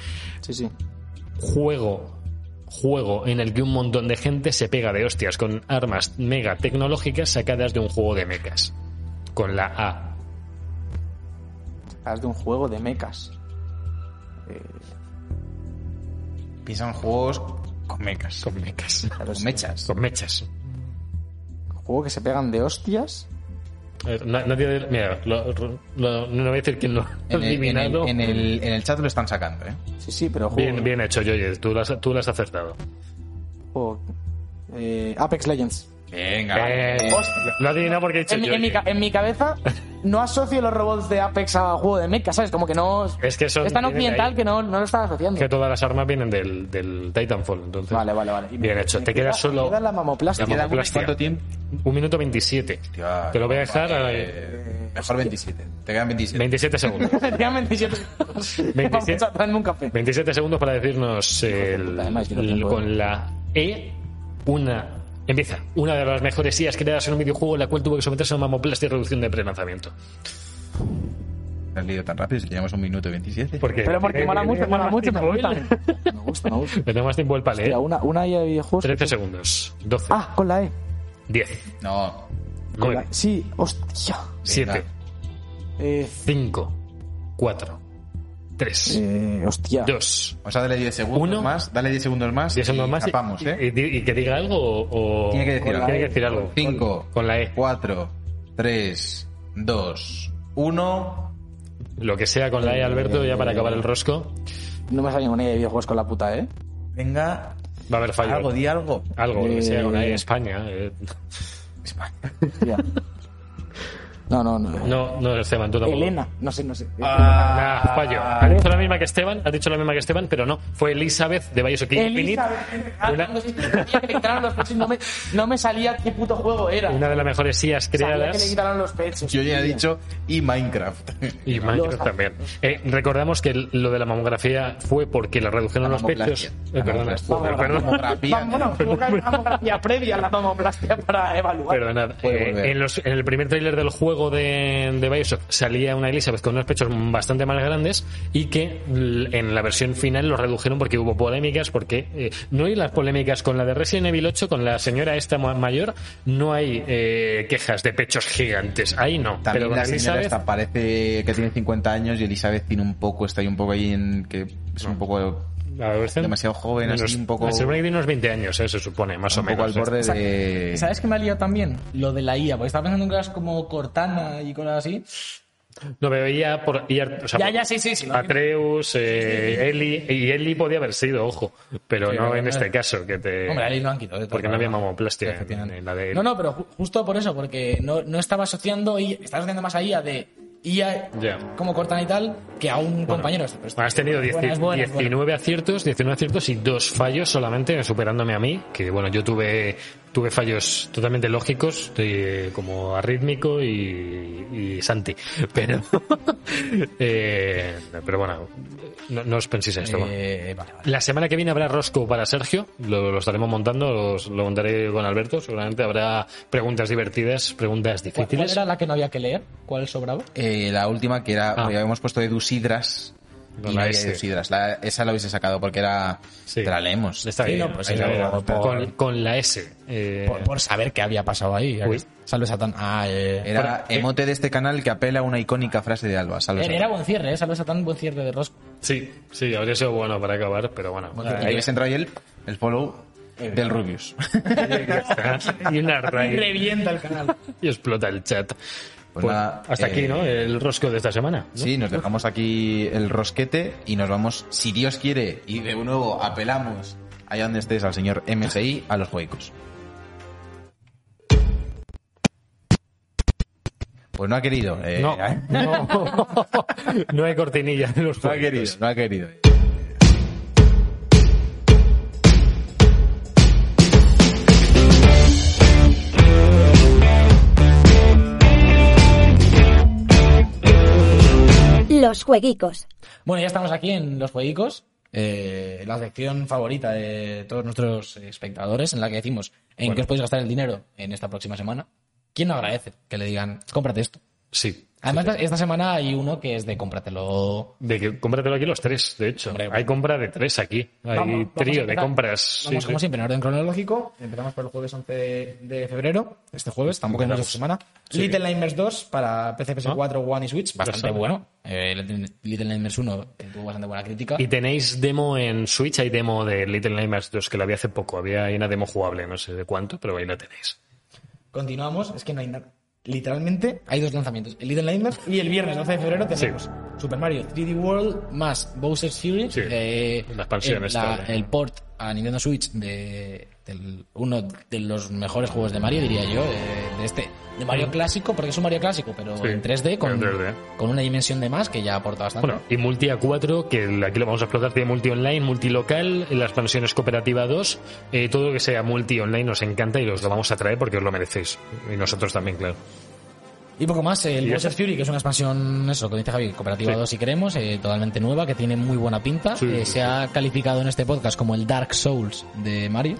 Speaker 3: Sí, sí.
Speaker 1: juego juego en el que un montón de gente se pega de hostias con armas mega tecnológicas sacadas de un juego de mechas. Con la A.
Speaker 3: Es de un juego de mechas.
Speaker 2: Piensan juegos con mecas.
Speaker 1: Con mechas.
Speaker 2: Con mechas.
Speaker 1: Con mechas.
Speaker 3: Un juego que se pegan de hostias.
Speaker 1: Eh, na- Nadie. Mira, lo- lo- lo- no voy a decir quién lo ha
Speaker 2: En el, en, el,
Speaker 1: adivinado.
Speaker 2: en el- en el chat lo están sacando, ¿eh?
Speaker 3: Sí, sí, pero juego.
Speaker 1: Bien, bien hecho, Joye. Tú lo has, tú lo has acertado.
Speaker 3: juego- eh, Apex Legends.
Speaker 2: Venga.
Speaker 1: Eh, lo ha adivinado porque he dicho
Speaker 3: En, mi- en
Speaker 1: Yoye.
Speaker 3: mi, ca- en mi cabeza no asocio los robots de Apex a juego de mecha, ¿sabes? Como que no.
Speaker 1: Es que son-
Speaker 3: Es
Speaker 1: vienen
Speaker 3: tan
Speaker 1: de
Speaker 3: occidental
Speaker 1: ahí.
Speaker 3: que no, no lo estaba asociando.
Speaker 1: Que todas las armas vienen del, del Titanfall. Entonces.
Speaker 3: Vale, vale, vale. Y me-
Speaker 1: Bien hecho.
Speaker 3: me
Speaker 1: Te queda
Speaker 3: queda-
Speaker 1: solo.
Speaker 3: me queda la mamoplastia.
Speaker 1: La
Speaker 2: ¿Queda
Speaker 1: mamoplastia.
Speaker 2: ¿Cuánto tiempo?
Speaker 1: Un minuto 27.
Speaker 2: Hostia,
Speaker 1: Te lo voy a dejar a-
Speaker 2: eh, mejor 27. Te quedan 27.
Speaker 1: 27 segundos.
Speaker 3: [laughs] Efectivamente, yo-
Speaker 1: [laughs]
Speaker 3: Vamos a traerme un café.
Speaker 1: 27 segundos para decirnos el-
Speaker 3: puta, además, que no
Speaker 1: el-
Speaker 3: tengo, eh.
Speaker 1: con la E una empieza una de las mejores IAs creadas en un videojuego la cual tuvo que someterse a una mamoplastia y reducción de prelanzamiento
Speaker 2: Te has leído tan rápido si llevamos un minuto y 27.
Speaker 1: porque
Speaker 7: Pero porque mola mucho, mola
Speaker 1: [laughs]
Speaker 7: mucho, uh, me gusta.
Speaker 3: Me gusta, me gusta.
Speaker 1: le tengo más tiempo el palé
Speaker 3: Mira, una, una IA de videojuegos.
Speaker 1: 13 segundos 12
Speaker 3: Ah, con la E.
Speaker 1: 10
Speaker 2: No.
Speaker 3: Con
Speaker 1: 9
Speaker 3: la- E. Sí, hostia.
Speaker 1: 7
Speaker 3: Eh,
Speaker 1: 5 4 3
Speaker 3: eh, hostia.
Speaker 1: 2
Speaker 2: O sea, dale 10 segundos
Speaker 1: Uno.
Speaker 2: más. Dale 10 segundos más.
Speaker 1: 10 segundos
Speaker 2: y
Speaker 1: más y-
Speaker 2: Escapamos,
Speaker 1: y,
Speaker 2: ¿eh?
Speaker 1: y- y que diga algo o, o-
Speaker 2: Tiene que decir
Speaker 1: tiene
Speaker 2: algo.
Speaker 1: que decir algo
Speaker 2: 5,
Speaker 1: con la E
Speaker 2: 4, 3, 2, 1.
Speaker 1: lo que sea con la E Alberto ya para acabar el rosco
Speaker 3: No me sale ninguna IA de videojuegos con la puta, ¿eh?
Speaker 2: Venga,
Speaker 1: va a haber fallo
Speaker 2: algo, di algo.
Speaker 1: Algo, lo que sea,
Speaker 3: Eh,
Speaker 1: una en España. eh.
Speaker 2: España.
Speaker 3: Hostia.
Speaker 8: No, no, no.
Speaker 1: No, no, Esteban, tú tampoco.
Speaker 5: Elena, no sé, no sé.
Speaker 1: Ah, fallo. Ha dicho la misma que Esteban, ha dicho la misma que Esteban, pero no. Fue Elizabeth de Bioshock Infinite.
Speaker 5: Elizabeth.
Speaker 1: Una,
Speaker 8: Cuando se tenía que le quitaran los pechos, no me, no me salía qué puto juego era.
Speaker 1: una de las mejores IAs
Speaker 8: Sabía que le
Speaker 1: creadas.
Speaker 8: quitaron los pechos.
Speaker 2: Yo ya he dicho, y Minecraft.
Speaker 1: Y Minecraft
Speaker 8: Los-
Speaker 1: también. Eh, recordamos que el- lo de la mamografía fue porque le redujeron los pechos.
Speaker 2: Mamoplastia.
Speaker 1: Eh, perdona,
Speaker 2: Mamoplastia.
Speaker 1: perdona, perdona.
Speaker 2: Mamografía.
Speaker 5: Vamos, bueno, tuvo que haber una mamografía previa a la mamoplastia para evaluar.
Speaker 1: Perdonad,
Speaker 2: Puede
Speaker 1: eh,
Speaker 2: volver.
Speaker 1: en, los- en el primer tráiler del juego de, de Bioshock salía una Elizabeth con unos pechos bastante más grandes y que l- en la versión final los redujeron porque hubo polémicas, porque eh, no hay las polémicas con la de Resident Evil 8, con la señora esta ma- mayor, no hay eh, quejas de pechos gigantes, ahí no,
Speaker 2: También
Speaker 1: pero con
Speaker 2: la señora
Speaker 1: Elizabeth...
Speaker 2: esta parece que tiene 50 años y Elizabeth tiene un poco, está ahí un poco ahí en que es
Speaker 1: Mm.
Speaker 2: un poco
Speaker 1: adolescente,
Speaker 2: demasiado joven, así, un poco-
Speaker 1: Se supone que tiene unos 20 años, eh, se supone, más
Speaker 2: un
Speaker 1: o
Speaker 2: poco
Speaker 1: menos. eh.
Speaker 2: al borde
Speaker 3: sea,
Speaker 2: de
Speaker 3: ¿Sabes qué me ha liado también? Lo de la IA, porque estaba pensando en cosas como Cortana y cosas así.
Speaker 1: Lo veía por... y ar- o sea, Ah,
Speaker 3: Ya, ya, sí, sí, sí. lo entiendo.
Speaker 1: Atreus, eh, Eli, y Eli podía haber sido, ojo, pero
Speaker 3: Sí,
Speaker 1: no
Speaker 3: pero-
Speaker 1: en este caso, que te...
Speaker 3: Hombre, ahí lo han quitado. de todo.
Speaker 1: porque no había mamoplastia en,
Speaker 3: Efectivamente.
Speaker 1: en la de Eli.
Speaker 3: No, no, pero ju- justo por eso, porque no, no estaba asociando y estaba asociando más a IA de IA
Speaker 1: Ya.
Speaker 3: como Cortana y tal que a un compañero. Pero esto-
Speaker 1: Has tenido dieci-
Speaker 3: buenas, buenas,
Speaker 1: 19
Speaker 3: buenas.
Speaker 1: aciertos, 19 aciertos y dos fallos solamente, superándome a mí, que bueno, yo tuve tuve fallos totalmente lógicos, eh, como arrítmico y, y Santi, [laughs] pero eh, pero bueno, no, no os penséis en esto. va.
Speaker 3: Eh, vale, vale.
Speaker 1: La semana que viene habrá Rosco para Sergio, lo, lo estaremos montando, los- lo montaré con Alberto, seguramente habrá preguntas divertidas, preguntas
Speaker 3: ¿Cuál, cuál
Speaker 1: difíciles.
Speaker 3: era la que no había que leer? ¿Cuál sobraba?
Speaker 2: Eh, la última que era,
Speaker 1: Ah.
Speaker 2: habíamos habíamos puesto Edusidras.
Speaker 1: No, la
Speaker 2: y no había
Speaker 1: S.
Speaker 2: Edusidras. La- esa la hubiese sacado porque era.
Speaker 1: Sí.
Speaker 2: Te la leemos.
Speaker 1: Está
Speaker 3: Sí,
Speaker 1: bien,
Speaker 3: no, pues
Speaker 1: ahí
Speaker 3: sí,
Speaker 1: la
Speaker 3: no,
Speaker 1: verás.
Speaker 3: por-
Speaker 1: con, con la S. eh,
Speaker 3: Por, por saber qué había pasado ahí. ya que-
Speaker 1: Uy.
Speaker 3: Salve Satán. Ah, eh.
Speaker 2: Era
Speaker 1: Para-
Speaker 2: emote de este canal que apela a una icónica frase de Alba. Salve,
Speaker 3: Era,
Speaker 2: salve.
Speaker 3: era buen cierre, ¿eh? Salve Satán, buen cierre de Rosco.
Speaker 1: Sí, sí, habría sido bueno para acabar, pero bueno.
Speaker 2: Y
Speaker 1: ahí
Speaker 2: hubiese entrado ahí el, el follow del Rubius.
Speaker 1: está. [laughs] y una raíz
Speaker 3: Revienta el canal.
Speaker 1: y explota el chat. Pues
Speaker 2: nada,
Speaker 1: hasta
Speaker 2: eh,
Speaker 1: aquí, ¿no? El rosco de esta semana. ¿no?
Speaker 2: Sí, nos dejamos aquí el rosquete y nos vamos, si Dios quiere, y de nuevo apelamos allá donde estés al señor MSI, a los juegos. Pues no ha querido. eh,
Speaker 1: No,
Speaker 2: ¿eh?
Speaker 1: no, [laughs] no hay cortinilla de los
Speaker 2: No ha
Speaker 1: juegos.
Speaker 2: querido, no ha querido.
Speaker 9: Los jueguicos.
Speaker 3: Bueno, ya estamos aquí en Los Jueguicos, eh, la sección favorita de todos nuestros espectadores, en la que decimos en qué os podéis gastar el dinero en esta próxima semana. ¿Quién no agradece que le digan, cómprate esto?
Speaker 1: Sí.
Speaker 3: Además, esta semana hay uno que es de cómpratelo.
Speaker 1: De que cómpratelo aquí los tres, de hecho.
Speaker 3: Hombre,
Speaker 1: Hay compra de tres aquí. Hay
Speaker 3: Vamos, vamos a
Speaker 1: trío de
Speaker 3: empezar.
Speaker 1: compras.
Speaker 3: Vamos,
Speaker 1: Sí,
Speaker 3: como
Speaker 1: sí.
Speaker 3: siempre, en orden cronológico. Empezamos por el jueves 11 de, de febrero, este jueves, tampoco es
Speaker 1: Empezamos.
Speaker 3: mucho esta semana.
Speaker 1: Sí. Ah.
Speaker 3: Little Nightmares 2 para PC, PS4, One y Switch, bastante
Speaker 1: sabe.
Speaker 3: bueno. Eh, Little Little Nightmares 1 que tuvo bastante buena crítica.
Speaker 1: Y tenéis demo en Switch, hay demo de Little Nightmares 2 que la vi hace poco. Había ahí una demo jugable, no sé de cuánto, pero ahí la tenéis.
Speaker 3: Continuamos, es que no hay nada. Literalmente hay dos lanzamientos, el Little Nightmares y el viernes 12 de febrero tenemos
Speaker 1: Sí.
Speaker 3: Super Mario 3D World más Bowser's Fury,
Speaker 1: Sí,
Speaker 3: eh,
Speaker 1: la expansión
Speaker 3: el,
Speaker 1: esta de-
Speaker 3: el port a Nintendo Switch de del- uno de los mejores juegos de Mario, diría yo, de, de este, de Mario clásico, porque es un Mario clásico, pero
Speaker 1: Mm. Sí,
Speaker 3: en 3D con,
Speaker 1: en 3D.
Speaker 3: con una dimensión de más que ya aporta bastante.
Speaker 1: Bueno, y Multi A4, que aquí lo vamos a explotar, tiene multi online, multi local, la expansión es cooperativa 2, eh, todo lo que sea multi online nos encanta y os lo vamos a traer porque os lo merecéis. Y nosotros también, claro.
Speaker 3: Y poco más, el
Speaker 1: ¿Y
Speaker 3: Bowser's
Speaker 1: ese?
Speaker 3: Fury, que es una expansión, eso, que dice Javi, cooperativa
Speaker 1: Sí.
Speaker 3: 2 si queremos, eh, totalmente nueva, que tiene muy buena pinta.
Speaker 1: Sí,
Speaker 3: Eh,
Speaker 1: sí,
Speaker 3: se
Speaker 1: sí.
Speaker 3: ha calificado en este podcast como el Dark Souls de Mario.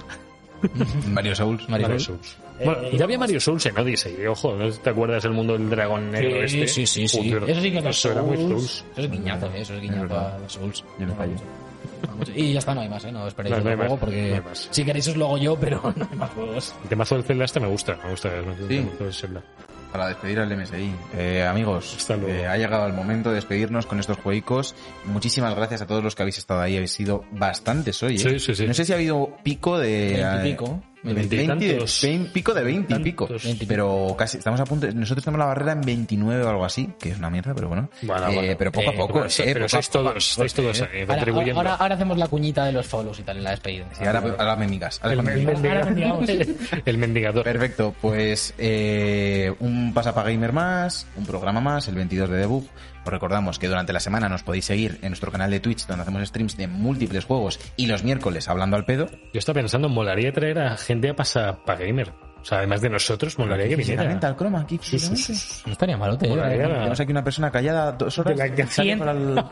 Speaker 2: Mario Souls.
Speaker 3: Mario
Speaker 1: Mario
Speaker 3: Souls.
Speaker 1: Souls. Bueno, ya había Mario Souls en Odyssey, eh, ojo, ¿no te acuerdas del mundo del dragón negro este?
Speaker 3: sí, sí, sí.
Speaker 1: Joder,
Speaker 3: Eso sí que es Dark
Speaker 1: eso era muy
Speaker 3: Souls.
Speaker 1: Souls.
Speaker 3: Eso es guiñazo, eh, eso es
Speaker 2: Es
Speaker 3: guiñazo
Speaker 2: verdad.
Speaker 3: a Dark Souls.
Speaker 2: Yo no fallo.
Speaker 3: Y ya está, no hay más, ¿eh? No esperéis
Speaker 1: No, no
Speaker 3: otro
Speaker 1: hay más,
Speaker 3: juego porque
Speaker 1: no hay más.
Speaker 3: si queréis os lo hago yo, pero [laughs] no hay más juegos.
Speaker 1: El temazo del Zelda este me gusta, me gusta. me gusta
Speaker 2: Sí.
Speaker 1: el Zelda.
Speaker 2: Para despedir al MSI. Eh, amigos,
Speaker 1: Hasta luego.
Speaker 2: eh, ha llegado el momento de despedirnos con estos juegos. Muchísimas gracias a todos los que habéis estado ahí. Habéis sido bastantes hoy. ¿eh?
Speaker 1: Sí, sí, sí.
Speaker 2: No sé si ha habido pico de...
Speaker 3: Veintipico.
Speaker 1: De
Speaker 2: 20,
Speaker 1: veinte y tantos.
Speaker 2: 20, pico de 20 y pico.
Speaker 1: Tantos.
Speaker 2: Pero casi, estamos a punto. de- Nosotros tenemos la barrera en 29 o algo así, que es una mierda, pero bueno.
Speaker 1: Bueno,
Speaker 2: Eh,
Speaker 1: bueno.
Speaker 2: Pero poco a
Speaker 1: Eh,
Speaker 2: poco,
Speaker 1: bueno,
Speaker 2: eh,
Speaker 1: so-
Speaker 2: poco
Speaker 1: pero
Speaker 2: a
Speaker 1: sois
Speaker 2: poco.
Speaker 1: todos, sois todos eh,
Speaker 3: Ahora, ahora,
Speaker 1: contribuyendo. pues,
Speaker 3: ahora- ahora hacemos la cuñita de los follows y tal en la despedida.
Speaker 2: Sí, ahora, ahora me migas. ahora
Speaker 1: el,
Speaker 2: cuando
Speaker 1: el
Speaker 2: llegue.
Speaker 1: mendigador. [laughs] El mendigador.
Speaker 2: Perfecto, pues eh, un Pasapa Gamer más, un programa más, el 22 de debug. Os recordamos que durante la semana nos podéis seguir en nuestro canal de Twitch donde hacemos streams de múltiples juegos y los miércoles hablando al pedo.
Speaker 1: Yo estaba pensando, molaría traer a gente a pasar para gamer. O sea, además de nosotros, molaría que viniera.
Speaker 2: Físicamente, al croma, aquí.
Speaker 1: Sí, sí, sí,
Speaker 2: físicamente.
Speaker 1: sí.
Speaker 3: No estaría malote,
Speaker 1: Molaría
Speaker 3: ¿eh?
Speaker 1: la-
Speaker 2: Tenemos aquí una persona callada dos horas.
Speaker 1: De la que
Speaker 2: Sale por al-
Speaker 1: O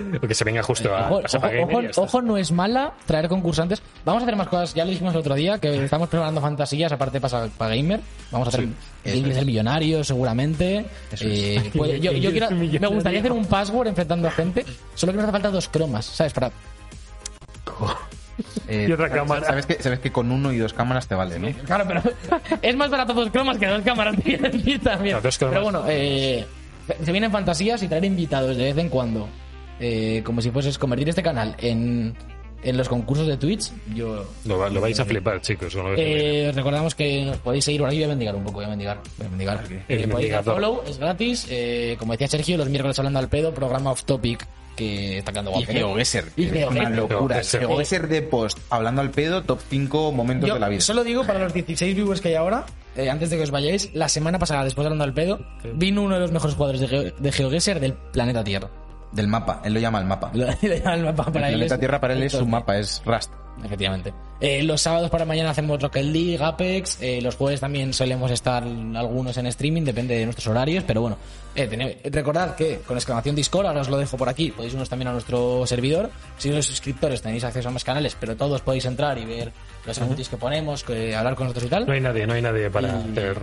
Speaker 1: ¿eh? que se venga justo a
Speaker 3: Ojo,
Speaker 1: pasar
Speaker 3: ojo,
Speaker 1: para gamer. y ya está.
Speaker 3: ojo, ojo, no es mala traer concursantes. Vamos a hacer más cosas. Ya lo dijimos el otro día que estamos preparando fantasías aparte para, para Gamer. Vamos a hacer
Speaker 2: eso
Speaker 3: el,
Speaker 2: es.
Speaker 3: el millonario seguramente. Eh, pues,
Speaker 1: [laughs]
Speaker 3: yo, yo quiero-
Speaker 1: El millonario.
Speaker 3: me gustaría hacer un password enfrentando a gente. Solo que nos hace falta dos cromas, ¿sabes? Para
Speaker 2: Eh,
Speaker 1: Y otra cámara.
Speaker 2: Sabes que, sabes que con uno y dos cámaras te vale, ¿no?
Speaker 3: Claro, pero [laughs] es más barato dos cromas que dos cámaras, [laughs] te quiero decir también.
Speaker 1: No, dos cromas.
Speaker 3: pero bueno, eh, se vienen fantasías y traer invitados de vez en cuando. Eh, como si fueses convertir este canal en, en los concursos de Twitch. Yo
Speaker 1: Lo, va- lo vais
Speaker 2: Eh,
Speaker 1: a flipar, chicos. con lo
Speaker 2: Pues
Speaker 1: que se viene.
Speaker 3: eh, os recordamos que nos podéis seguir. Ahora yo voy a mendigar un poco, voy a mendigar. Voy a mendigar.
Speaker 1: El
Speaker 3: Eh, podéis dar
Speaker 1: mendigador.
Speaker 3: follow, es gratis. Eh, como decía Sergio, los miércoles hablando al pedo, programa off topic que está quedando guapo. ¿eh?
Speaker 2: GeoGuessr.
Speaker 3: Y
Speaker 2: que es Una
Speaker 3: GeoGuessr.
Speaker 2: locura.
Speaker 1: GeoGuessr.
Speaker 2: GeoGuessr E de post, hablando al pedo, top 5 momentos
Speaker 3: Yo
Speaker 2: de la vida.
Speaker 3: solo digo para los 16 viewers que hay ahora, eh, antes de que os vayáis, la semana pasada, después de Hablando al pedo, vino uno de los mejores jugadores de, Geo- de GeoGuessr del planeta Tierra. [laughs]
Speaker 2: Del mapa, él lo llama el mapa.
Speaker 3: Lo- le llaman el mapa para
Speaker 2: el
Speaker 3: él
Speaker 2: planeta
Speaker 3: es-
Speaker 2: Tierra para él es su
Speaker 3: Entonces,
Speaker 2: mapa, es Rust.
Speaker 3: Efectivamente. Eh, los sábados para mañana hacemos Rocket League, Apex. eh, los jueves también solemos estar algunos en streaming, depende de nuestros horarios. Pero bueno, eh, tened- recordad que con exclamación Discord, ahora os lo dejo por aquí, podéis unos también a nuestro servidor. Si sois suscriptores tenéis acceso a más canales, pero todos podéis entrar y ver los emojis que ponemos, que, hablar con nosotros y tal.
Speaker 1: No hay nadie, no hay nadie para
Speaker 3: Y-
Speaker 1: hacer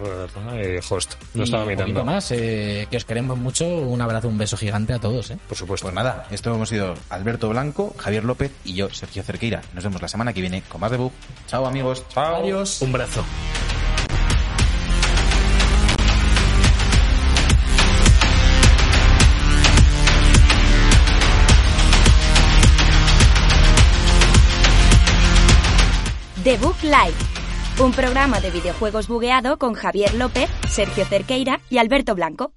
Speaker 1: eh, host.
Speaker 3: Y
Speaker 1: No estaba
Speaker 3: un poquito
Speaker 1: mirando.
Speaker 3: más, eh, que os queremos mucho. Un abrazo, un beso gigante a todos. Eh.
Speaker 1: Por supuesto.
Speaker 2: Pues nada, esto hemos sido Alberto Blanco, Javier López y yo, Sergio Cerqueira. Nos vemos la semana que viene con más debug. Chao amigos, chao.
Speaker 3: Adiós.
Speaker 1: Un brazo.
Speaker 4: The Book Live, un programa de videojuegos bugueado con Javier López, Sergio Cerqueira y Alberto Blanco.